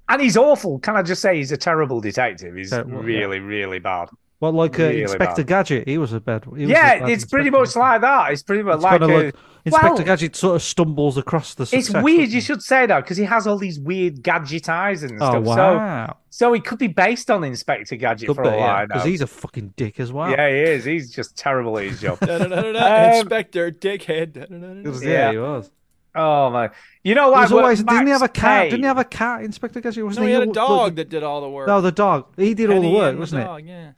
And he's awful. Can I just say he's a terrible detective? He's
Terrible, yeah.
really, really bad.
Well, like
Really
uh, Inspector
bad.
Gadget, he was a bad. He was a
yeah,
bad
it's pretty
inspector.
much like that. It's pretty much
It's
like,
kinda
a-
like Inspector
well,
Gadget sort of stumbles across the.
It's
success,
weird.
doesn't
You
he?
should say that because he has all these weird gadget eyes and
Oh
stuff.
wow!
So, so he could be based on Inspector Gadget for all I know.
because he's a fucking dick as well.
Yeah, he is. He's just terrible at his job.
Da-da-da-da-da,
Um,
Inspector Dickhead. Da-da-da-da-da.
yeah,
yeah.
he was.
oh my! You know
He
why?
was always. Didn't he have a cat?
Payne,
Didn't he have a cat, Inspector Gadget? Wasn't
No, he had a
al-
dog that did all the work.
No, the dog. He did all the
Penny
work,
and
wasn't it?
dog, Yeah.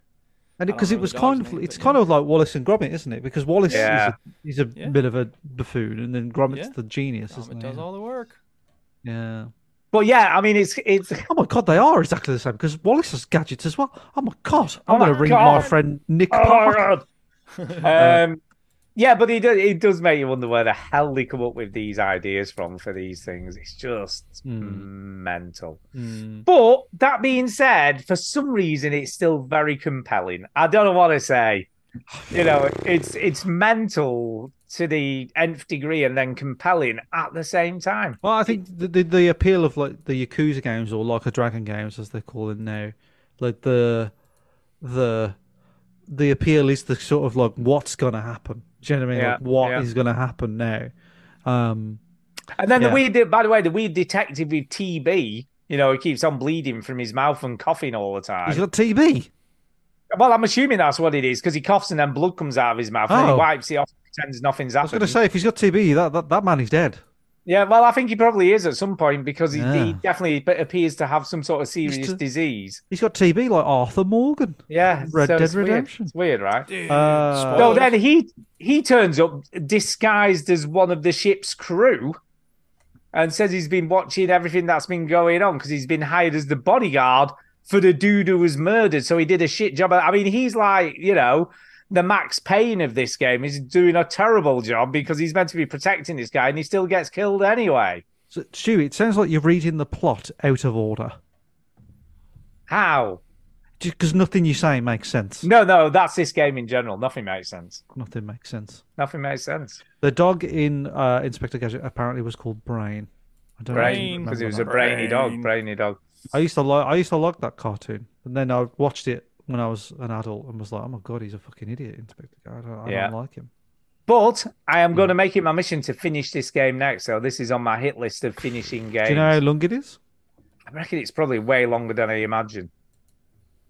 And
don't
because it
remember
was
the
kind
dog's
of,
name,
it's
but
kind of like Wallace and Gromit, isn't it? Because Wallace
Yeah.
is a, he's a
Yeah.
bit of a buffoon, and then Gromit's
Yeah.
the genius,
Um,
isn't
it
he?
does all the work.
Yeah.
But yeah, I mean, it's it's
Oh my god, they are exactly the same because Wallace has gadgets as well. Oh my god, I'm
Oh my
gonna ring my
God.
friend Nick.
Oh,
Park.
God.
Uh,
um, yeah, but it does, it does make you wonder where the hell they come up with these ideas from for these things. It's just
Hmm.
mental.
Hmm.
But that being said, for some reason, it's still very compelling. I don't know what to say. You know, it's it's mental to the nth degree and then compelling at the same time.
Well, I think the, the the appeal of like the Yakuza games or like a Dragon games as they're calling now, like the the the appeal is the sort of like what's gonna happen. Do you know what I mean?
Yeah,
Like what
yeah.
is gonna happen now? Um,
And then
Yeah.
the weird, by the way, the weird detective with TB, you know, he keeps on bleeding from his mouth and coughing all the time.
he's got TB.
Well, I'm assuming that's what it is because he coughs and then blood comes out of his mouth and then
Oh.
he wipes it off and pretends nothing's
I was
happened.
gonna say if he's got TB, that that, that man is dead.
Yeah, well, I think he probably is at some point because he,
Yeah.
he definitely p- appears to have some sort of serious
to-
disease.
He's got TB like Arthur Morgan.
Yeah,
Red
so
Dead
it's weird.
Redemption.
It's weird, right?
Dude,
Uh,
So
spoilers.
then he he turns up disguised as one of the ship's crew and says he's been watching everything that's been going on because he's been hired as the bodyguard for the dude who was murdered. So he did a shit job. I mean, he's like, you know, the Max Payne of this game is doing a terrible job because he's meant to be protecting this guy and he still gets killed anyway.
So, Stu, it sounds like you're reading the plot out of order
How?
because nothing you say makes sense.
No, no, that's this game in general. Nothing makes sense.
Nothing makes sense.
Nothing makes sense.
The dog in uh, Inspector Gadget apparently was called Brain. I don't
Brain, because it was a
remember
brainy dog,
Brain.
brainy dog.
that. I used to like. I used to like that cartoon, and then I watched it when I was an adult and was like, "Oh my god, he's a fucking idiot, Inspector Gadget. I don't, I
Yeah.
don't like him."
But I am going to make it my mission to finish this game next. So this is on my hit list of finishing games.
Do you know how long it is?
I reckon it's probably way longer than I imagine.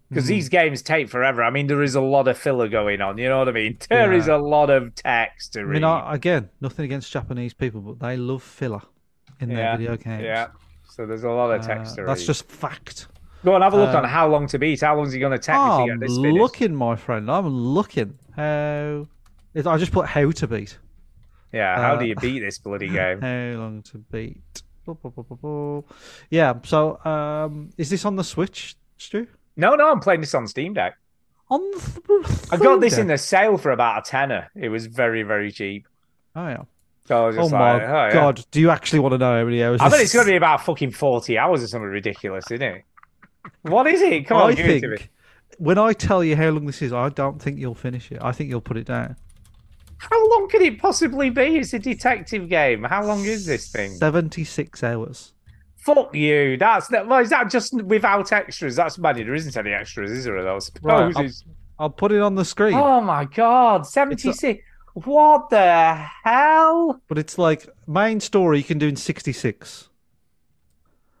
Because
Hmm.
these games take forever. I mean, there is a lot of filler going on. You know what I mean? There is
Yeah.
a lot of text to
I
read.
mean, I, again, nothing against Japanese people, but they love filler in
yeah.
their video games.
Yeah. So there's a lot of
Uh,
text to read.
that's just fact.
Go and have a look
uh, Oh,
on how long to beat. How long is it going to take me to
I'm
get this finished?
looking, my friend. I'm looking. How? It, I just put how to beat.
Yeah. How
uh,
do you beat this bloody game?
How long to beat? Bo- bo- bo- bo- bo. Yeah. So, um, is this on the Switch, Stu?
No, no, I'm playing this on Steam Deck.
On the
I got this in the sale for about a tenner. It was very, very cheap.
Oh, yeah.
So I was
oh
just
my
like, oh, yeah.
god! Do you actually want to know how many hours?
I bet
this
it's going to
is?
be about fucking 40 hours or something ridiculous, isn't it? What is it? Come on,
I
give it to me.
think when I tell you how long this is, I don't think you'll finish it. I think you'll put it down.
How long could it possibly be? It's a detective game. How long is this thing?
Seventy-six hours.
Fuck you. That's not, well, is that just without extras? That's money. There isn't any extras, is there? Those.
Right, I'll, I'll put it on the screen,
Oh my god, 76. What the hell?
but it's like main story you can do in sixty-six.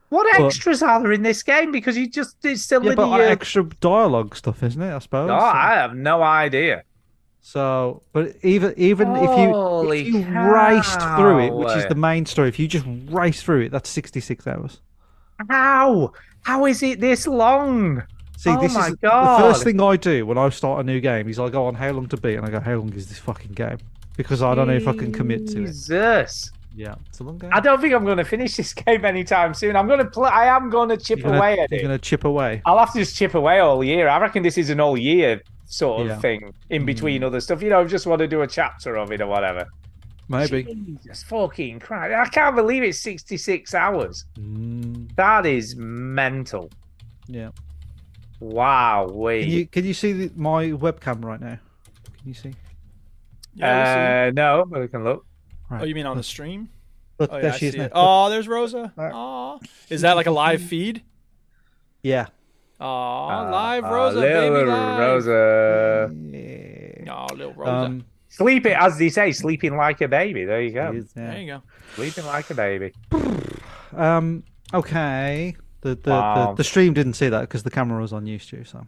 What
But-
extras are there in this game? Because you just it's still
Yeah,
in
but
the. uh,
extra dialogue stuff, isn't it? I suppose.
No, I have no idea.
So, but even even
Holy
if you if you raced through it, which is
cow.
the main story, if you just race through it, that's sixty six hours.
How? How is it this long?
See,
Oh
this
my
is
God.
the first thing I do when I start a new game is I go on how long to beat, and I go how long is this fucking game because I don't know if I can commit to it.
Jesus.
Yeah, it's a long game.
I don't think I'm going to finish this game anytime soon. I'm going to play. I am going to chip
You're gonna,
away at
you're
it.
gonna chip away.
I'll have to just chip away all year. I reckon this is an all year sort of
Yeah. Mm.
thing in between other stuff. You know, just want to do a chapter of it or whatever.
Maybe.
Jesus fucking Christ. I can't believe it's 66 hours.
Mm,
That is mental.
yeah.
Wow.
Can you can you see the, my webcam right now? Can you see?
Yeah,
uh, no, but we can look.
we see. oh, you mean on the stream?
Look,
Oh, yeah,
there
I
she is
see
now.
it. Oh, there's Rosa.
Alright.
Aw. Is that like a live feed?
Yeah.
Aw,
Uh,
live
uh,
Rosa,
little
baby live.
Rosa.
Yeah.
Aw, little Rosa.
Um,
Sleep it, as they say, sleeping like a baby. There you
there
go.
he is now.
There you go.
Sleeping like a baby.
Um. Okay. The the,
Wow.
the, the stream didn't see that because the camera was on you, Stu. So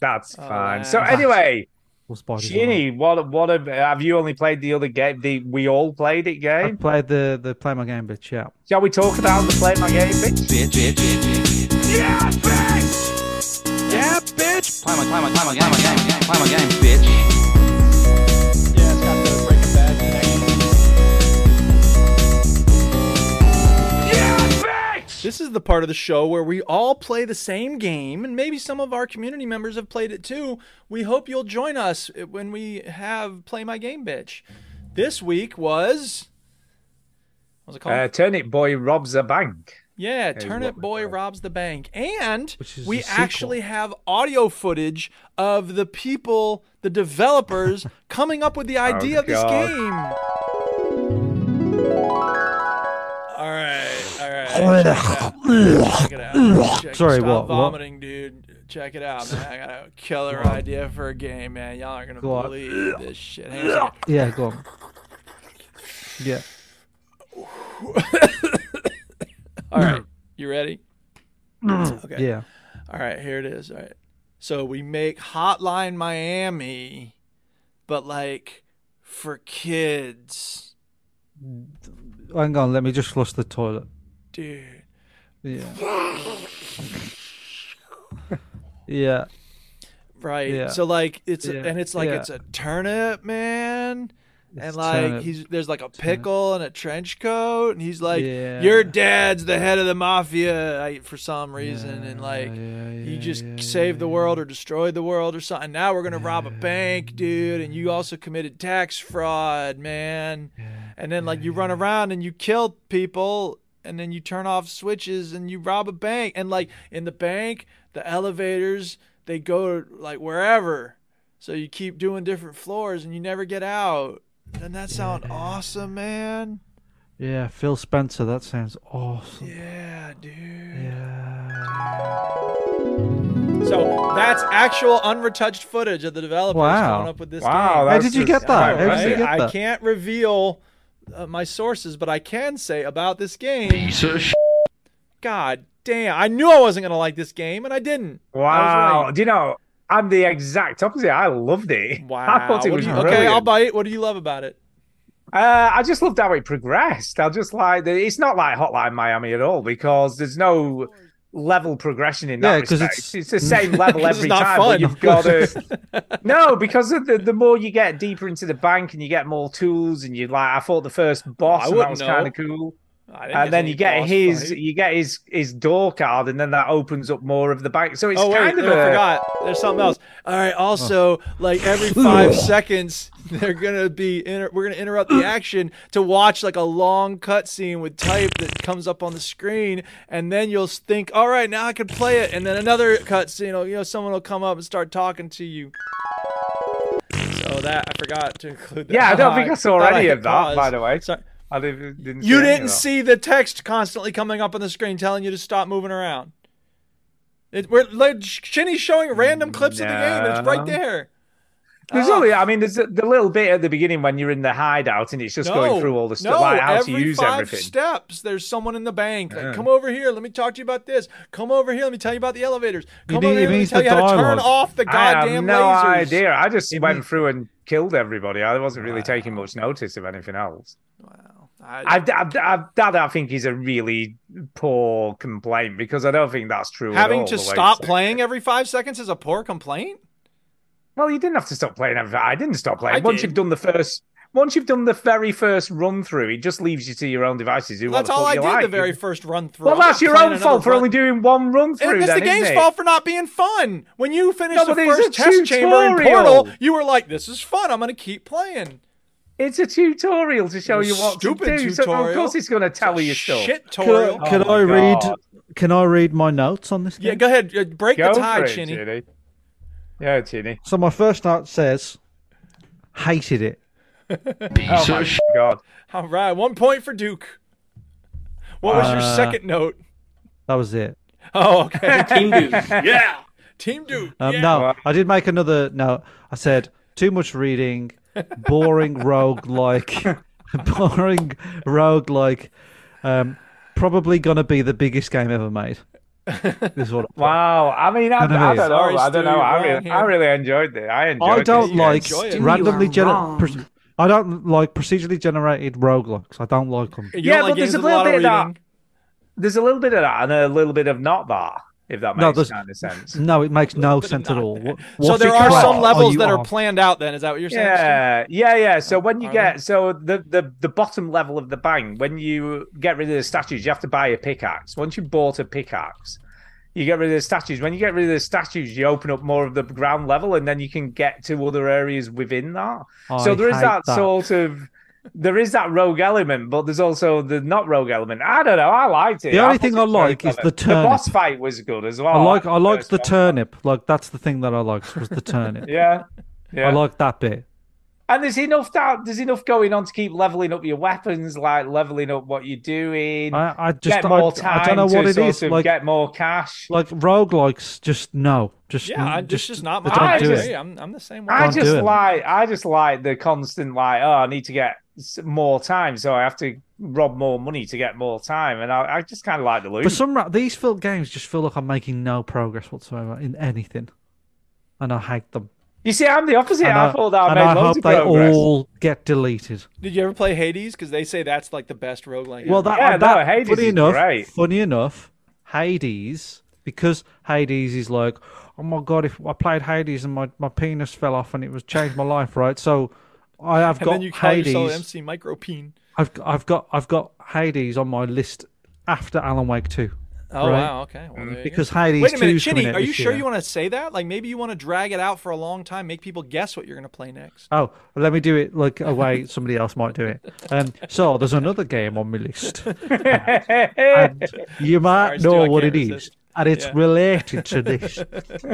That's
Oh,
fine.
wow.
So anyway,
we'll spot it.
Ginny, what what have, have you only played the other game? The we all played it
I
game.
played the the play my game bitch. Yeah.
Shall we talk about the play my game, bitch?
Yeah, bitch! Yeah, bitch! Climb a, climb a, climb a game, climb a game, climb a game, bitch.
Yeah, it's got the Breaking Bad connection.
Yeah, bitch!
This is the part of the show where we all play the same game, and maybe some of our community members have played it too. We hope you'll join us when we have Play My Game Bitch. This week was. What was it called?
Uh, Turnip Boy robs a bank.
yeah,
is
Turnip
what we
Boy
played.
Robs the Bank. And
Which is
we
a sequel.
actually have audio footage of the people, the developers, coming up
Oh,
with the idea of this
God.
game. All right, all right. Check it out. Check,
Sorry,
stop
what- what?
vomiting, dude. Check it out, man. I got a killer idea for a game, man. Y'all are gonna
Go on.
believe this shit. Hang on a
Yeah. Go on. Yeah.
second. All right, you ready? okay.
Yeah.
All right, here it is. All right. So we make Hotline Miami, but like for kids,
Hang on. Let me just flush the toilet.
dude.
Yeah. yeah.
Right.
Yeah.
So like it's
Yeah.
a, and it's like
Yeah.
it's a turnip man. and
It's
like
turnip.
he's there's like a pickle and a trench coat and he's like
Yeah.
your dad's the head of the mafia like, for some reason and
Yeah,
like
yeah,
you
yeah,
just
yeah,
saved the
yeah,
world or destroyed the world or something now we're gonna rob a bank dude and you also committed tax fraud man and then like you run around and you kill people and then you turn off switches and you rob a bank and like in the bank the elevators they go like wherever so you keep doing different floors and you never get out. Doesn't that sound awesome, man?
Yeah. Phil Spencer. That sounds awesome.
Yeah, dude.
Yeah.
So that's actual unretouched footage of the developers
Wow.
coming up with this
Wow,
game.
that's
did you
just-
get that?
Oh,
How did
right.
you get
I
that?
can't reveal uh, my sources, but I can say about this game.
Piece of sh-
God damn! I knew I wasn't gonna like this game, and I didn't. I was
Wow.
right.
Do you know? I'm the exact opposite. I loved it.
Wow.
I thought it
What
was
do you-
brilliant.
okay, I'll bite. What do you love about it?
Uh, I just loved how it progressed. I just like that it's not like Hotline Miami at all because there's no level progression in that
Yeah, 'cause
respect.
it's-
It's, the same level
'Cause it's
every
not
time.
fun.
But you've got to no because of the the more you get deeper into the bank and you get more tools and you like. I thought the first boss
Oh, I
and that
wouldn't
was
know.
kind of cool.
I didn't
and then
any
you get
boss
his
fight.
you get his his door card, and then that opens up more of the bank. So it's
Oh wait,
kind of
no, I
a,
forgot. There's something else. All right.
Oh.
Also, like every five seconds, they're gonna be inter- we're gonna interrupt the action to watch like a long cutscene with type that comes up on the screen, and then you'll think, all right, now I can play it, and then another cutscene. will- You know, someone will come up and start talking to you. So that I forgot to include. that.
Yeah, I don't think I saw
Thought
any
hit
of that, by
pause.
the way.
Sorry.
I didn't, didn't see
You
any of
didn't
that.
see the text constantly coming up on the screen telling you to stop moving around. It, we're like, Shinny's showing random clips of the game. It's
No.
right there.
There's
Ah.
only, I mean, there's a, the little bit at the beginning when you're in the hideout and it's just going
No,
through all the stuff,
no,
like how to
every
use
five
everything.
steps, there's someone in the bank. Like, come over here. Let me talk to you about this. Come over here. Let me tell you about the elevators. Come
need-
over here.
it
Let me
needs
tell
the
you how to turn
dialogue.
off the
I have
goddamn
no
lasers.
idea. I just went through and killed everybody. I wasn't really taking much notice of anything else.
I,
I, I, I, that I think is a really poor complaint because I don't think that's true. at
having
all,
to
the way
stop
it's-
playing every five seconds is a poor complaint.
Well, you didn't have to stop playing. every- I didn't stop playing.
I
once
did.
you've done the first, once you've done the very first run through, it just leaves you to your own devices. Do what
That's
the
all
fuck
I
you
did
like.
the very first run through.
Well,
I'm not
that's your
playing
own
another
fault for
run-
only doing one run through.
And it's
then,
the game's
isn't it?
fault for not being fun. When you finished
No,
the
but it's
first
a
test chamber in
tutorial.
Portal, you were like, "This is fun. I'm going to keep playing."
It's a tutorial to show
It was
you what
stupid
to do. So
tutorial.
of course it's going to tell you stuff.
Shit, tutorial.
Can, can
Oh
I
my
read?
God.
Can I read my notes on this?
yeah,
thing?
go ahead. uh, Break
Go
the tie,
for it,
Chinny.
Ginny. Yeah, Chinny.
So my first note says, hated it.
Oh my god.
All right, one point for Duke. What was your
Uh,
second note?
That was it.
Oh, okay.
King Dude. Yeah.
Team Duke.
Um,
yeah.
No, I did make another note. I said too much reading, boring rogue like, boring rogue like. Um, probably gonna be the biggest game ever made. This one.
Wow. I mean, I, I
Kind of
don't
is.
know.
Sorry,
I
Stu,
don't know. I
you're wrong
really,
here.
I really enjoyed it. I enjoyed
I
this
don't
game.
like
enjoy it.
Stu, you
randomly
are
gener-
wrong.
pres- I don't like procedurally generated roguelikes. I don't like them.
You
Yeah,
don't like
but there's
games
a
with
little
lot
bit of that.
reading.
There's a little bit of that and a little bit of not that, if that
No,
makes
there's-
kind of sense.
No, it makes no sense at all. What,
So
what
there
the
are
crap
some levels
Oh, you
that are
on?
planned out. Then is that what you're saying?
Yeah, yeah, yeah.
Oh,
So when you
are
get so the, the the bottom level of the bank, when you get rid of the statues, you have to buy a pickaxe. Once you bought a pickaxe, you get rid of the statues. When you get rid of the statues, you open up more of the ground level, and then you can get to other areas within that.
Oh, I
so there is
hate
that,
that.
sort of. There is that rogue element, but there's also the not rogue element. I don't know. I liked it.
The only
thought
thing
it was
I
very
like is
clever.
the
The boss
turnip.
fight was good as well.
I like I like
first
the
boss
turnip. Like that's the thing that I liked was the turnip.
fight. Yeah, yeah.
I like that bit.
And there's enough that there's enough going on to keep leveling up your weapons, like leveling up what you're doing.
I, I just
get
I,
more
I
time
don't know
to
what it
sort
is.
of
Like
get more cash.
like roguelikes, just no. Just
Yeah, I- it's just not my.
don't
I
do it.
agree. I'm, I'm the same way.
I
Can't do
just
it.
like I just like the constant like oh I need to get s- more time, so I have to rob more money to get more time, and I, I just kind of like the loot.
But some ra- these filled games just feel like I'm making no progress whatsoever in anything, and I hate them.
you see, I'm the opposite.
and
I, thought that I
and
made
I
loads
hope
of
they
progress.
all get deleted.
Did you ever play Hades? Because they say that's like the best roguelike.
Well, that,
Yeah,
uh, that
no, Hades
funny
is
enough,
great.
funny enough, Hades because Hades is like, oh my god, if I played Hades and my, my penis fell off and it was changed my life, right? So I have
and
got
then you call yourself
Hades.
MC Micropeen.
I've I've got I've got Hades on my list after Alan Wake two
Oh
Right.
wow, okay. Well, there you go.
because Hades
Wait a
2
minute,
's coming
Chinny,
out
are you
this
sure
year.
you want to say that? Like maybe you want to drag it out for a long time, make people guess what you're going to play next.
Oh, let me do it like a way somebody else might do it. Um, so there's another game on my list, and you might
Sorry, Stu,
know
I
what it
can't
is,
resist.
and it's
Yeah.
related to this.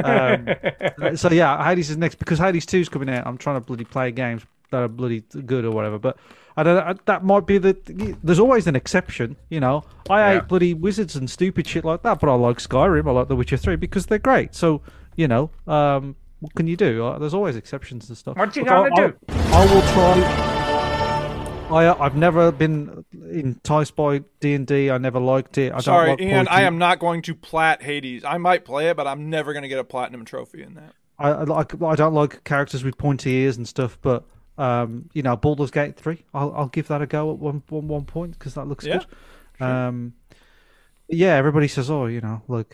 um, so yeah, Hades is next because Hades Two's coming out. I'm trying to bloody play games that are bloody good or whatever, but I don't. know, That might be the. There's always an exception, you know. I hate bloody wizards and stupid shit like that, but I like Skyrim. I like The Witcher Three because they're great. So you know. Um, what can you do? Uh, There's always exceptions and stuff.
What you
Look, I-
gonna
I-
do?
I will try. I I've never been enticed by D and D. I never liked it. I
Sorry,
don't like
Ian, I
pointy-
am not going to plat Hades. I might play it, but I'm never going to get a platinum trophy in that.
I, I like. I don't like characters with pointy ears and stuff. But um, you know, Baldur's Gate three. I'll I'll give that a go at one one one point because that looks
Yeah,
good. Um, yeah. Everybody says, oh, you know, like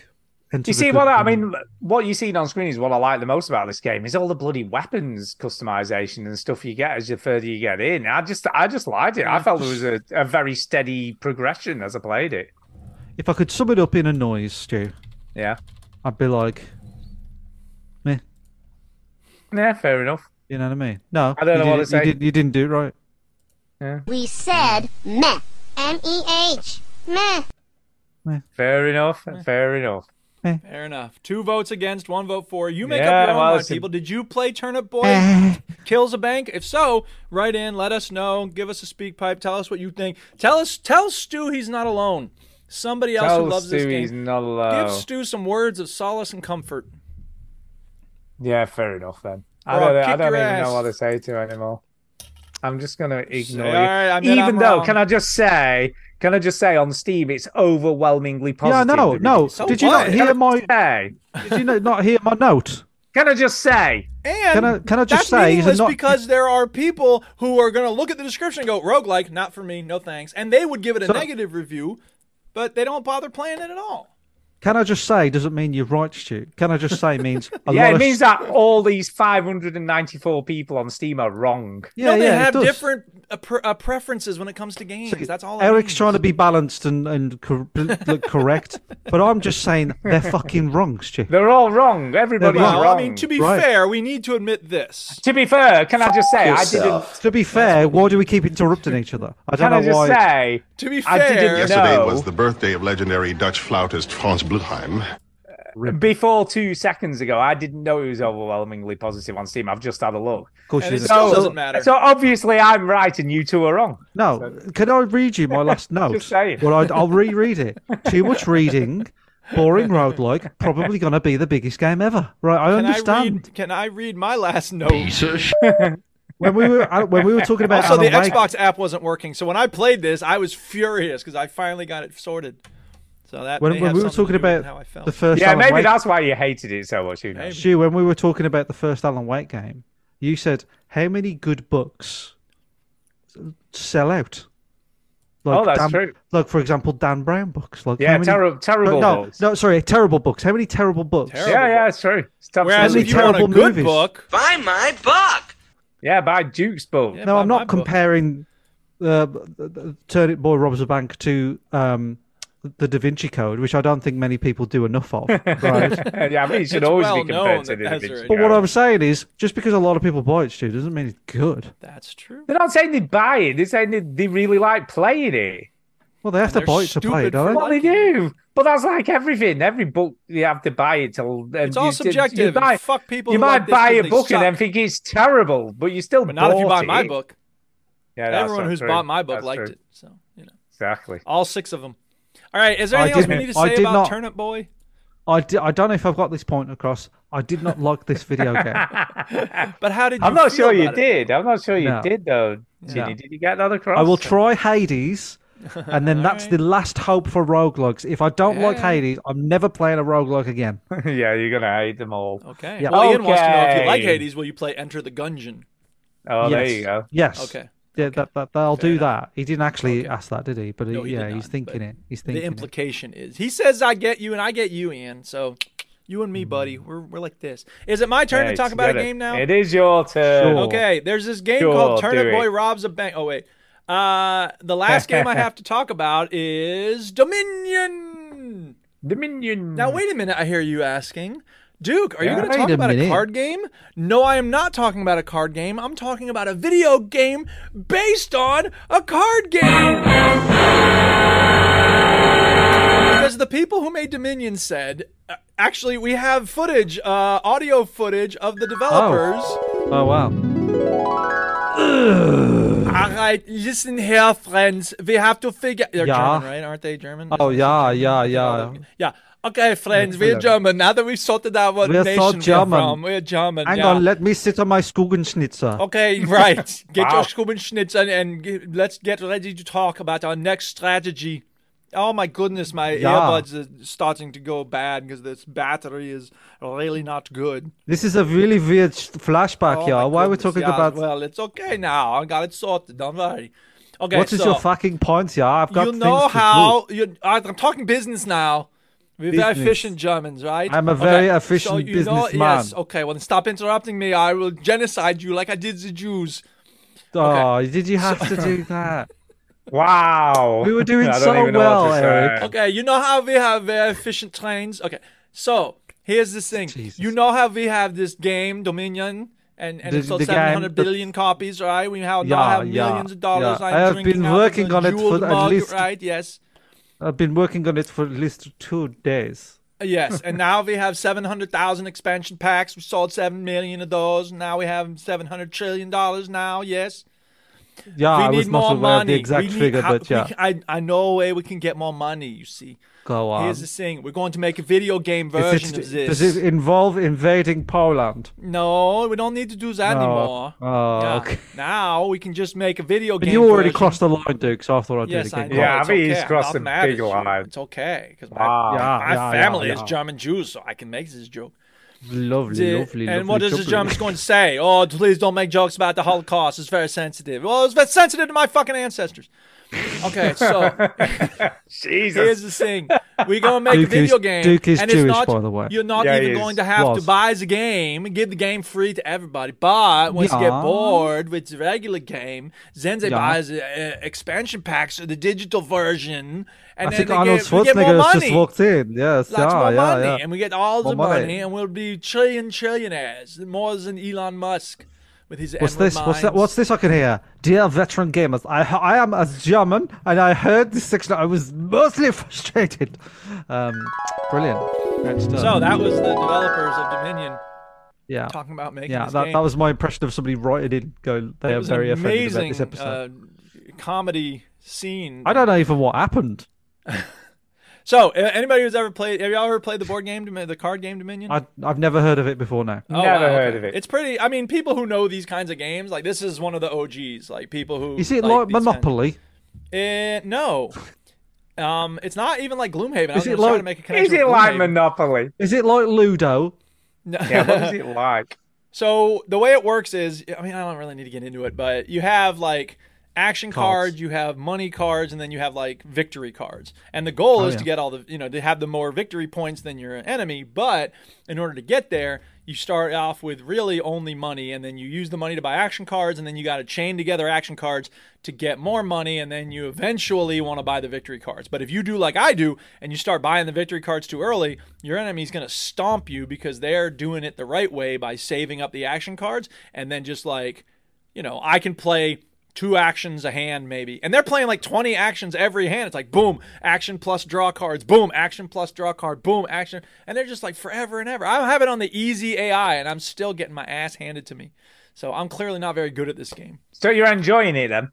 Enter
You
the
see
good
what I I
game.
mean? What you see on screen is what I like the most about this game is all the bloody weapons customization and stuff you get as the further you get in. I just, I just liked it. I felt there was a, a very steady progression as I played it.
If I could sum it up in a noise, Stu,
Yeah,
I'd be like, meh.
yeah, fair enough.
You know what I mean? No,
I don't
you
know what
didn't-
to say.
You, did, you didn't do it right.
We said meh. M E H. Meh.
Fair enough. Fair enough.
Fair enough. Two votes against, one vote for. You make
Yeah,
up your own
well,
mind,
it's a-
people. Did you play Turnip
Eh.
Boy Kills a Bank? If so, write in, let us know, give us a speak pipe, tell us what you think. Tell us, tell Stu he's not alone. Somebody else who
Tell
loves
Stu
this
he's
game.
not
Give
alone.
Stu some words of solace and comfort.
Yeah, fair enough then. I
Or I'll
don't, I
kick
don't
your
even
ass.
know what to say to you anymore. I'm just gonna ignore
all
you.
right, I admit
even
I'm
though,
wrong.
can I just say, can I just say on Steam, it's overwhelmingly
Yeah,
positive.
no,
the
no.
reviews.
did you
what?
not hear my?
Hey,
Did you not- not hear my note?
can I just say?
And
Can I- can I
that's
just say, is it
meaningless
not-
because there are people who are going to look at the description and go, roguelike, not for me, no thanks. And they would give it a
So-
negative review, but they don't bother playing it at all.
Can I just say? Doesn't mean you're right, Stu. Can I just say means a
Yeah,
lot
it
of
means that all these 594 people on Steam are wrong.
Yeah,
no, they
yeah, it
have
does.
different uh, pre- uh, preferences when it comes to games. That's all. it
Eric's
means.
trying to be balanced and and cor- look correct, but I'm just saying they're fucking wrong, Stu.
They're all wrong. Everybody's
Well,
Well,
wrong.
I mean, to be
Right.
fair, we need to admit this.
To be fair, can I just say I didn't?
To be fair, why do we keep interrupting each other? I don't
Can I
know
just
why.
say
To be
I didn't
fair,
know-
Yesterday
No.
was the birthday of legendary Dutch flautist Frans Blutheim.
before two seconds ago, I didn't know it was overwhelmingly positive on Steam. I've just had a look.
Of course
and
you
it
didn't.
still
So-
doesn't matter.
So obviously I'm right and you two are wrong.
No, can I read you my last note?
saying.
Well, I'd, I'll reread it. Too much reading, boring roguelike, probably going to be the biggest game ever. Right, I
can I
understand.
read? Can I read my last note?
When we were uh, when we were talking about
Also, the
Alan Wake,
Xbox app wasn't working, so when I played this, I was furious because I finally got it sorted. So that may
when, when
have
we were
something
talking
to do with how I
about
felt.
the first
Yeah,
Alan
maybe
Wake,
that's why you hated it so much. Who knows?
Stu, when we were talking about the first Alan Wake game, you said how many good books sell out? Like
Oh, that's
Dan-
true.
Like for example, Dan Brown books. Like
Yeah,
how many- Uh,
terri- terrible
No,
books.
no, sorry, terrible books. How many terrible books?
Terrible.
Yeah, yeah, it's true. It's tough
Whereas
to
Really
if you want a
terrible
good
movies.
book,
Yeah, by Duke's book.
Yeah.
No,
by
I'm
my
not
book.
comparing uh, Turn It Boy Robs a Bank to um, the Da Vinci Code, which I don't think many people do enough of. Right?
yeah, I mean, it
It's
should always
well
be
known
compared to
that
the
that's
Vinci
a-
but what
Code.
I'm saying is, just because a lot of people buy it, Stu, doesn't mean it's good.
that's true.
They're not saying they buy it. They're saying they, they really like playing it.
Well, they have
they're
to buy it to play
stupid
it, don't
for
they?
Well, they do. But that's like everything. Every book you have to buy it till and
It's all
you-
subjective,
You
and
buy,
fuck people
You
who
might
like this
buy
'cause
a
they
book and then
suck.
think it's terrible, but you still.
But not if you buy
bought
my
it.
book.
Yeah, that's
Everyone
not
who's
true.
bought my book
That's
liked
true.
it. So you know,
Exactly.
all six of them. All right. Is there
I
anything else we
didn't-
need to
I
say
did
about
not-
Turnip Boy?
I, di- I don't know if I've got this point across. I did not like this video game.
But how did you
I'm not
feel
sure you
about it?
did. I'm not sure you
No.
did though. Ginny,
No.
did you get another cross?
I will try Hades, and then that's the last hope for roguelikes. If I don't like Hades, I'm never playing a roguelike again.
yeah, you're gonna hate them all.
Okay.
Yeah.
Well, Ian wants to know if you like
Okay.
Hades, will you play Enter the Gungeon?
Oh, there
Yes.
you go.
Yes.
Okay.
Yeah, that, that they'll do
enough.
that. He didn't actually ask that, did he? But
No, he
yeah,
did
he's
not,
thinking
but
it. He's thinking
the
it.
implication is he says I get you and I get you, Ian. So you and me,
Hmm.
buddy, we're we're like this. Is it my turn
Hey,
to talk about a
together.
game now?
It is your turn.
Sure.
Okay, there's this game
Sure,
called
do
Turnip
it.
Boy Robs a Bank. Oh wait, uh, the last game I have to talk about is Dominion.
Dominion.
Now wait a minute, I hear you asking. Duke, are
Yeah.
you going
Mm. Wait
to talk
a
about a
minute.
card game? No, I am not talking about a card game. I'm talking about a video game based on a card game. Because the people who made Dominion said, uh, actually, we have footage, uh, audio footage of the developers.
Oh wow.
All right, listen here, friends. We have to figure. They're
Yeah.
German, right? Aren't they German?
Oh
Isn't it
yeah,
German?
yeah,
Oh,
yeah.
they- Yeah. Okay, friends, we're German. Now that we've sorted out what
We're so
nation we're
German.
from, we're German.
Hang
yeah.
on, let me sit on my Skugenschnitzer.
Okay, right. Get
Wow.
your Schubenschnitz and, and g let's get ready to talk about our next strategy. Oh my goodness, my
Yeah.
earbuds are starting to go bad because this battery is really not good.
This is a really weird sh- flashback,
Oh
yeah.
my
Why are we
goodness,
talking
yeah,
about
Well, it's okay now. I got it sorted. Don't worry. Okay,
what is
so
your fucking point, yeah? I've got
you
things
know
to do.
how you. I'm talking business now. We're very
Business.
efficient Germans, right?
I'm a
Okay,
very
so
efficient
you know-
businessman.
Yes. Okay. Well, then stop interrupting me. I will genocide you like I did the Jews.
Oh, did you have to do that?
Wow.
We were doing
I don't
so
even know what
well,
to say.
Eric.
Okay. You know how we have very efficient trains. Okay. So here's this thing. You know how we have this game Dominion. And, and
The-
it sold
the game,
700
the-
billion copies, right? We have now
Yeah,
have
yeah,
millions of dollars.
yeah.
I'm
I have
drinking
been
out of
working
a
on it for
jeweled
at
mug,
least-
Right, yes.
I've been working on it for at least two days.
Yes, and now we have 700,000 expansion packs. We sold 7 million of those. Now we have 700 trillion dollars now. Yes.
Yeah,
we
Ah, I
need
was
more
not aware
money.
of the exact
we need-
figure,
how-
but yeah,
we- I, I know a way we can get more money, you see.
go on.
Here's the thing. We're going to make a video game
Is
version
it-
of this.
Does it involve invading Poland?
No, we don't need to do that
No.
anymore.
Oh,
Yeah.
okay.
Now we can just make a video
But
game
you already
version.
crossed the line, Duke. So I thought I'd
Yes,
do it
I
again.
know.
Yeah,
it's
I mean,
okay.
he's
I'm
crossed
not
a
mad at
big
you.
line.
It's okay, because my,
Wow.
Yeah,
my
yeah, yeah,
family
yeah.
is German Jews, so I can make this joke.
Lovely,
The-
lovely,
and
lovely
what is the
jubbly.
Germans going to say? Oh, please don't make jokes about the Holocaust. It's very sensitive. Well, it's very sensitive to my fucking ancestors. Okay, so here's
Jesus.
the thing: we're gonna make
Duke
a video
is-
game,
Duke is
and it's
Jewish,
not.
by the way.
You're not
Yeah, he
even
is.
going to have
Was.
to buy the game and give the game free to everybody. But once you get
Yeah.
bored with the regular game, then they
Yeah.
buy the uh, expansion packs or the digital version, and
I
then
think
they
Arnold
get, we get more
Schwarzenegger has
money.
just walked in. Yes,
Lots
yeah,
more
yeah,
money,
yeah.
and we get all
More
the money.
money.
and we'll be trillion trillionaires, more than Elon Musk with his.
What's
emerald
this? What's that?
mines.
What's this I can hear? Dear veteran gamers, I I am a German, and I heard this section. I was mostly frustrated. Um, brilliant. Next, uh,
So that was the developers of Dominion
yeah,
talking about making
yeah.
this
That,
game.
that was my impression of somebody writing in. Go, they
It
are
was
very
an
offended about this
amazing,
episode.
uh, comedy scene.
I don't know even what happened.
So, a- anybody who's ever played, have y'all ever played the board game, Domi- the card game Dominion?
I I've never heard of it before now.
Oh,
Never
wow,
heard
okay.
of it.
It's pretty. I mean, people who know these kinds of games, like this is one of the OGs, like people who.
Is it
like
like
these kinds-
Monopoly?
Eh, no. Um, it's not even like Gloomhaven. I was
it
gonna try
like-
to make a
Is
connection
it
with
like
Gloomhaven.
Monopoly?
Is it like Ludo?
No.
Yeah, what is it like?
So the way it works is, I mean, I don't really need to get into it, but you have like action cards,
Cards.
you have money cards, and then you have like victory cards. And the goal is
yeah.
to get all the, you know, to have the more victory points than your enemy. But in order to get there, you start off with really only money, and then you use the money to buy action cards, and then you got to chain together action cards to get more money, and then you eventually want to buy the victory cards. But if you do like I do, and you start buying the victory cards too early, your enemy's going to stomp you because they're doing it the right way by saving up the action cards, and then just like, you know, I can play two actions a hand maybe and they're playing like 20 actions every hand it's like boom action plus draw cards boom action plus draw card boom action and they're just like forever and ever i have it on the easy ai and i'm still getting my ass handed to me so i'm clearly not very good at this game
So you're enjoying it then?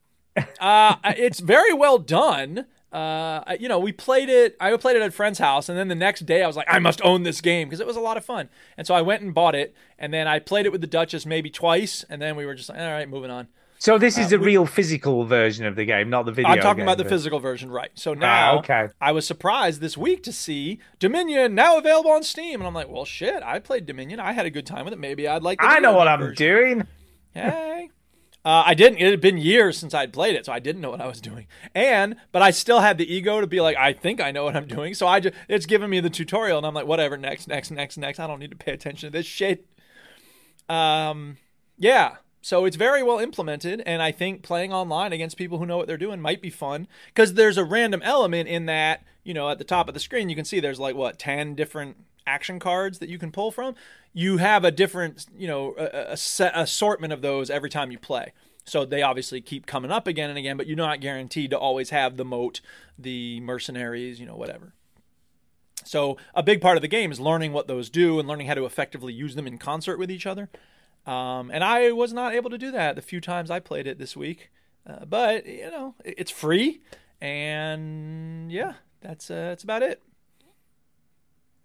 uh, it's very well done. Uh, I- you know, we played it. I played it at a friend's house, and then the next day I was like, I must own this game because it was a lot of fun. And so I went and bought it, and then I played it with the Duchess maybe twice, and then we were just like, all right, moving on.
So this is the real physical version of the game, not the video.
Uh, I'm talking
game
about the
version.
physical version, right? So now,
Ah, okay.
I was surprised this week to see Dominion now available on Steam, and I'm like, well, shit, I played Dominion. I had a good time with it. Maybe I'd like. The
I know
Dominion
what I'm
version.
doing.
Hey. Uh, I didn't. It had been years since I'd played it, so I didn't know what I was doing. And but I still had the ego to be like, I think I know what I'm doing. So I just it's giving me the tutorial, and I'm like, whatever, next, next, next, next. I don't need to pay attention to this shit. Um, yeah. So it's very well implemented, and I think playing online against people who know what they're doing might be fun because there's a random element in that. You know, at the top of the screen, you can see there's like what ten different action cards that you can pull from. You have a different, you know, a, a set assortment of those every time you play. So they obviously keep coming up again and again, but you're not guaranteed to always have the moat, the mercenaries, you know, whatever. So a big part of the game is learning what those do and learning how to effectively use them in concert with each other. Um, and I was not able to do that the few times I played it this week. Uh, but you know, it- it's free, and yeah, that's uh, that's about it.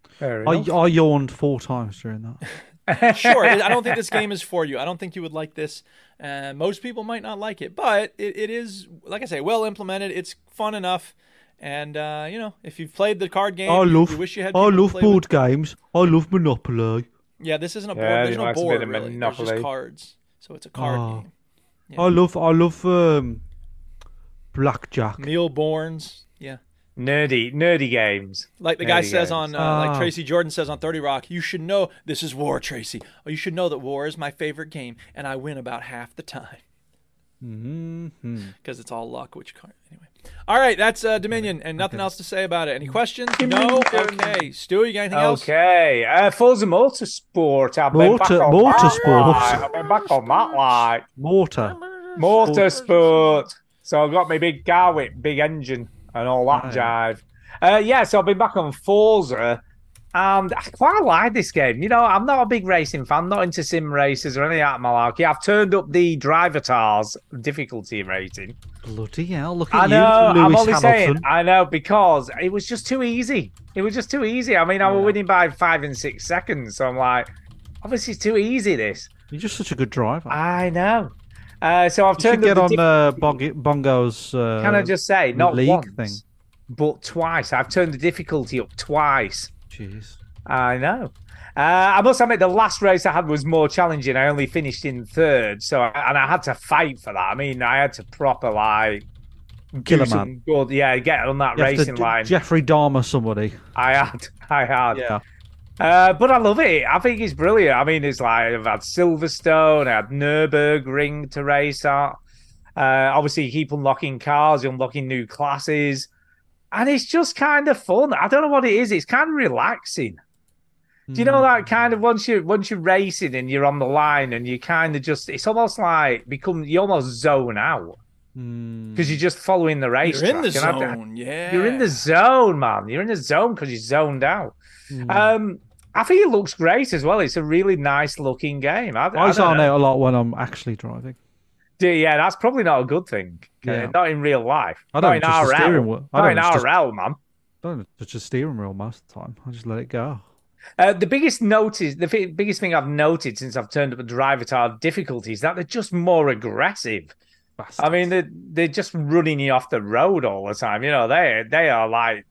Fair
I,
enough.
I yawned four times during that.
Sure, I don't think this game is for you. I don't think you would like this. Uh, most people might not like it, but it, it is, like I say, well implemented. It's fun enough, and uh, you know, if you've played the card game,
I
you-
love.
you wish you had.
I
people to
love
play with.
board games. I love Monopoly.
Yeah, this isn't a board.
Yeah,
There's
you
no
like to be
board
the
really. There's just
Monopoly.
cards, so it's a card
Oh.
game.
I love. I love um, blackjack.
Mealborns, yeah.
Nerdy, nerdy games.
Like the guy
Nerdy
says
games.
on, uh,
Oh.
like Tracy Jordan says on 30 Rock, you should know this is war, Tracy. Or you should know that war is my favorite game, and I win about half the time
Mm-hmm.
because it's all luck, which can't. Anyway. All right, that's uh, Dominion, and nothing else to say about it. Any questions? No? Okay. Stu, you got anything else?
Okay, uh, Forza Motorsport. I've been back
Motor-
on
Motorsport.
That light. I've been back on that light.
Mortar.
Motorsport. So I've got my big car whip, big engine, and all that jive. Uh, yeah, so I've been back on Forza, and I quite like this game. You know, I'm not a big racing fan, not into sim races or any of that malarkey. I've turned up the driver tars difficulty rating.
Bloody hell! Look at
I know.
you,
I'm
Lewis
only
Hamilton.
saying. I know because it was just too easy. It was just too easy. I mean, I was winning by five and six seconds. So I'm like, obviously, it's too easy. This.
You're just such a good driver.
I know. Uh, so I've
you should
turned
get
up the
on
diff-
uh, Bong- Bongo's. Uh,
Can I just say, not
league
once,
thing?
but twice. I've turned the difficulty up twice.
Jeez.
I know. Uh, I must admit, the last race I had was more challenging. I only finished in third, so and I had to fight for that. I mean, I had to proper like
Kill
do
a man.
some good, yeah, get on that
You have to
racing
d-
line.
Jeffrey Dahmer, somebody.
I had, I had.
Yeah.
Uh, but I love it. I think it's brilliant. I mean, it's like I've had Silverstone, I had Nurburgring to race at. Uh, obviously, you keep unlocking cars, you're unlocking new classes, and it's just kind of fun. I don't know what it is. It's kind of relaxing. Do you know that kind of
Hmm.
once you once you're racing and you're on the line and you kind of just it's almost like become you almost zone out
Hmm,
because you're just following the race.
Hmm. You're in the zone. Yeah.
You're in the zone, man. You're in the zone because you're zoned out.
Hmm.
Um, I think it looks great as well. It's a really nice looking game. I, I
I
don't
zone
know.
out a lot when I'm actually driving.
Do- Yeah, that's probably not a good thing. Uh,
Yeah.
not in real life.
I don't
not in
just the
RL.
steering wheel. I
Not
don't
in
just-
RL, man.
Don't touch the steering wheel most of the time. I just let it go.
Uh, the biggest notice, the fi- biggest thing I've noted since I've turned up the driver tar difficulty is that they're just more aggressive. I mean, they're, they're just running you off the road all the time. You know, they they are like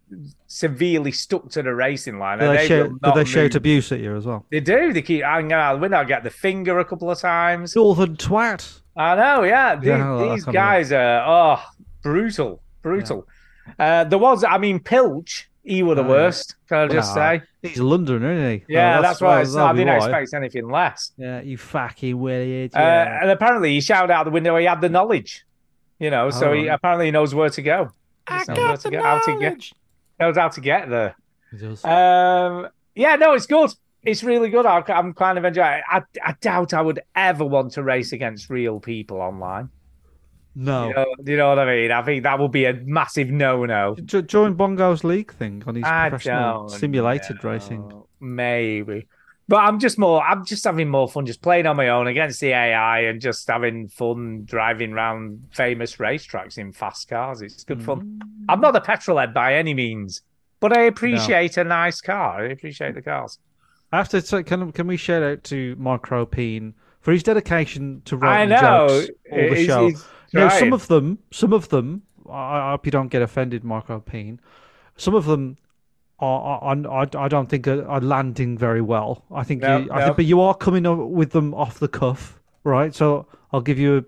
severely stuck to the racing line.
Do
and
they, shout,
will
do
not
they shout
move.
abuse at you as well?
They do. They keep hanging out the window. I get the finger a couple of times.
Northern twat.
I know, yeah. These,
Yeah, I
these
can't
guys are oh brutal, brutal. Uh, there was, I mean, Pilch. He were the
Oh, yeah.
worst. Can I just
Nah,
say?
He's a Londoner, isn't he?
Yeah,
Oh,
that's, why I
that'll
said I
be
didn't
why.
expect anything less.
Yeah, you fucking weird.
Uh,
Yeah.
and apparently, he shouted out the window. He had the knowledge, you know. So he
Alright.
apparently he knows where to go. He just knows where to go- how to get. Knows how to get there.
He does.
Um, yeah, no, it's good. It's really good. I, I'm kind of enjoying. It. I, I doubt I would ever want to race against real people online.
no.
You know, you know what I mean? I think that would be a massive no-no.
Jo- join Bongo's league thing on his
I
professional
don't
simulated racing.
Maybe. But I'm just more I'm just having more fun just playing on my own against the AI and just having fun driving around famous racetracks in fast cars. It's good fun.
Mm.
I'm not a petrol head by any means, but I appreciate a nice car. I appreciate the cars.
I have to say, can, can we shout out to Micro Peen for his dedication to writing
I know.
jokes all the
He's-
show?
he's
no,
trying.
some of them, some of them. I, I hope you don't get offended, Micro Peen. Some of them are, are, are I, I don't think are, are landing very well. I think,
No,
you, I
no.
think, but you are coming up with them off the cuff, right? So I'll give you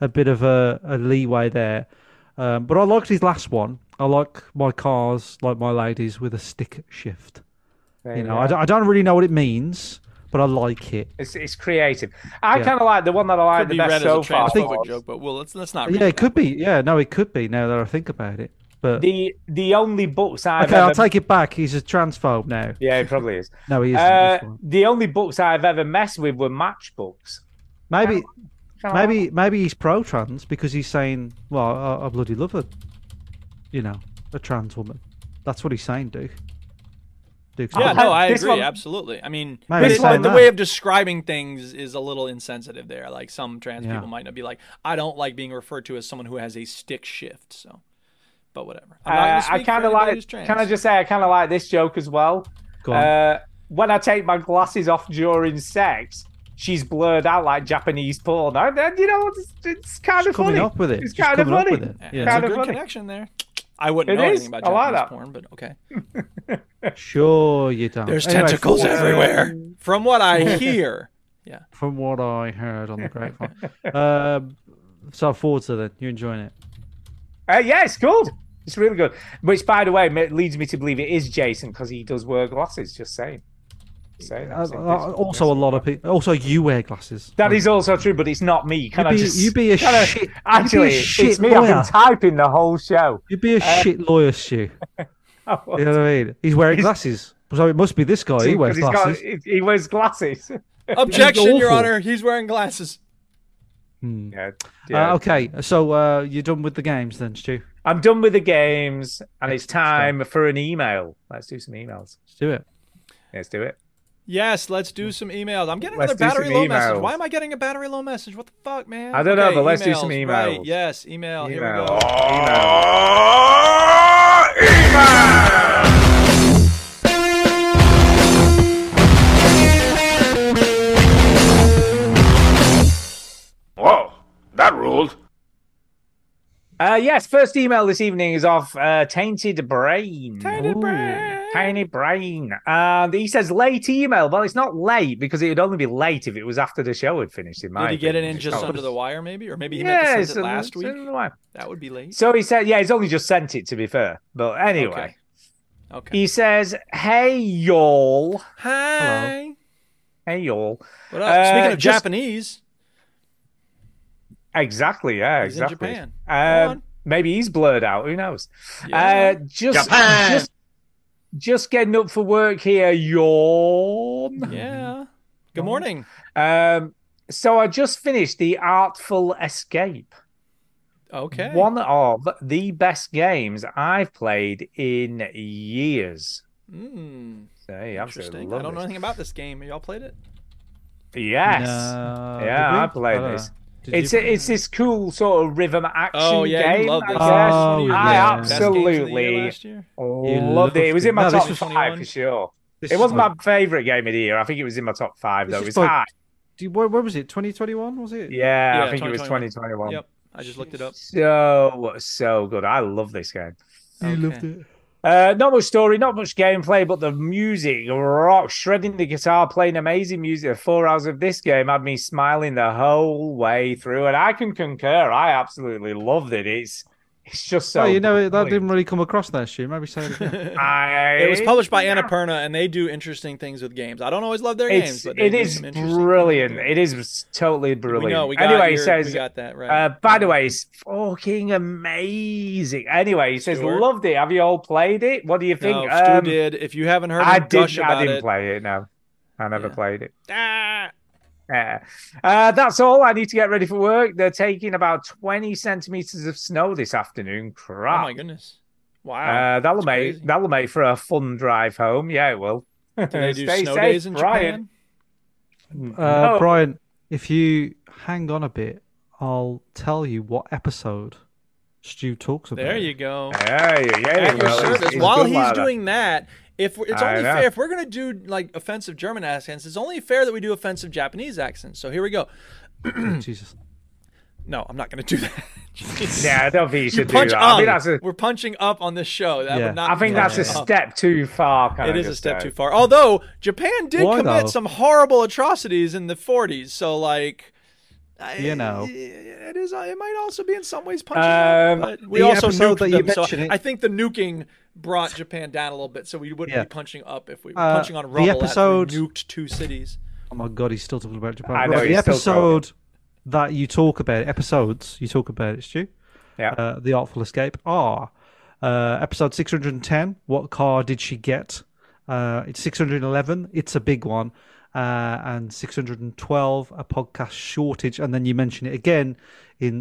a, a bit of a, a leeway there. Um, but I liked his last one. I like my cars, like my ladies, with a stick shift.
There
You
you
know,
are.
I, don't- I don't really know what it means, but I like it.
It's it's creative. I
Yeah.
kind of like the one that I like
Could
the
be
best
read
so
as a
far.
transphobic
was-
joke, but well, let's, let's not read
Yeah, it
that.
could be. Yeah, no, it could be. Now that I think about it, but
The the only books I've
okay, I'll
ever-
take it back. He's a transphobe now.
Yeah, it probably is.
No, he isn't.
Uh,
that's fine.
the only books I've ever messed with were matchbooks.
maybe,
Kinda like
maybe, maybe he's pro-trans because he's saying, "Well, I, I bloody love a, you know, a trans woman." That's what he's saying, Duke. Duke.
Yeah,
Uh,
no, I
this
agree.
one-
Absolutely. I mean,
Man,
but
this
it- but
one-
the way of describing things is a little insensitive there. Like some trans
Yeah.
people might not be like, I don't like being referred to as someone who has a stick shift. So, but whatever. I'm not gonna
Uh, I
speak for
kind of
anybody who's
like.
trans.
Can I just say I kind of like this joke as well?
Go on.
Uh, when I take my glasses off during sex, she's blurred out like Japanese porn. I, I- you know, it's, it's kind of
coming
funny.
up with it.
It's
She's
kind of
coming up
funny.
with it.
Yeah,
Yeah.
there's a
Kinda
good
funny.
connection there. I wouldn't
It
know
is.
anything about
I
Japanese
like that.
porn, but okay.
sure you don't.
There's
Anyway,
tentacles
from-
everywhere, from what I hear.
from what I heard on the grapevine. um, so Forza, then you're enjoying it.
Uh, yeah, it's good. It's really good. Which, by the way, ma- leads me to believe it is Jason because he does wear glasses. Just saying. Say
Uh, uh, also, a lot of people. Also, you wear glasses.
That is also true, but it's not me. Can
You'd
I
be-
just?
you'd be a
can I-
shit- you'd be a
Actually, it's
shit
me. I've
lawyer.
been typing the whole show.
You'd be a shit lawyer, Stu.
Um, I was.
You know what I mean? He's wearing glasses, so it must be this guy. He
See,
wears
'cause he's got-
glasses.
he- he wears glasses.
Objection, Your
awful.
Honor. He's wearing glasses.
Yeah, yeah.
Uh, okay, so uh, you're done with the games then, Stu?
I'm done with the games, and it's time for an email. Let's do some emails.
Let's do it.
Let's do it.
Yes, let's do some emails. I'm getting
Let's
another
do some
battery low message.
emails.
Why am I getting a battery low message? What the fuck, man?
I don't know, but let's do some
Right.
emails.
Yes, email. Here we
Email.
go.
Whoa, that ruled.
Uh, yes, first email this evening is off uh, Tainted Brain. Tainted Brain. Tiny Brain. And he says late email. Well, it's not late because it would only be late if it was after the show had finished, in my
Did he get it
opinion.
in
It's
just
not-
under the wire, maybe? Or maybe he
Yeah,
meant to
it's
send it
under-
last
it's
week?
under the wire.
That would be late.
So he said, yeah, he's only just sent it, to be fair. But anyway, E-
Okay. Okay.
he says, hey, y'all.
Hi.
Hey, y'all.
What up?
Uh,
Speaking of
just-
Japanese,
Exactly. Yeah.
He's in
exactly.
Japan.
Um,
Go on.
maybe he's blurred out. Who knows?
Yeah.
Uh, just,
Japan.
just, just getting up for work here, yawn.
yeah. Good morning.
Um, so I just finished the Artful Escape,
Okay.
one of the best games I've played in years.
Mm,
So, yeah, absolutely
interesting.
love
I don't know
this.
anything about this game. Y'all played it?
Yes.
No,
Yeah,
did we?
I played
don't
this.
know. Did
It's
you-
a, it's this cool sort of rhythm action
Oh yeah,
game.
you love
I
this.
guess.
Oh,
I
yeah.
absolutely
You
Oh, loved it. It was
loved
in my
it. No,
top
this
was-
five for sure.
This
it
is
wasn't
like-
my favorite game of the year. I think it was in my top five
This
though. It
is
was
like-
high.
Do you- where, where was it? 2021 was it?
Yeah, I
Yeah,
think it was
2021.
2021.
Yep. I just looked it up.
So so good. I love this game.
You
loved it.
Uh, not much story, not much gameplay, but the music, rock, shredding the guitar, playing amazing music. The Four hours of this game had me smiling the whole way through, and I can concur. I absolutely loved it. It's it's just so.
oh, you know that
complete.
didn't really come across there, Stu. Maybe say it again.
I,
It was published by Annapurna, and they do interesting things with games. I don't always love their games,
It's
but they
it
do
is
some interesting
brilliant. It is totally brilliant.
We know. We got
anyway, he
your-
says.
we got that right.
Uh, by the way, it's fucking amazing. Anyway, he says,
Stuart?
"Loved it. Have you all played it? What do you think?"
no, Stu
Um,
did. If you haven't heard him
I
gush
did.
about
I didn't
it,
play it. No, I never
Yeah.
played it.
Ah!
Yeah. Uh, that's all. I need to get ready for work. They're taking about 20 centimeters of snow this afternoon.
oh
Crap.
my goodness! Wow.
Ah. Uh, that'll
That's
make
crazy.
that'll make for a fun drive home. Yeah, it will.
Do they do
Stay
snow
safe,
days in
Brian.
Japan?
Uh,
No.
Brian, if you hang on a bit, I'll tell you what episode Stu talks about.
There you go.
Yeah, yeah, yeah.
At your
well, he's-
service.
he's
While
good
he's
like that.
doing that, if we're, it's
I
only
know.
fair if we're gonna do like offensive German accents, it's only fair that we do offensive Japanese accents. So here we go.
go. Jesus.
No, I'm not gonna do that.
Yeah, I don't think you
You
should do
punch
that.
up.
I think that's a,
We're punching up on this show. That
Yeah.
would not.
I think
be
that's a
punching up.
step too far. Kind
It
of
is a
just
step
there.
too far. Although Japan did
Why,
commit
though?
some horrible atrocities in the 40s, so like, I-
You know. Uh,
it is. uh, It might also be in some ways punching
Um,
up. But we
the
also
episode
nuked
that you
them, so
mentioned it-
I think the nuking brought Japan down a little bit, so we wouldn't
Yeah.
be punching up if we were
Uh,
punching on
the
rubble. after we
episode-
nuked two cities.
Oh my God, he's still talking about Japan.
I know,
Right, the
he's still
episode that you talk about, episodes you talk about, it, Stu,
Yeah.
uh, The Artful Escape, are uh, episode 610, What Car Did She Get? Uh, it's 611, It's a Big One, uh, and 612, A Podcast Shortage. And then you mention it again in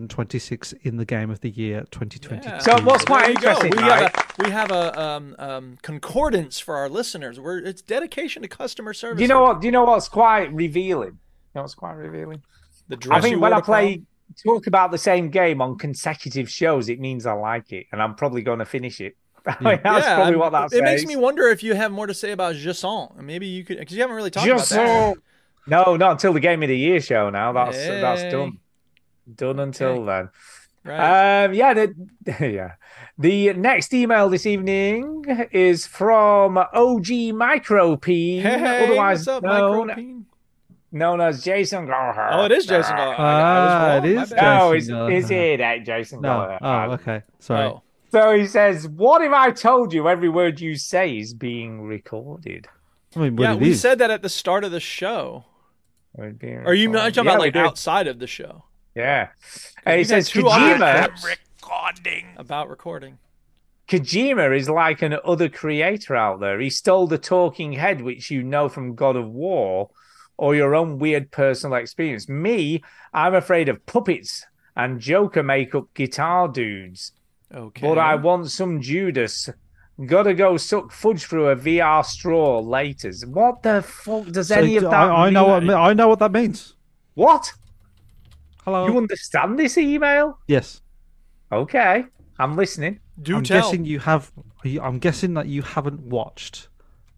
626 in the Game of the Year 2022.
So what's quite
There you go.
interesting,
We
right?
have a, we have a um, um, concordance for our listeners. We're it's dedication to customer service.
Do you know what? Do you know what's quite revealing? You know what's quite revealing.
The
I
dress
think
you
when
wore
I
to
play
prom?
talk about the same game on consecutive shows, it means I like it, and I'm probably going to finish it. I mean, that's
yeah,
probably
I'm-
what that
It makes
says.
me wonder if you have more to say about Jusson. Maybe you could, because you haven't really talked
Just
about that.
so- No, not until the game of the year show. Now that's that's
Hey.
done, done until then.
Right.
Um, yeah, the, yeah. The next email this evening is from OG Micropeen,
hey,
otherwise
what's up,
known,
Micropene?
known as Jason Gallagher.
Oh, it is Jason. Dahl. I, I was
Ah,
wrong.
it
My
is
bad.
No,
Jason
is
Gallagher.
is it uh, Jason
No.
Gallagher?
Oh, okay. Sorry.
Oh.
So he says, "What if I told you every word you say is being recorded?"
I mean, but
yeah,
it
we
is.
said that at the start of the show.
Or it'd be
Are you not
recorded.
talking
Yeah,
about
we
like
did.
outside of the show?
Yeah. And he
We've had
says,
two other
"Kojima,
clips about recording.
Kojima is like an other creator out there. He stole the talking head, which you know from God of War, or your own weird personal experience. Me, I'm afraid of puppets and Joker makeup guitar dudes.
Okay.
But I want some Judas. Gotta go suck fudge through a VR straw laters. What the fuck does
So
any of that
I, I know what
mean?
me- I know what that means.
What?
Hello.
You understand this email?
yes.
Okay. I'm listening.
Do
I'm
tell.
guessing you have. I'm guessing that you haven't watched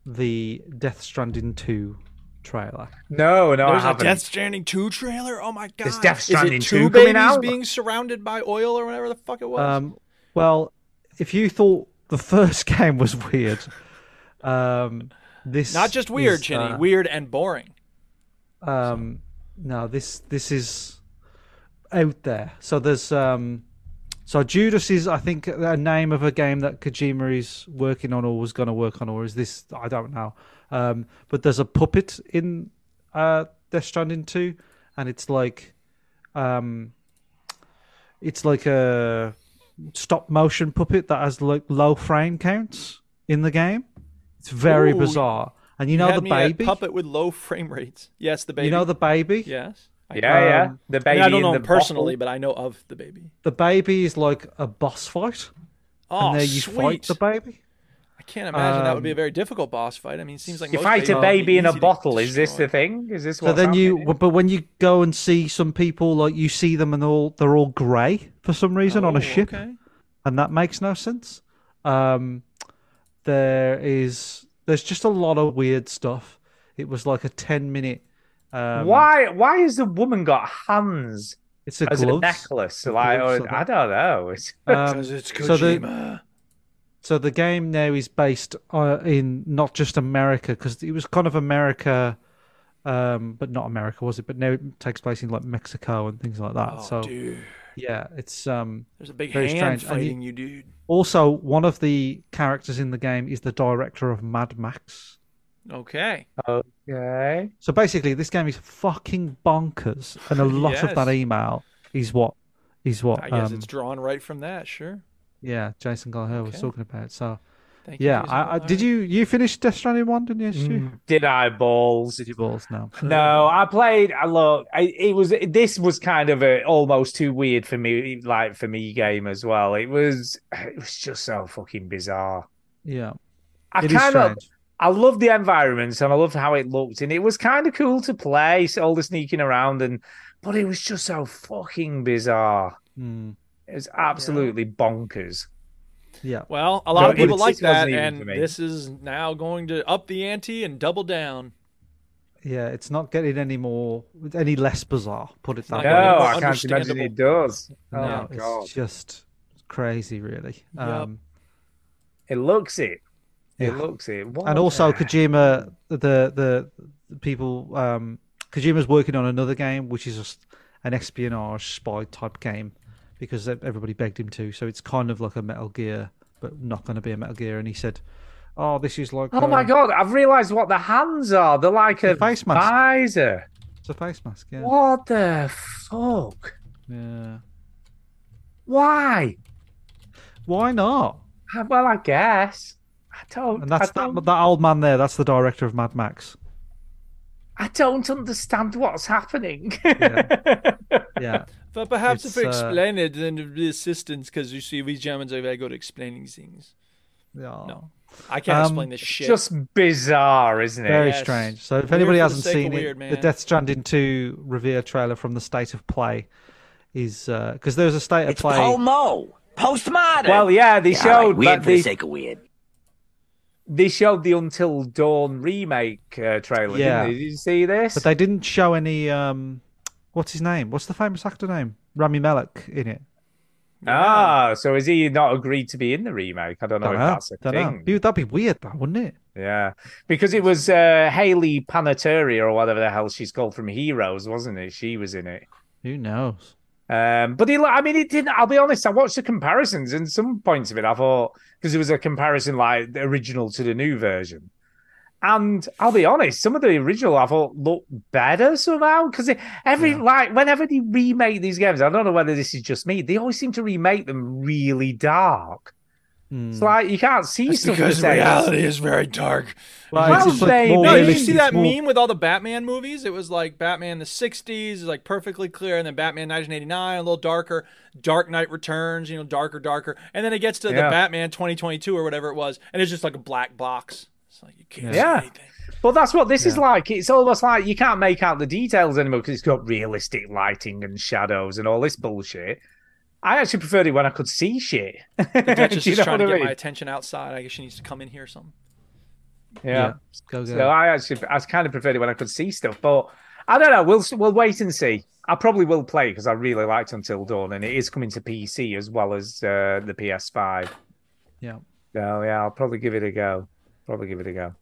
the Death Stranding two trailer.
No, no, I
There's a
haven't.
Death Stranding 2 trailer? Oh my god.
There's Death Stranding
Is it two
2 coming
babies
out?
being surrounded by oil or whatever the fuck it was?
Um, well, if you thought the first game was weird, um, this
Not just weird,
is,
Chinny.
uh,
weird and boring.
um, no, this this is out there. So there's um, so Judas is I think a name of a game that Kojima is working on or was going to work on or is this I don't know. Um, but there's a puppet in uh, Death Stranding two, and it's like um, it's like a stop motion puppet that has like low frame counts in the game. It's very
Ooh,
bizarre. And you know
had
the
me at
baby.
puppet with low frame rates. Yes, the baby.
You know the baby?
Yes. I-
Yeah, yeah.
Um,
The
I mean,
baby
I don't
in
know
the
him personally,
bottle.
but I know of the baby.
The baby is like a boss fight.
Oh,
and there you
sweet.
fight the Um, baby.
I can't imagine that would be a very difficult boss fight. I mean, it seems like
You
most
fight
babies
a
would be
baby in a
easy to
bottle. Is this
destroy.
the thing? Is this
So
what's
then you
happening?
but when you go and see some people like you see them and they're all they're all grey for some reason on
Oh,
a ship.
okay.
And that makes no sense. Um there is there's just a lot of weird stuff. It was like a ten minute um
why? Why has the woman got hands
it's a
as a
gloves.
necklace? Like
gloves uh-huh.
or-
or
I don't know. It's-
Um, so the-
Kojima.
So the game now is based uh, in not just America because it was kind of America, um, but not America was it? But now it takes place in like Mexico and things like that.
Oh,
so
dude.
yeah, it's um,
There's a big
very
hand
strange. And
fighting
you-
you, dude.
also one of the characters in the game is the director of Mad Max.
Okay.
Oh,
okay.
So basically, this game is fucking bonkers, and a lot of that
Yes.
email is what is what
I guess
um,
it's drawn right from that, sure.
yeah Jason Gallagher was
Okay.
talking about. So
Thank you.
yeah,
Jason Mm.
I, I,
Clarke.
did you you finish Death Stranding one? Didn't you? Stu?
Mm. Did I balls?
Did you balls now?
No, I played. I look. I, it was this was kind of a almost too weird for me. Like for me, game as well. It was. It was just so fucking bizarre.
Yeah,
I
it is
kind of.
strange.
I loved the environments and I loved how it looked, and it was kind of cool to play. So all the sneaking around and, but it was just so fucking bizarre.
Mm,
It was absolutely bonkers.
yeah,
Well, a
No,
lot of
but
people
it's-
like
it wasn't
that,
even
and
for me.
this is now going to up the ante and double down.
yeah. It's not getting any more, any less bizarre. Put it
not
that
No,
Yeah, getting
way.
more
I can't imagine it does. Oh
no,
my
it's
god,
just crazy, really. Um,
it looks it. It
Yeah.
looks it. What
and
the-
also Kojima, the the the people, um, Kojima's working on another game, which is just an espionage spy type game, because everybody begged him to. So it's kind of like a Metal Gear, but not going to be a Metal Gear. And he said, "Oh, this is like
Oh my
uh,
god, I've realised what the hands are. They're like a
Face mask.
visor.
it's a face mask." Yeah,
What the fuck?
yeah.
Why?
Why not?
Ah, Well, I guess. I don't.
And that's
I don't,
that, that old man there. That's the director of Mad Max.
I don't understand what's happening.
Yeah.
But perhaps if
It's,
we
uh,
explain it, then the assistants, because you see, we Germans are very good at explaining things.
Yeah.
No. I can't
Um,
explain this shit.
Just bizarre, isn't it?
Very
Yes.
strange. So if
Weird for
anybody
the
hasn't
sake of
seen
weird,
it, the
man.
Death Stranding 2 Revere trailer from the State of Play is uh, because there's a State of Play.
Homo. Postmodern.
Well, yeah, they
all
showed
right, weird
but
for the
they,
sake of weird.
they showed the Until Dawn remake uh, trailer.
Yeah.
didn't they? did you see this?
But they didn't show any. Um, what's his name? What's the famous actor name? Rami Malek in it.
Ah, so is he not agreed to be in the remake? I don't know
Don't
if
know.
that's a
Don't know.
thing.
Dude, That'd be weird, that wouldn't it?
Yeah, because it was uh, Haley Panettiere or whatever the hell she's called from Heroes, wasn't it? She was in it.
Who knows?
Um, but he, I mean, he didn't. I'll be honest. I watched the comparisons, and some points of it, I thought because there was a comparison like the original to the new version. And I'll be honest, some of the original I thought looked better somehow because every like whenever they remake these games, I don't know whether this is just me. They always seem to remake them really dark. It's like you can't see
Hmm. That's
stuff
because
the same.
reality is very dark.
Well,
Like, it's
well,
like
baby.
more
No, did you
realistic,
see that
more-
meme with all the Batman movies? It was like Batman the '60s, like perfectly clear, and then Batman 1989, a little darker. Dark Knight Returns, you know, darker, darker, and then it gets to the
Yeah.
Batman 2022 or whatever it was, and it's just like a black box. It's like you can't
Yeah.
see anything.
But that's what this is like. It's almost like you can't make out the details anymore because it's got realistic lighting and shadows and all this bullshit. I actually preferred it when I could see shit.
The Duchess
Do you
is
know
trying to
what
get
I
my
mean?
attention outside. I guess she needs to come in here or something.
yeah.
Go, go.
So I actually, I kind of preferred it when I could see stuff, but I don't know. We'll we'll wait and see. I probably will play because I really liked Until Dawn, and it is coming to PC as well as uh, the PS5.
yeah.
So yeah, I'll probably give it a go. Probably give it a go.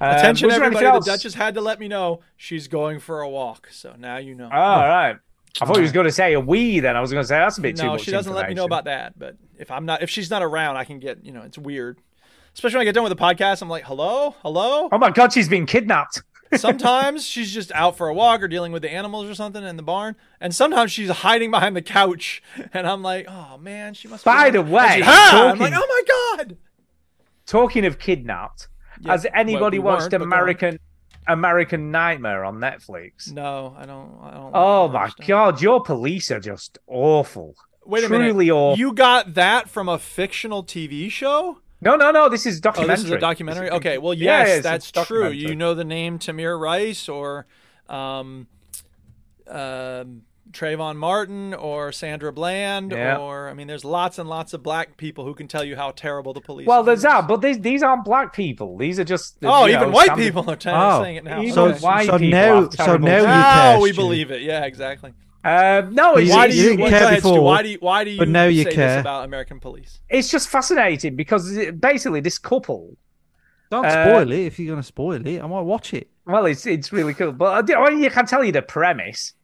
Um,
Attention,
was there anything
everybody! The
else?
Duchess had to let me know she's going for a walk, so now you know.
Oh, all right. I thought he was going to say a we. Then I was going to say that's a bit too
no,
much.
she doesn't let me know
information.
about that. But if I'm not, if she's not around, I can get. You know, it's weird. Especially when I get done with the podcast, I'm like, hello, hello.
Oh my god, she's been kidnapped.
Sometimes she's just out for a walk or dealing with the animals or something in the barn, and sometimes she's hiding behind the couch, and I'm like, oh man, she must.
By
be
the
And
way,
she's, "Ah!" I'm like,
talking-
oh my god.
Talking of kidnapped,
Yeah,
has anybody
well, we weren't,
watched
but go on.
American American Nightmare on Netflix?
No, I don't. I don't.
Oh
like
my
horror stuff.
god, your police are just awful.
Wait a
Truly
minute.
awful.
You got that from a fictional TV show?
No, no, no. This is documentary.
Oh, this is a documentary. Okay, well,
Yeah,
yes,
it's a
that's true.
documentary.
You know the name Tamir Rice or um, um Trayvon Martin or Sandra Bland
Yeah.
or I mean, there's lots and lots of black people who can tell you how terrible the police.
Well,
are.
there's that, but these these aren't black people. These are just
Oh,
you know,
even white
standard-
people are t-
Oh.
saying it now.
Even
So,
Okay.
white
so
people
now,
have
so
terrible-
now you
now
care.
we
Stu.
believe it. Yeah, exactly.
Um, no, it's,
Why
it's-
do
you
you,
didn't
well,
care
go ahead, Stu.
before,
Why do you, why do you
but now you
say
care.
this about American police?
it's just fascinating because it- basically this couple
Don't
Uh,
spoil it if you're going to spoil it. I might watch it.
Well, it's it's really cool, but I, do- well, you can tell you the premise.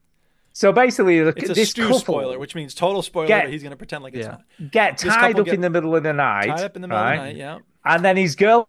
So basically, the,
It's a
this
stew
couple
spoiler, which means total spoiler.
Get-
but he's going to pretend like it's
Yeah.
not.
get
this
tied
couple
up
get
in the middle of the night,
Tied up in the middle
right?
of the night. Yeah.
and then his girl,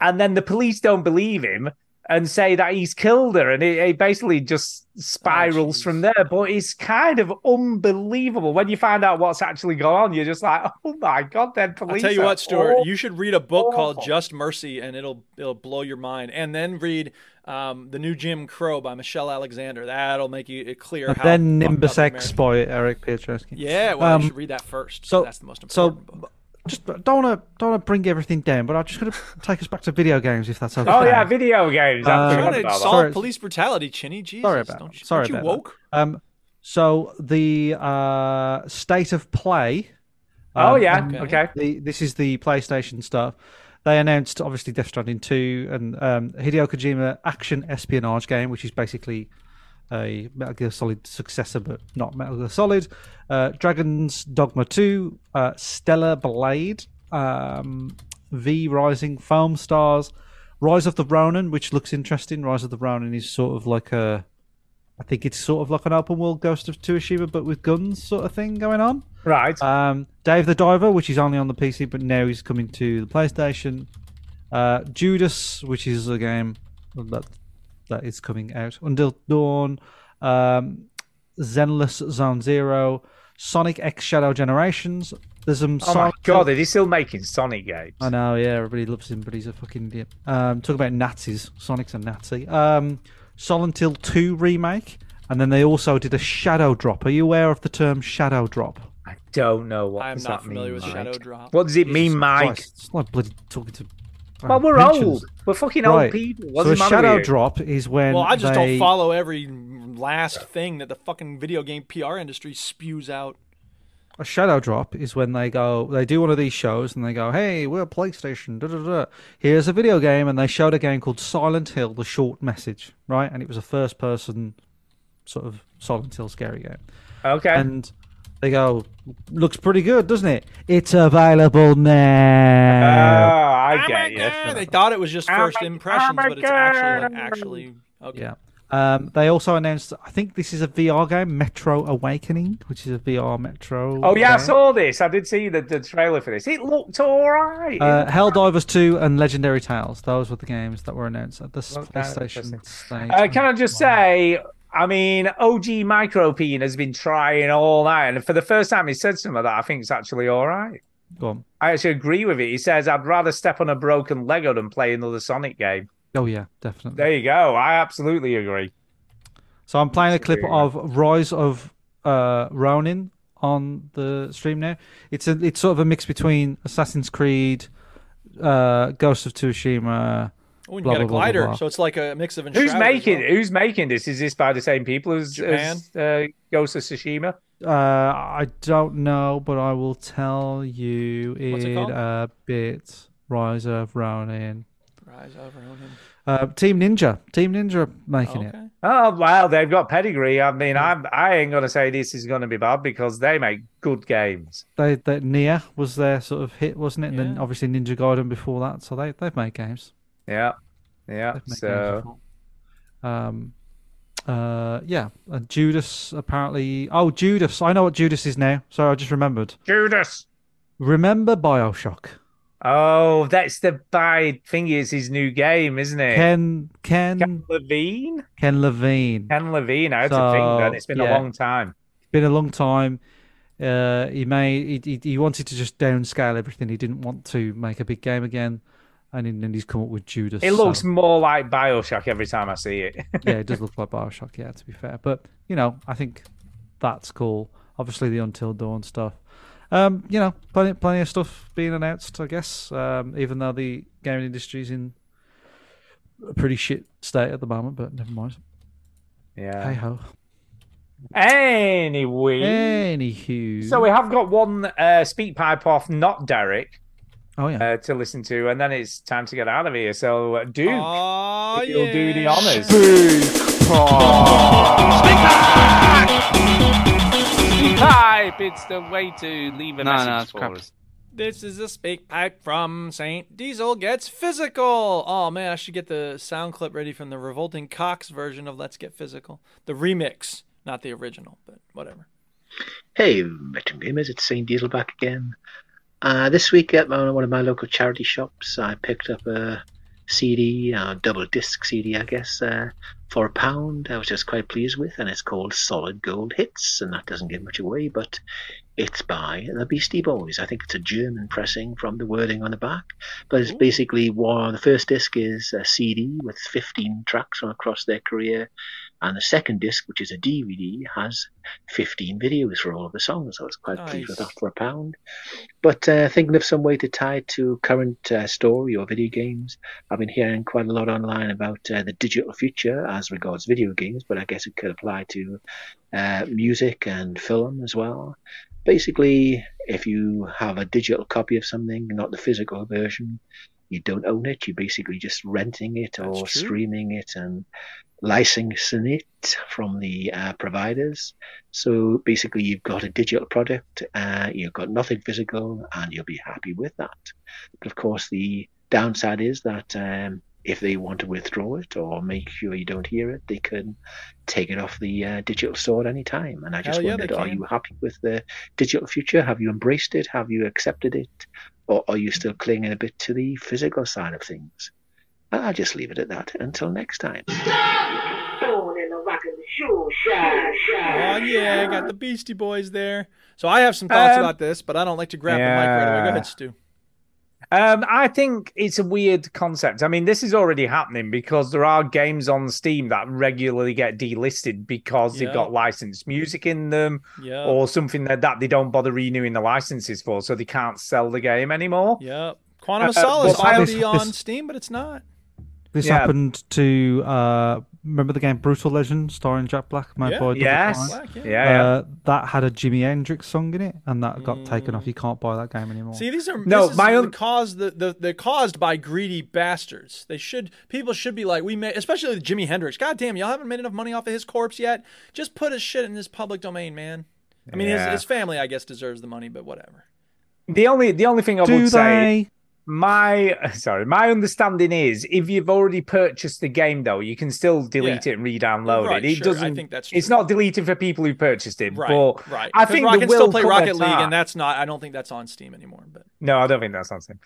and then the police don't believe him and say that he's killed her, and it, it basically just spirals
jeez.
from there. But it's kind of unbelievable when you find out what's actually gone on. You're just like, oh my god, then police.
I'll tell you
are
what, Stuart.
awful."
You should read a book called
awful.
Just Mercy, and it'll it'll blow your mind. And then read um, the New Jim Crow by Michelle Alexander. That'll make you it clear
And
how.
then
fucked up
Nimbus X
America-
by Eric Pietrowski.
Yeah, well,
Um,
you should read that first.
so-
that's the most
so-
important. book.
Just don't want to don't want to bring everything down, but I'm just going to take us back to video games if that's okay.
Oh yeah, video games.
Uh,
I forgot
Trying to
about that.
solve
Sorry.
police brutality, Chinny. Jesus,
sorry about
don't you,
sorry
aren't you
about that.
woke?
Um, so the uh, state of play.
Oh
um,
yeah,
and
okay.
The, this is the PlayStation stuff. They announced obviously Death Stranding two and um, Hideo Kojima action espionage game, which is basically a Metal Gear Solid successor, but not Metal Gear Solid. Uh, Dragon's Dogma two, uh, Stellar Blade, um, V Rising, Foam Stars, Rise of the Ronin, which looks interesting. Rise of the Ronin is sort of like a I think it's sort of like an open world Ghost of Tsushima, but with guns sort of thing going on.
Right.
Um, Dave the Diver, which is only on the PC, but now he's coming to the PlayStation. Uh, Judas, which is a game that that is coming out. Until Dawn, um, Zenless Zone Zero, Sonic X Shadow Generations. There's some.
Oh my god, are they still making Sonic games?
I know, yeah, everybody loves him, but he's a fucking idiot. Um, talk about Nazis. Sonic's a Nazi. Um, Silent Hill 2 remake, and then they also did a Shadow Drop. Are you aware of the term Shadow Drop?
I don't know what
I am
does
not
that
familiar
mean,
with
Mike?
Shadow Drop.
What does it mean, Mike?
Christ, it's like bloody talking to.
Well, we're
pensioners.
old. We're fucking
Right.
old people.
So a
What's the matter
shadow
with you?
drop is when
Well, I just
they-
don't follow every last thing that the fucking video game PR industry spews out.
A shadow drop is when they go, they do one of these shows and they go, hey, we're PlayStation, da da da. Here's a video game. And they showed a game called Silent Hill, The Short Message, right? And it was a first person sort of Silent Hill scary game.
Okay.
And they go, looks pretty good, doesn't it? It's available
oh,
now.
I
Oh my
get you.
God, They thought it was just
Oh
first
my- oh
impressions,
my
but it's actually like
God.
actually okay.
yeah. Um, they also announced, I think this is a VR game, Metro Awakening, which is a VR Metro.
Oh yeah, I
game.
saw this. I did see the, the trailer for this. It looked all right.
Uh, Helldivers 2 and Legendary Tales. Those were the games that were announced at the s-
Okay,
PlayStation stage.
Uh, can I just say, I mean, OG Micropeen has been trying all night, and for the first time, he said something that I think is actually all right.
Go on.
I actually agree with it. He says, "I'd rather step on a broken Lego than play another Sonic game."
Oh, yeah, definitely.
There you go. I absolutely agree.
So I'm playing a clip
Superior.
of Rise of uh, Ronin on the stream now. It's a it's sort of a mix between Assassin's Creed, uh, Ghost of Tsushima.
Oh, and you
blah,
got a
blah, blah, blah,
glider,
blah.
so it's like a mix of. Enshrouded
Who's
as
making
well.
Who's making this? Is this by the same people as, as uh, Ghost of Tsushima?
Uh, I don't know, but I will tell you
What's it
in
called?
a bit. Rise of Ronin.
Rise over on him.
Uh, Team Ninja. Team Ninja are making it.
Oh well, they've got pedigree. I mean, I'm I ain't gonna say this is gonna be bad because they make good games.
They that Nia was their sort of hit, wasn't it? And then obviously Ninja Gaiden before that. So they they've made games.
Yeah, yeah.
They've made games
So
before. Um, uh, yeah, uh, Judas apparently. Oh, Judas! I know what Judas is now. Sorry, I just remembered.
Judas.
Remember Bioshock?
Oh, that's the by thing. Is his new game, isn't it?
Ken Ken
Ken Levine.
Ken Levine.
Ken Levine. I had to think that
So,
it's been
yeah.
a long time.
It's been a long time. Uh, he made he, he he wanted to just downscale everything. He didn't want to make a big game again, and then then he's come up with Judas.
It looks
so-
more like Bioshock every time I see it.
yeah, it does look like Bioshock. Yeah, to be fair, but you know, I think that's cool. Obviously, the Until Dawn stuff. Um, you know, plenty, plenty of stuff being announced. I guess, um, even though the gaming industry's in a pretty shit state at the moment, but never mind. Hey
yeah.
ho.
Anyway,
Anywho.
so we have got one uh, speak pipe off, not Derek,
oh yeah.
uh, to listen to, and then it's time to get out of here. So uh, Duke,
Oh,
you'll
yeah.
do the honors. Pipe, it's the way to leave a
No,
message
no, it's
for
crap.
us.
This is a speak pipe from Saint Diesel gets physical. Oh man, I should get the sound clip ready from the revolting Cox version of Let's Get Physical, the remix, not the original, but whatever.
Hey, veteran gamers, it's St. Diesel back again. Uh, this week at my, one of my local charity shops, I picked up a CD, a double disc CD, I guess, uh, for a pound. I was just quite pleased with, and it's called Solid Gold Hits, and that doesn't give much away, but it's by the Beastie Boys. I think it's a German pressing from the wording on the back, but it's basically one. The first disc is a CD with 15 tracks from across their career, and the second disc, which is a DVD, has 15 videos for all of the songs. I was quite pleased with
Nice.
that for a pound. But uh, thinking of some way to tie it to current uh, story or video games, I've been hearing quite a lot online about uh, the digital future as regards video games, but I guess it could apply to uh, music and film as well. Basically, if you have a digital copy of something, not the physical version, you don't own it. You're basically just renting it
true.
or streaming it and licensing it from the uh, providers. So basically, you've got a digital product, uh, you've got nothing physical, and you'll be happy with that. But of course, the downside is that um, if they want to withdraw it or make sure you don't hear it, they can take it off the uh, digital store at any time. And I just
Hell yeah, they
wondered, are
can.
you happy with the digital future? Have you embraced it? Have you accepted it? Or are you still clinging a bit to the physical side of things? And I'll just leave it at that until next time.
Oh yeah, I got the Beastie Boys there. So I have some thoughts
Um,
about this, but I don't like to grab the mic right away. Go
yeah.
ahead, Stu.
Um, I think it's a weird concept. I mean, this is already happening because there are games on Steam that regularly get delisted because
Yeah.
they've got licensed music in them
Yeah.
or something that, that they don't bother renewing the licenses for, so they can't sell the game anymore.
Yep. Quantum of
Uh,
Solace
well,
ought to be
this-
on
this-
Steam, but it's not.
This
Yeah.
happened to uh, remember the game Brutal Legend starring Jack Black, made
Yeah.
by Double
Yes.
Fine?
Black, yeah.
yeah, yeah.
Uh, that had a Jimi Hendrix song in it, and that got taken
Mm.
off. You can't buy that game anymore.
See, these are
No,
This is
my own-
caused the, the they're caused by greedy bastards. They should people should be like we made, especially with Jimi Hendrix. God damn, y'all haven't made enough money off of his corpse yet. Just put his shit in his public domain, man. I mean,
Yeah.
his, his family, I guess, deserves the money, but whatever.
The only the only thing I
Do
would
they?
say My sorry, my understanding is if you've already purchased the game though, you can still delete
Yeah.
it and re-download
Right,
it. It
sure, I
doesn't.
think that's
It's not deleted for people who purchased it,
Right,
but
right.
I
'Cause
think
I
there
can still
will
play
come a
Rocket League,
time-
and that's not. I don't think that's on Steam anymore. But
No, I don't think that's something.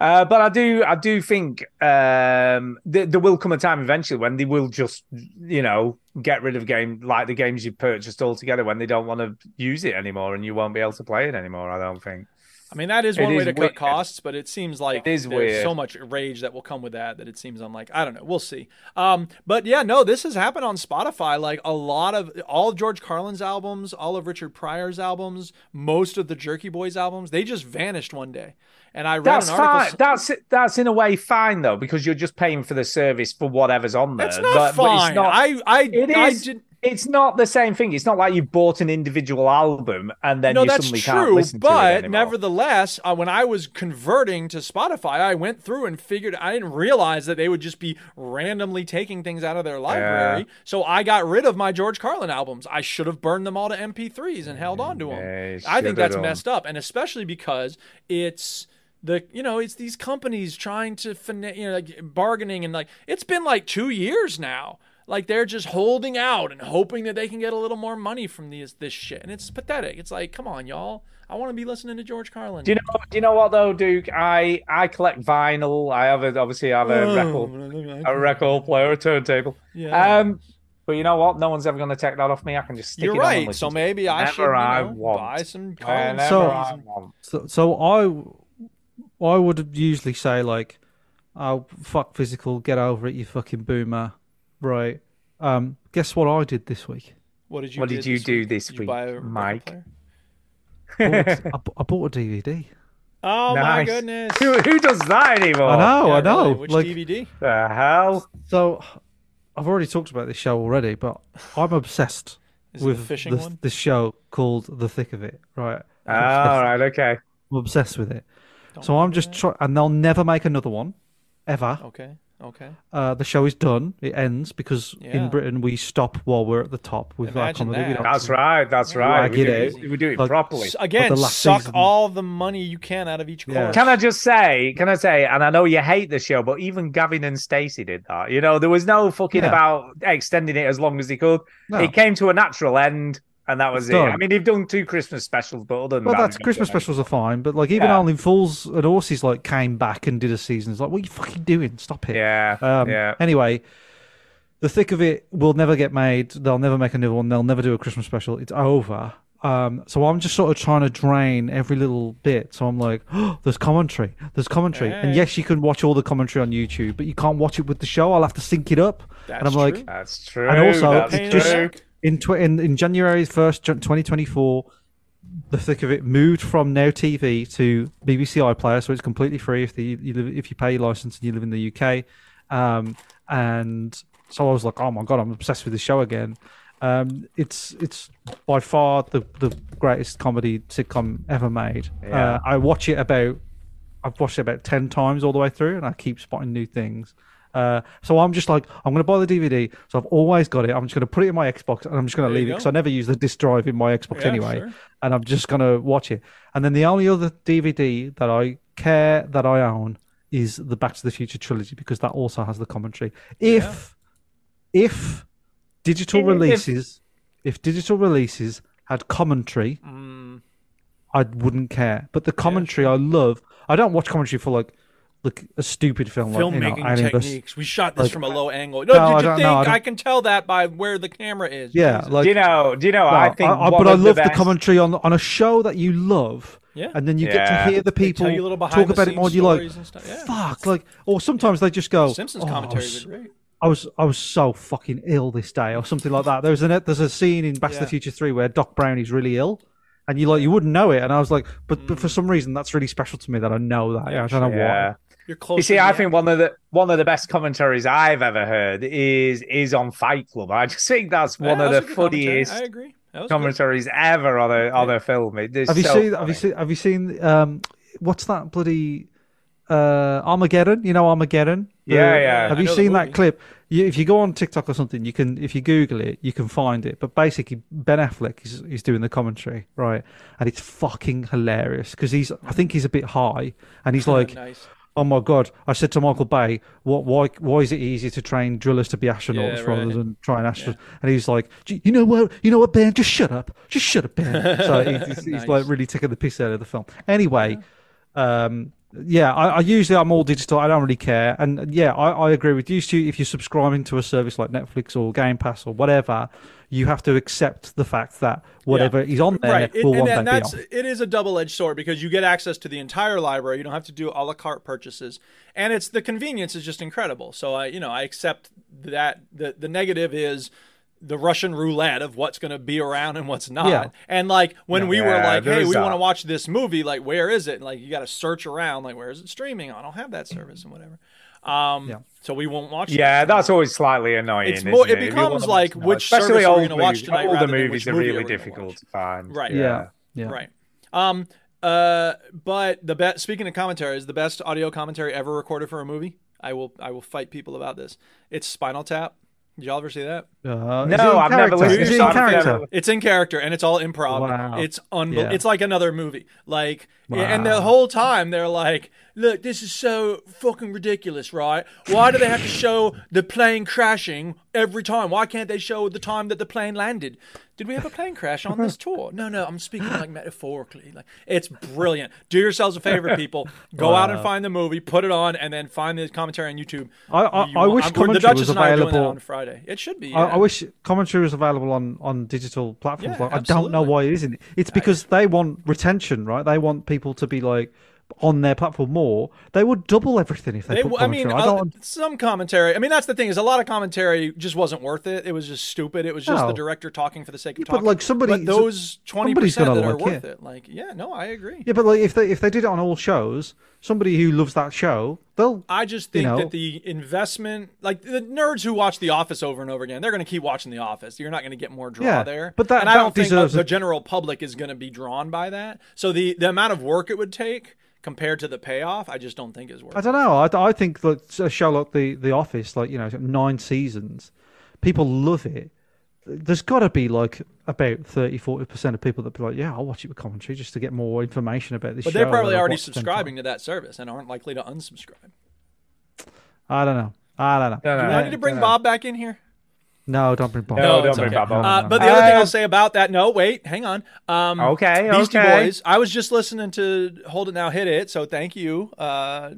Uh, but I do, I do think um, th- there will come a time eventually when they will just, you know, get rid of game like the games you've purchased altogether when they don't want to use it anymore, and you won't be able to play it anymore. I don't think.
I mean, that is
It
one way
is
to cut
weird.
costs, but it seems like
It is
there's
weird.
so much rage that will come with that that it seems I'm like, I don't know. We'll see. Um, but yeah, no, this has happened on Spotify. Like a lot of all of George Carlin's albums, all of Richard Pryor's albums, most of the Jerky Boys albums, they just vanished one day. And I read
That's
an article.
fine. That's that's in a way fine though because you're just paying for the service for whatever's on there.
That's not
but, but
fine.
it's not,
I- I-
it
I
is-
did-
It's not the same thing. It's not like you bought an individual album and then
no,
you
that's
suddenly can't
true.
listen to it
But
anymore.
nevertheless, uh, when I was converting to Spotify, I went through and figured I didn't realize that they would just be randomly taking things out of their library.
Yeah.
So I got rid of my George Carlin albums. I should have burned them all to MP3s and held on to them. I
shoulda
think that's
done.
messed up, and especially because it's. The, you know it's these companies trying to fina- you know like bargaining and like it's been like two years now like they're just holding out and hoping that they can get a little more money from these this shit. And it's pathetic. It's like, come on, y'all. I want to be listening to George Carlin.
Do you know? Do you know what though, Duke? I I collect vinyl. I have a, obviously I have a
Oh,
record, a record player, a turntable.
Yeah.
Um, but you know what? No one's ever going to take that off me. I can just stick
You're
it on and
right.
listen
So
to
maybe
it.
I should you
Whenever I
know,
want.
buy some Carlin.
Whenever
So-
I want.
So, so I, I would usually say like, "Oh fuck physical, get over it, you fucking boomer." Right. Um. Guess what I did this week?
What did you?
What did you
this
do
week?
this
Did you
week,
buy a record
Mike?
player?
I bought, I bu- I bought a DVD.
Oh my
Nice.
goodness!
Who, who does that anymore?
I know. I know.
Really, Which
like,
DVD?
The hell?
So, I've already talked about this show already, but I'm obsessed
Is it the
with
fishing
this,
one?
this show called The Thick of It. Right.
All Ah, right. Okay.
I'm obsessed with it. so I'm just trying, and they'll never make another one, ever.
Okay. Okay.
Uh, the show is done. It ends because
Yeah.
in Britain we stop while we're at the top with
Imagine
our comedy. We
that.
don't
That's right. That's right.
Like
We
it
do,
is.
it, we do it
Like,
properly.
S- Again,
the last
suck
season-
all the money you can out of each
Yeah.
course.
Can I just say? Can I say? And I know you hate the show, but even Gavin and Stacey did that. You know, there was no fucking
Yeah.
about extending it as long as they could.
No.
It came to a natural end, and that was
It's
it.
done.
I mean, they've done two Christmas specials, but other than
Well,
that,
that's
they've
Christmas
done it.
specials are fine, but like even
Yeah.
Only Fools and Horses like came back and did a season. It's like, what are you fucking doing? Stop it.
Yeah,
Um,
yeah.
Anyway, the thick of it will never get made. They'll never make another one. They'll never do a Christmas special. It's over. Um, so I'm just sort of trying to drain every little bit. So I'm like, oh, there's commentary. There's commentary. And
Hey.
yes, you can watch all the commentary on YouTube, but you can't watch it with the show. I'll have to sync it up. and I'm
That's
like,
true.
That's true.
and also,
that's
it's
Pain in the
true.
neck.
just in, tw- in in January first, twenty twenty four, the thick of it moved from Now TV to BBC iPlayer, so it's completely free if the you live, if you pay your license and you live in the UK. Um, and so I was like, oh my god, I'm obsessed with this show again. Um, it's it's by far the the greatest comedy sitcom ever made.
Yeah.
Uh, I watch it about I've watched it about 10 times all the way through and I keep spotting new things. Uh, so I'm just like, I'm going to buy the DVD. So I've always got it. I'm just going to put it in my Xbox and I'm just going to
There you
leave it
go.
because I never use the disk drive in my Xbox
Yeah,
anyway.
sure.
And I'm just going to watch it. And then the only other DVD that I care that I own is the Back to the Future trilogy because that also has the commentary. If, if digital
If- if-
releases, if digital releases had commentary,
Mm.
I wouldn't care. But the commentary I love. I don't watch commentary for like like a stupid film like you know,
Filmmaking
Alien vs-
techniques. We shot this
like-
from a low angle.
No,
No,
I
did you
don't-
think
no, I don't-
I can tell that by where the camera is?
Yeah,
Jesus.
like
do you know? Do you know?
no,
Oh, I think.
I,
one
but I
of
love the,
the, best-
commentary on on a show that you love.
Yeah.
And then you get
Yeah.
to hear the
They
people
tell you little
talk
behind the
about it
scenes
more. and You're like,
stories and stuff. Yeah.
fuck, like, or sometimes they just go.
Simpsons
"Oh, I
commentaries
was-
are great.
I was I was so fucking ill this day, or something like that. There's an there's a scene in Back to
Yeah.
the Future Three where Doc Brown is really ill, and you like you wouldn't know it, and I was like, but, but
Mm.
for some reason that's really special to me that I know that. Yeah, I don't know
Yeah.
why.
You're close.
You see,
to
I
the
think one of the one of the best commentaries I've ever heard is is on Fight Club. I just think that's
Yeah,
one of
that was a
the
good commentary.
funniest
I agree. That was good.
commentaries ever on a on a film. It is
Have you
so
seen? Have
funny.
you seen? Have you seen? Um, what's that bloody uh, Armageddon? You know Armageddon? The-
Yeah, yeah.
Have
I
you
know the
seen that
movie.
clip? You, if you go on TikTok or something, you can. If you Google it, you can find it. But basically, Ben Affleck is, is doing the commentary, right? And it's fucking hilarious because he's. I think he's a bit high, and he's like,
nice.
oh my god, I said to Michael Bay, what why why is it easier to train drillers to be astronauts
Yeah, right.
rather than train astronauts? And he's like, "Gee, you know what, you know what, Ben, just shut up, just shut up, Ben. So he's, he's
Nice.
like really taking the piss out of the film. Anyway, um. Yeah, I, I usually I'm all digital. I don't really care, and yeah, I, I agree with you, Stu. If you're subscribing to a service like Netflix or Game Pass or whatever, you have to accept the fact that whatever is on there
right. It-
will
and
one day
that,
be
that's
on.
it is a double edged sword because you get access to the entire library. You don't have to do a la carte purchases, and it's the convenience is just incredible. So I, you know, I accept that. the The negative is the Russian roulette of what's going to be around and what's not.
Yeah.
And like when
Yeah.
we were
Yeah,
like,
there
hey,
is
we
that.
want to watch this movie, like where is it? And like you got to search around, like where is it streaming? I don't have that service and whatever. Um, so we won't watch. that.
Yeah, that's always slightly annoying.
It's more-
isn't
it
If you wanna
becomes
watch
like
tonight,
which
especially
service are we
old
gonna watch
movies.
tonight rather
Older
than which
movies are
movie
really
are we gonna
difficult to find.
Right.
Yeah.
Right. Um. Uh. But the best. Speaking of commentaries, the best audio commentary ever recorded for a movie. I will. I will fight people about this. It's Spinal Tap. Did y'all ever see that?
Uh, is it in character? Is it in character?
It's in character, and it's all improv.
Wow.
It's unbel-
Yeah.
It's like another movie. Like, and
Wow.
the whole time they're like, "Look, this is so fucking ridiculous, right? Why do they have to show the plane crashing every time? Why can't they show the time that the plane landed? Did we have a plane crash on this tour? No, no. I'm speaking like metaphorically. Like, it's brilliant. Do yourselves a favor, people. Go out and
Wow.
find the movie, put it on, and then find the commentary on YouTube.
I, I,
You
I
want-
wish
I'm-
commentary
the Duchess
was
and I are doing that
available
on Friday. It should be.
I,
yeah.
I wish commentary was available on, on digital platforms.
Yeah,
like, I don't know why it isn't. It's because they want retention, right? They want people to be like on their platform more. They would double everything if they,
They-
put
I
commentary.
mean,
on. I
uh,
don't.
some commentary. I mean, that's the thing is a lot of commentary just wasn't worth it. It was just stupid. It was just
No.
the director talking for the sake of
but
talking.
like somebody,
but those twenty
somebody's
percent
gonna
that are
like
worth
it.
it. like yeah, no, I agree.
yeah, but like if they if they did it on all shows, somebody who loves that show, they'll.
I just
you
think
know,
that the investment, like the nerds who watch The Office over and over again, they're going to keep watching The Office. You're not going to get more draw
Yeah,
there.
but that-
and I
that
don't think the,
deserves a-
the general public is going to be drawn by that. So the the amount of work it would take compared to the payoff, I just don't think is worth.
I don't know. I, I think that a show like the The Office, like you know, nine seasons, people love it. There's got to be like about 30 40 percent of people that be like, yeah, I'll watch it with commentary just to get more information about this.
But
show
they're probably
that I've
already
watched 10 times."
subscribing to that service and aren't likely to unsubscribe.
I don't know. I don't know.
Do I need to bring Bob back in here?
No, don't bring Um, Bob.
No, it's okay. Uh, but the other thing I'll say about that, no, wait, hang on. Um,
Okay,
Beastie
okay.
Boys. I was just listening to Hold It Now, Hit It, so thank you, uh,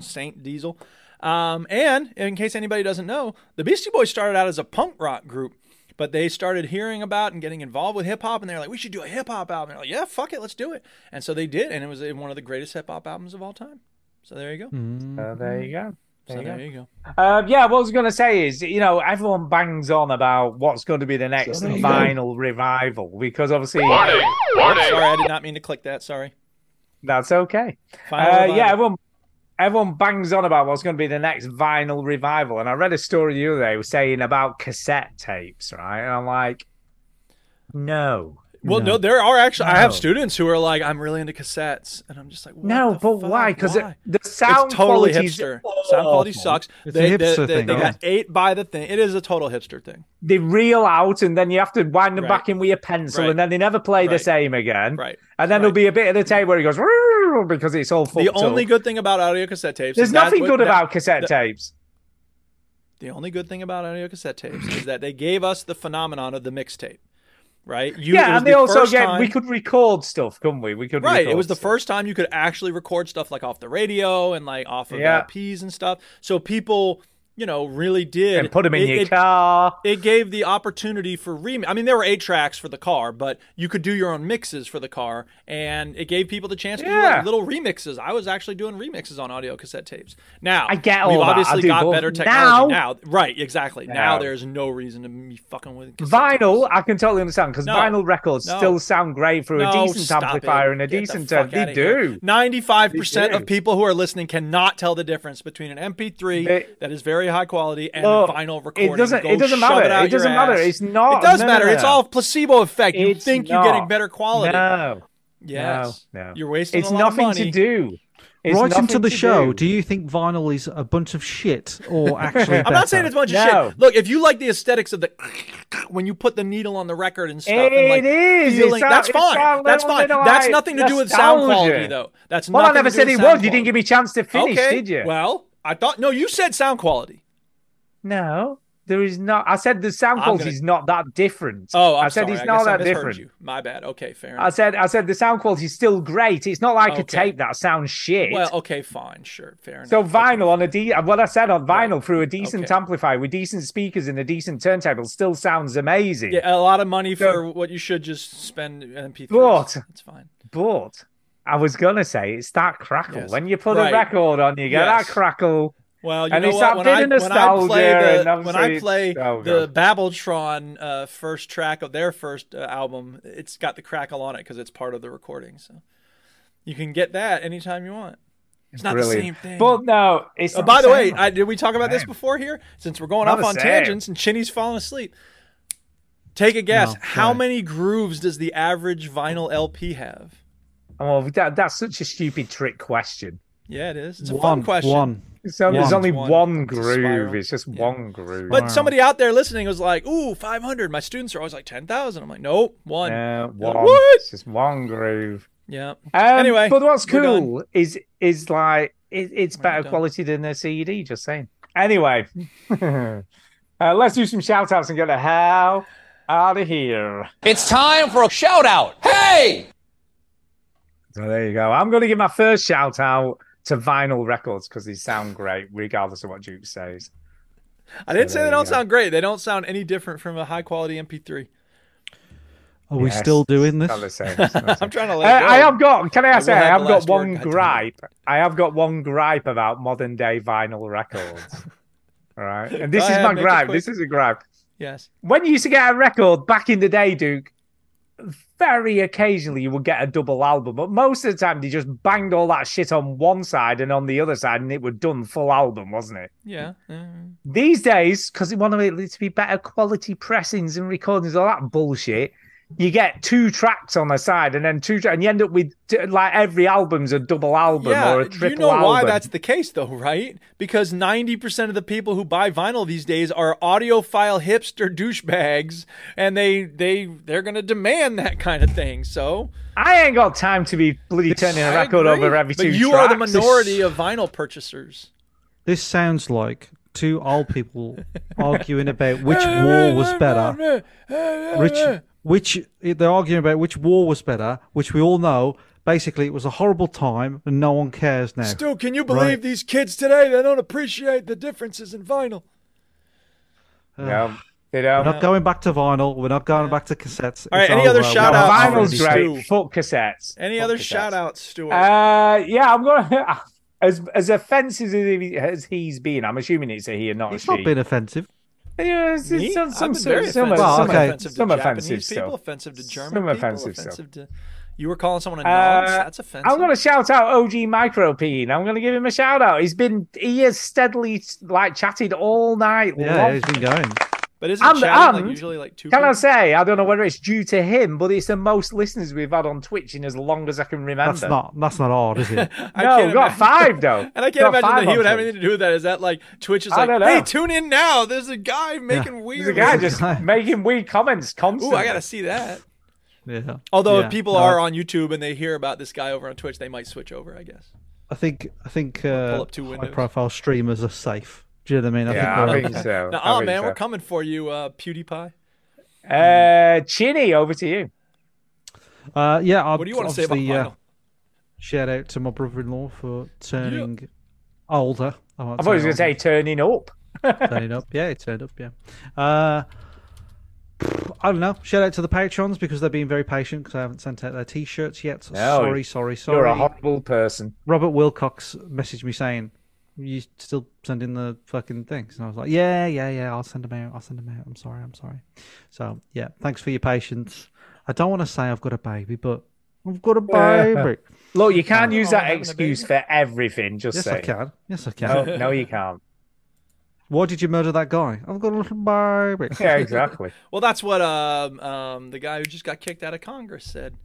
Saint Diesel. Um, and in case anybody doesn't know, the Beastie Boys started out as a punk rock group, but they started hearing about and getting involved with hip hop, and they're like, we should do a hip hop album. And they're like, yeah, fuck it, let's do it. And so they did, and it was uh, one of the greatest hip hop albums of all time. So there you go.
So Uh, there you go.
So
Hmm, There you
there
go.
you go.
Um, yeah, what I was going to say is, you know, everyone bangs on about what's going to be the next
there you go.
vinyl revival because obviously.
Oops, Sorry, I did not mean to click that. Sorry.
That's okay.
Vinyl
Uh,
revival.
yeah, everyone, everyone bangs on about what's going to be the next vinyl revival, and I read a story the other day saying about cassette tapes, right? And I'm like, no,
Well, no, there are actually. I have
No.
students who are like, I'm really into cassettes, and I'm just like, what
no,
the
but why? Because the sound
it's totally
quality's
hipster. Sound quality
awful.
sucks.
It's a
they,
hipster
they, they,
thing,
They
yeah.
got eight by the thing. It is a total hipster thing.
they reel out and then you have to wind them
Right.
back in with your pencil
Right.
and then they never play the
Right.
same again.
Right.
And then there'll be a bit of the tape where he goes "Rrrr," because it's all fucked
The only
up.
good thing about audio cassette tapes.
There's
is that's
nothing
what-
good
that-
about cassette
the-
tapes.
The only good thing about audio cassette tapes is that they gave us the phenomenon of the mixtape, right? You, it
yeah,
was
and they
the
also
first
get
time-
we could record stuff, couldn't we? We could
right
Record
it was the
stuff.
first time you could actually record stuff like off the radio and like off of
Yeah.
lps and stuff so people you know really did
And put 'em in
it,
your
it-
car
it gave the opportunity for remix i mean there were eight tracks for the car but you could do your own mixes for the car and it gave people the chance to do
Yeah.
like little remixes i was actually doing remixes on audio cassette tapes now
I get all
we've
that. I
obviously
do
got
both.
better technology
Now-
now, right exactly now,
Now.
there's no reason to me fucking with
Vinyl, I can totally understand because
No.
vinyl records
No.
still sound great through
No,
a decent
stop it.
amplifier and a
Get the
decent
fuck
amp. They
outta here.
do.
95%
They
of people who are listening cannot tell the difference between an MP3 that is very high quality and
Look,
vinyl recording.
It doesn't.
Go
It doesn't
shove
matter.
It, out
It,
your
doesn't matter.
ass.
It's not.
It does
no, no,
matter.
no,
It's
no.
all placebo effect. You
It's
think you're getting
not.
better quality.
No.
Yes.
No. no.
You're wasting
It's
a lot of
nothing
money.
to do. It's
Write into
nothing
the
to
show.
do.
Do. you think vinyl is a bunch of shit or actually?
I'm not saying
better?
it's a bunch of shit. Look, if you like the aesthetics of the when you put the needle on the record and stuff, and
It
like
is.
feeling-
It's
that's
that- it's
fine.
that
that's
little
fine.
bit of,
That's
like,
nothing to do with sound
nostalgia.
quality, though. That's
Well, I
nothing
never
to do
said
with
it
sound
was. You didn't
quality.
give me a chance to finish,
okay.
did you?
Well, I thought no. You said sound quality.
no, there is not. I said the sound
I'm
quality
gonna-
is not that different.
Oh, I'm
I said
sorry.
it's
I
not
guess I
that
misheard
different.
You. My bad. Okay, fair.
I
Enough.
said, I said the sound quality is still great. It's not like a
Okay.
tape that sounds shit.
Well, okay, fine, sure, fair enough.
So vinyl on a de- what I said on vinyl through a decent
Okay.
amplifier with decent speakers and a decent turntable still sounds amazing.
yeah, a lot of money for what you should just spend MP3.
But
It's fine.
but I was gonna say it's that crackle.
Yes.
When you put
Right.
a record on, you get
Yes.
that crackle.
Well, you
and
know
it's
what?
that
When
bit
I,
of
when I
nostalgia.
play the
and
when I
obviously-
play
oh,
the
God.
Babeltron uh, first track of their first uh, album, it's got the crackle on it because it's part of the recording. So you can get that anytime you want. It's not the
Brilliant.
same thing.
But no, it's
Uh,
not
by the
same.
way, I, did we talk about this
Same.
before here? Since we're going
Not
off
the
on
same.
tangents and Chinny's falling asleep, take a guess.
No,
how
sorry.
many grooves does the average vinyl LP have?
oh, that, that's such a stupid trick question.
Yeah, it is. It's a
one
fun question.
One.
So there's
One.
only
One.
one,
It's a
groove.
spiral.
It's just
Yeah.
one groove.
But
Wow.
somebody out there listening was like, "Ooh, 500." My students are always like, "10,000." I'm like, "Nope, one."
Yeah,
Like,
one.
what?
It's just one groove.
Yeah.
Um,
Anyway,
but what's
we're done.
cool is is like it, it's better
done.
quality than a CD. Just saying. Anyway, uh, let's do some shout outs and get the hell out of here.
It's time for a shout out. Hey!
So there you go. I'm going to give my first shout out to Vinyl Records because they sound great, regardless of what Duke says.
I didn't say
there
they
you
don't
go.
sound great. They don't sound any different from a high quality MP3.
Are we
Yes,
still doing this?
Not the same. It's not the
I'm
same.
trying to
Uh,
let.
I
go.
have got. Can I
will
say
have
I have
the
got
last word,
one
goddammit.
gripe. I have got one gripe about modern day vinyl records. All right, and this
Go
is
ahead,
my
make it
gripe.
quick.
This is a gripe.
Yes.
When you used to get a record back in the day, Duke, very occasionally you would get a double album, but most of the time they just banged all that shit on one side and on the other side, and it was done full album, wasn't it?
Yeah. Mm.
These days, because they want it to be better quality pressings and recordings, all that bullshit, you get two tracks on the side and then two, tra- and you end up with t- like every album's a double album
Yeah,
or a
you
triple
know
album.
why that's the case, though, right? Because ninety percent of the people who buy vinyl these days are audiophile hipster douchebags, and they they they're gonna demand that kind of thing. So
I ain't got time to be bloody turning a
I
record
agree.
over every
but
two
you are the
tracks.
minority of vinyl purchasers.
This sounds like two old people arguing about which war was better. Which, which they're arguing about which war was better, which we all know. Basically, it was a horrible time, and no one cares now.
Stu, can you believe
believe Right.
these kids today? They don't appreciate the differences in vinyl.
No, they
Uh, We're
don't.
not going back to vinyl. We're not going back to cassettes.
All right,
It's
any other
over.
shout
We're
outs?
not
Vinyl's
already-
Stu.
great. Fuck cassettes.
Any
Fuck
other
cassettes.
shout outs, Stuart?
Uh, yeah, I'm gonna. As as offensive as, he, as he's been, I'm assuming it's a he and not
It's
a
not
she.
been offensive.
yeah, it's, it's
Me?
some some
I've been
some
very
some,
offensive.
Well,
some,
okay.
offensive to
some offensive
Japanese people,
stuff.
offensive to German
Some
people,
offensive stuff.
to. You were calling someone a
Uh,
nonce. That's offensive.
I'm gonna shout out OG Micro Peen. I'm gonna give him a shout out. He's been he has steadily like chatted all night
Yeah,
long.
he's been going.
But isn't
And-
chatting like
and-
usually like two?
um, Can I
people?
say I don't know whether it's due to him, but it's the most listeners we've had on Twitch in as long as I can remember.
That's not. That's not hard, is it?
I
no,
can't
we've got
imagine-
five though.
And I can't
We've got
imagine
five
that he
on
would have
Twitch.
anything to do with that. Is that like Twitch is
I
like,
don't
hey,
know.
tune in now. There's a guy making weird.
There's a guy just making weird comments
Ooh,
constantly.
I gotta see that.
yeah.
Although
Yeah.
if people
No,
are on YouTube and they hear about this guy over on Twitch, they might switch over. I guess.
I think I think uh,
up two windows.
high-profile streamers are safe. Do you know what I mean? I
Yeah, I
they're-
think so.
Now,
I
oh
think
man,
so.
we're coming for you, uh, PewDiePie.
Uh, Chinny, over to you.
Uh, yeah.
What do you want to say about
uh,
vinyl?
Shout out to my brother-in-law for turning older. I,
I thought he was going to say turning up.
turning up. Yeah, it turned up. Yeah. Uh, I don't know. Shout out to the patrons because they've been very patient because I haven't sent out their t-shirts yet. So
No,
sorry, sorry, sorry.
You're a horrible person.
Robert Wilcox messaged me saying, "You still sending the fucking things?" And I was like, "Yeah, yeah, yeah. I'll send them out. I'll send them out. I'm sorry. I'm sorry." So yeah, thanks for your patience. I don't want to say I've got a baby, but I've got a
Yeah.
baby.
Look, you
Oh,
can't use that
having a baby.
excuse for everything. Just
yes, I
say.
can. Yes, I can.
No, no, you can't.
Why did you murder that guy? I've got a little baby.
Yeah, exactly.
Well, that's what um, um, the guy who just got kicked out of Congress said.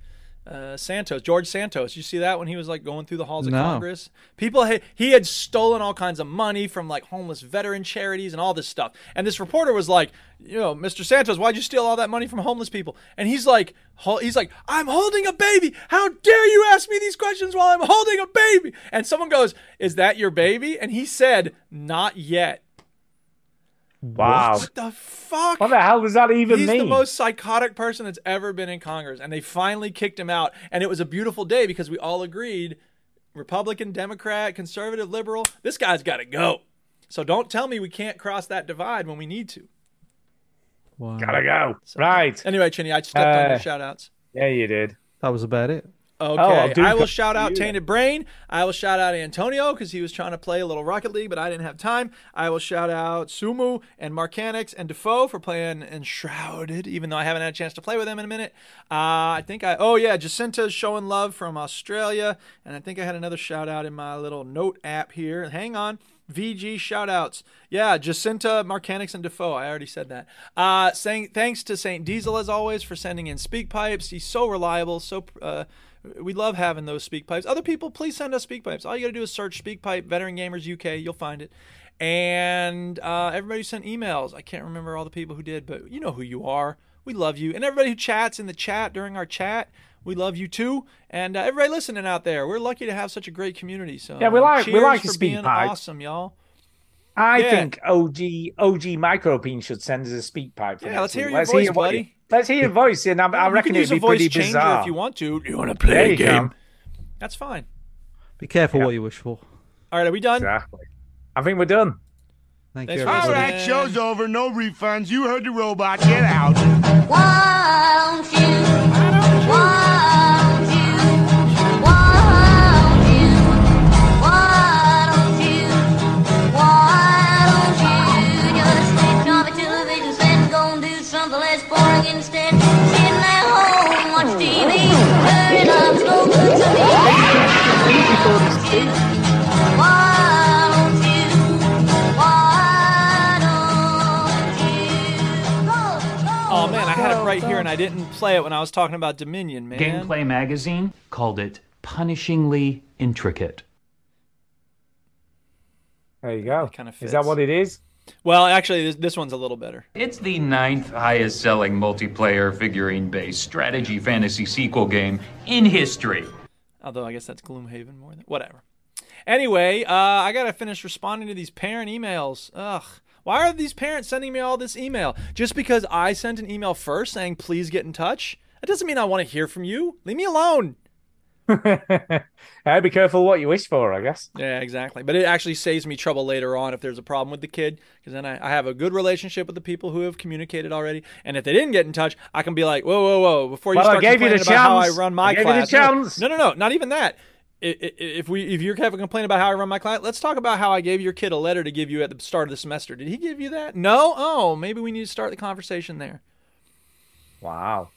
uh, Santos, George Santos. You see that when he was like going through the halls of
No.
Congress? People, had, he had stolen all kinds of money from like homeless veteran charities and all this stuff. And this reporter was like, you know, Mr. Santos, why'd you steal all that money from homeless people? And he's like, hol- he's like, I'm holding a baby. How dare you ask me these questions while I'm holding a baby? And someone goes, Is that your baby? And he said, Not yet.
Wow.
What the fuck?
What the hell does that even
He's
mean?
the most psychotic person that's ever been in Congress, and they finally kicked him out. And it was a beautiful day because we all agreed Republican, Democrat, conservative, liberal, this guy's got to go. So don't tell me we can't cross that divide when we need to.
Wow.
Gotta go. right.
Anyway, Chinny, I stepped on
Uh,
your shout outs.
Yeah, you did.
That was about it.
I'll
Okay.
do
I will
co-
shout out
you.
Tainted Brain. I will shout out Antonio because he was trying to play a little Rocket League, but I didn't have time. I will shout out Sumu and Marcanix and Defoe for playing Enshrouded, even though I haven't had a chance to play with them in a minute. Uh, I think I, oh yeah, Jacinta's showing love from Australia. And I think I had another shout out in my little note app here. Hang on. VG shout outs. Yeah, Jacinta, Marcanix, and Defoe. I already said that. Uh, saying thanks to St. Diesel as always for sending in speak pipes. He's so reliable. So uh, we love having those speak pipes. Other people, please send us speak pipes. All you got to do is search speak pipe veteran gamers UK. You'll find it. And uh, everybody who sent emails. I can't remember all the people who did, but you know who you are. We love you. And everybody who chats in the chat during our chat. We love you too, and uh, everybody listening out there. We're lucky to have such a great community. So
Yeah, we like- we
cheers
like
for
the speak
being
pipes.
awesome, y'all.
I
Yeah.
think OG OG Micropeen should send us a speak pipe. For
Yeah,
next
let's hear
week.
your voice,
what
buddy.
you- let's hear your voice, and I, I
you
reckon
can use
it'd
a
be
voice
pretty
changer
bizarre.
if you want to. You want to
There
play a
you go.
game? That's fine.
Be careful what you wish for.
All right, are we done?
Exactly. I think we're done.
Thank
Thanks
you.
for
everybody.
listening.
That show's over. No refunds. You heard the robot. Get out.
Won't you? Won't you? Won't you? Why don't you? Why don't you just switch off the television set and go and do something less boring instead? Sitting at home, watch TV, turn it up, smoke good to me. Why don't you? Why don't you? Go, go.
Oh man, I had it right here and I didn't play it when I was talking about Dominion, man.
Gameplay Magazine called it punishingly intricate.
There you go.
Kind of
Is that what it is?
Well, actually, this, this one's a little better.
It's the ninth highest selling multiplayer figurine based strategy fantasy sequel game in history.
Although I guess that's Gloomhaven more than whatever. Anyway, uh, I gotta finish responding to these parent emails. Ugh. Why are these parents sending me all this email? Just because I sent an email first saying please get in touch? That doesn't mean I want to hear from you. Leave me alone.
Uh, be careful what you wish for, I guess.
Yeah, exactly. But it actually saves me trouble later on if there's a problem with the kid, because then I, I have a good relationship with the people who have communicated already. And if they didn't get in touch, I can be like, whoa, whoa, whoa, before you
Well, I
start
gave you
complaining
the
about how I
chance.
run
I
my
gave you the
class. No,
chance.
No, no, no, not even that. I- I- If we, if you're having a complaint about how I run my class, let's talk about how I gave your kid a letter to give you at the start of the semester. Did he give you that? No. Oh, maybe we need to start the conversation there.
Wow.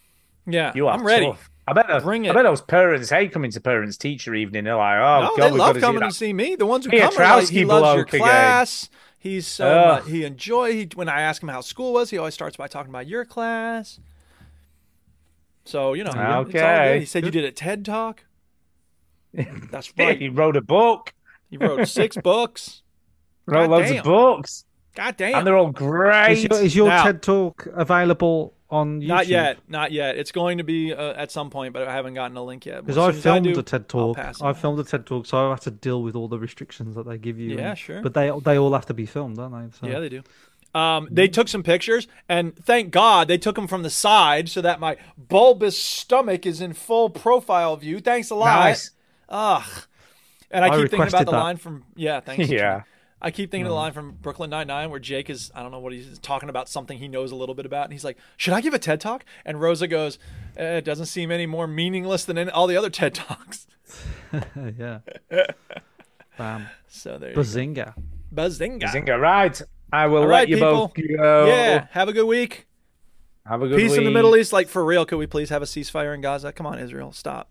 Yeah,
You are
I'm ready.
tough. I bet, those,
Bring
I
it.
bet those parents hate coming to parents' teacher evening. They're like, oh,
no,
God,
they
we've got
love
to
coming
do that.
to see me. The ones who
Yeah,
come are like, he
Trowski
loves your
bloke again.
class. He's so
Ugh.
much, he enjoy. He, when I ask him how school was, he always starts by talking about your class. So you know, it's all
Okay.
good. He said you did a TED talk. That's
Yeah,
right.
he wrote a book,
You wrote six books.
wrote
God
loads
damn.
of books,
God damn.
and they're all great.
Is your, is your
Now-
TED Talk available on YouTube?
Not yet, not yet. It's going to be uh, at some point, but I haven't gotten a link yet.
Because
As
I
soon as
filmed
do,
a TED
I'll
Talk.
pass it.
I filmed a TED Talk, so I have to deal with all the restrictions that they give you.
Yeah,
and-
sure.
But they they all have to be filmed, don't they? So.
Yeah, they do. Um, they took some pictures, and thank God they took them from the side so that my bulbous stomach is in full profile view. Thanks a lot.
Nice.
Ugh. And I,
I
keep thinking about
requested
the
that.
line from yeah, thanks.
Yeah.
I keep thinking of the line from Brooklyn Nine Nine where Jake is I don't know what he's talking about something he knows a little bit about, and he's like, "Should I give a TED talk?" And Rosa goes, eh, "It doesn't seem any more meaningless than any, all the other TED talks."
yeah. Bam.
So there you go.
Bazinga.
Bazinga.
Zinga, right. I will
All
let
right,
you
people.
both go.
Yeah. Have a good week.
Have a good
Peace
week.
in the Middle E- East, like for real. Could we please have a ceasefire in Gaza? Come on, Israel, stop.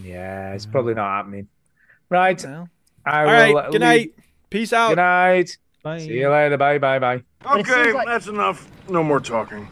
Yeah, it's probably not happening. Right.
Well.
I
All
will.
right, good
leave-
night. Peace out.
Good night.
Bye.
See you later. Bye. Bye. Bye.
Okay, that's enough. No more talking.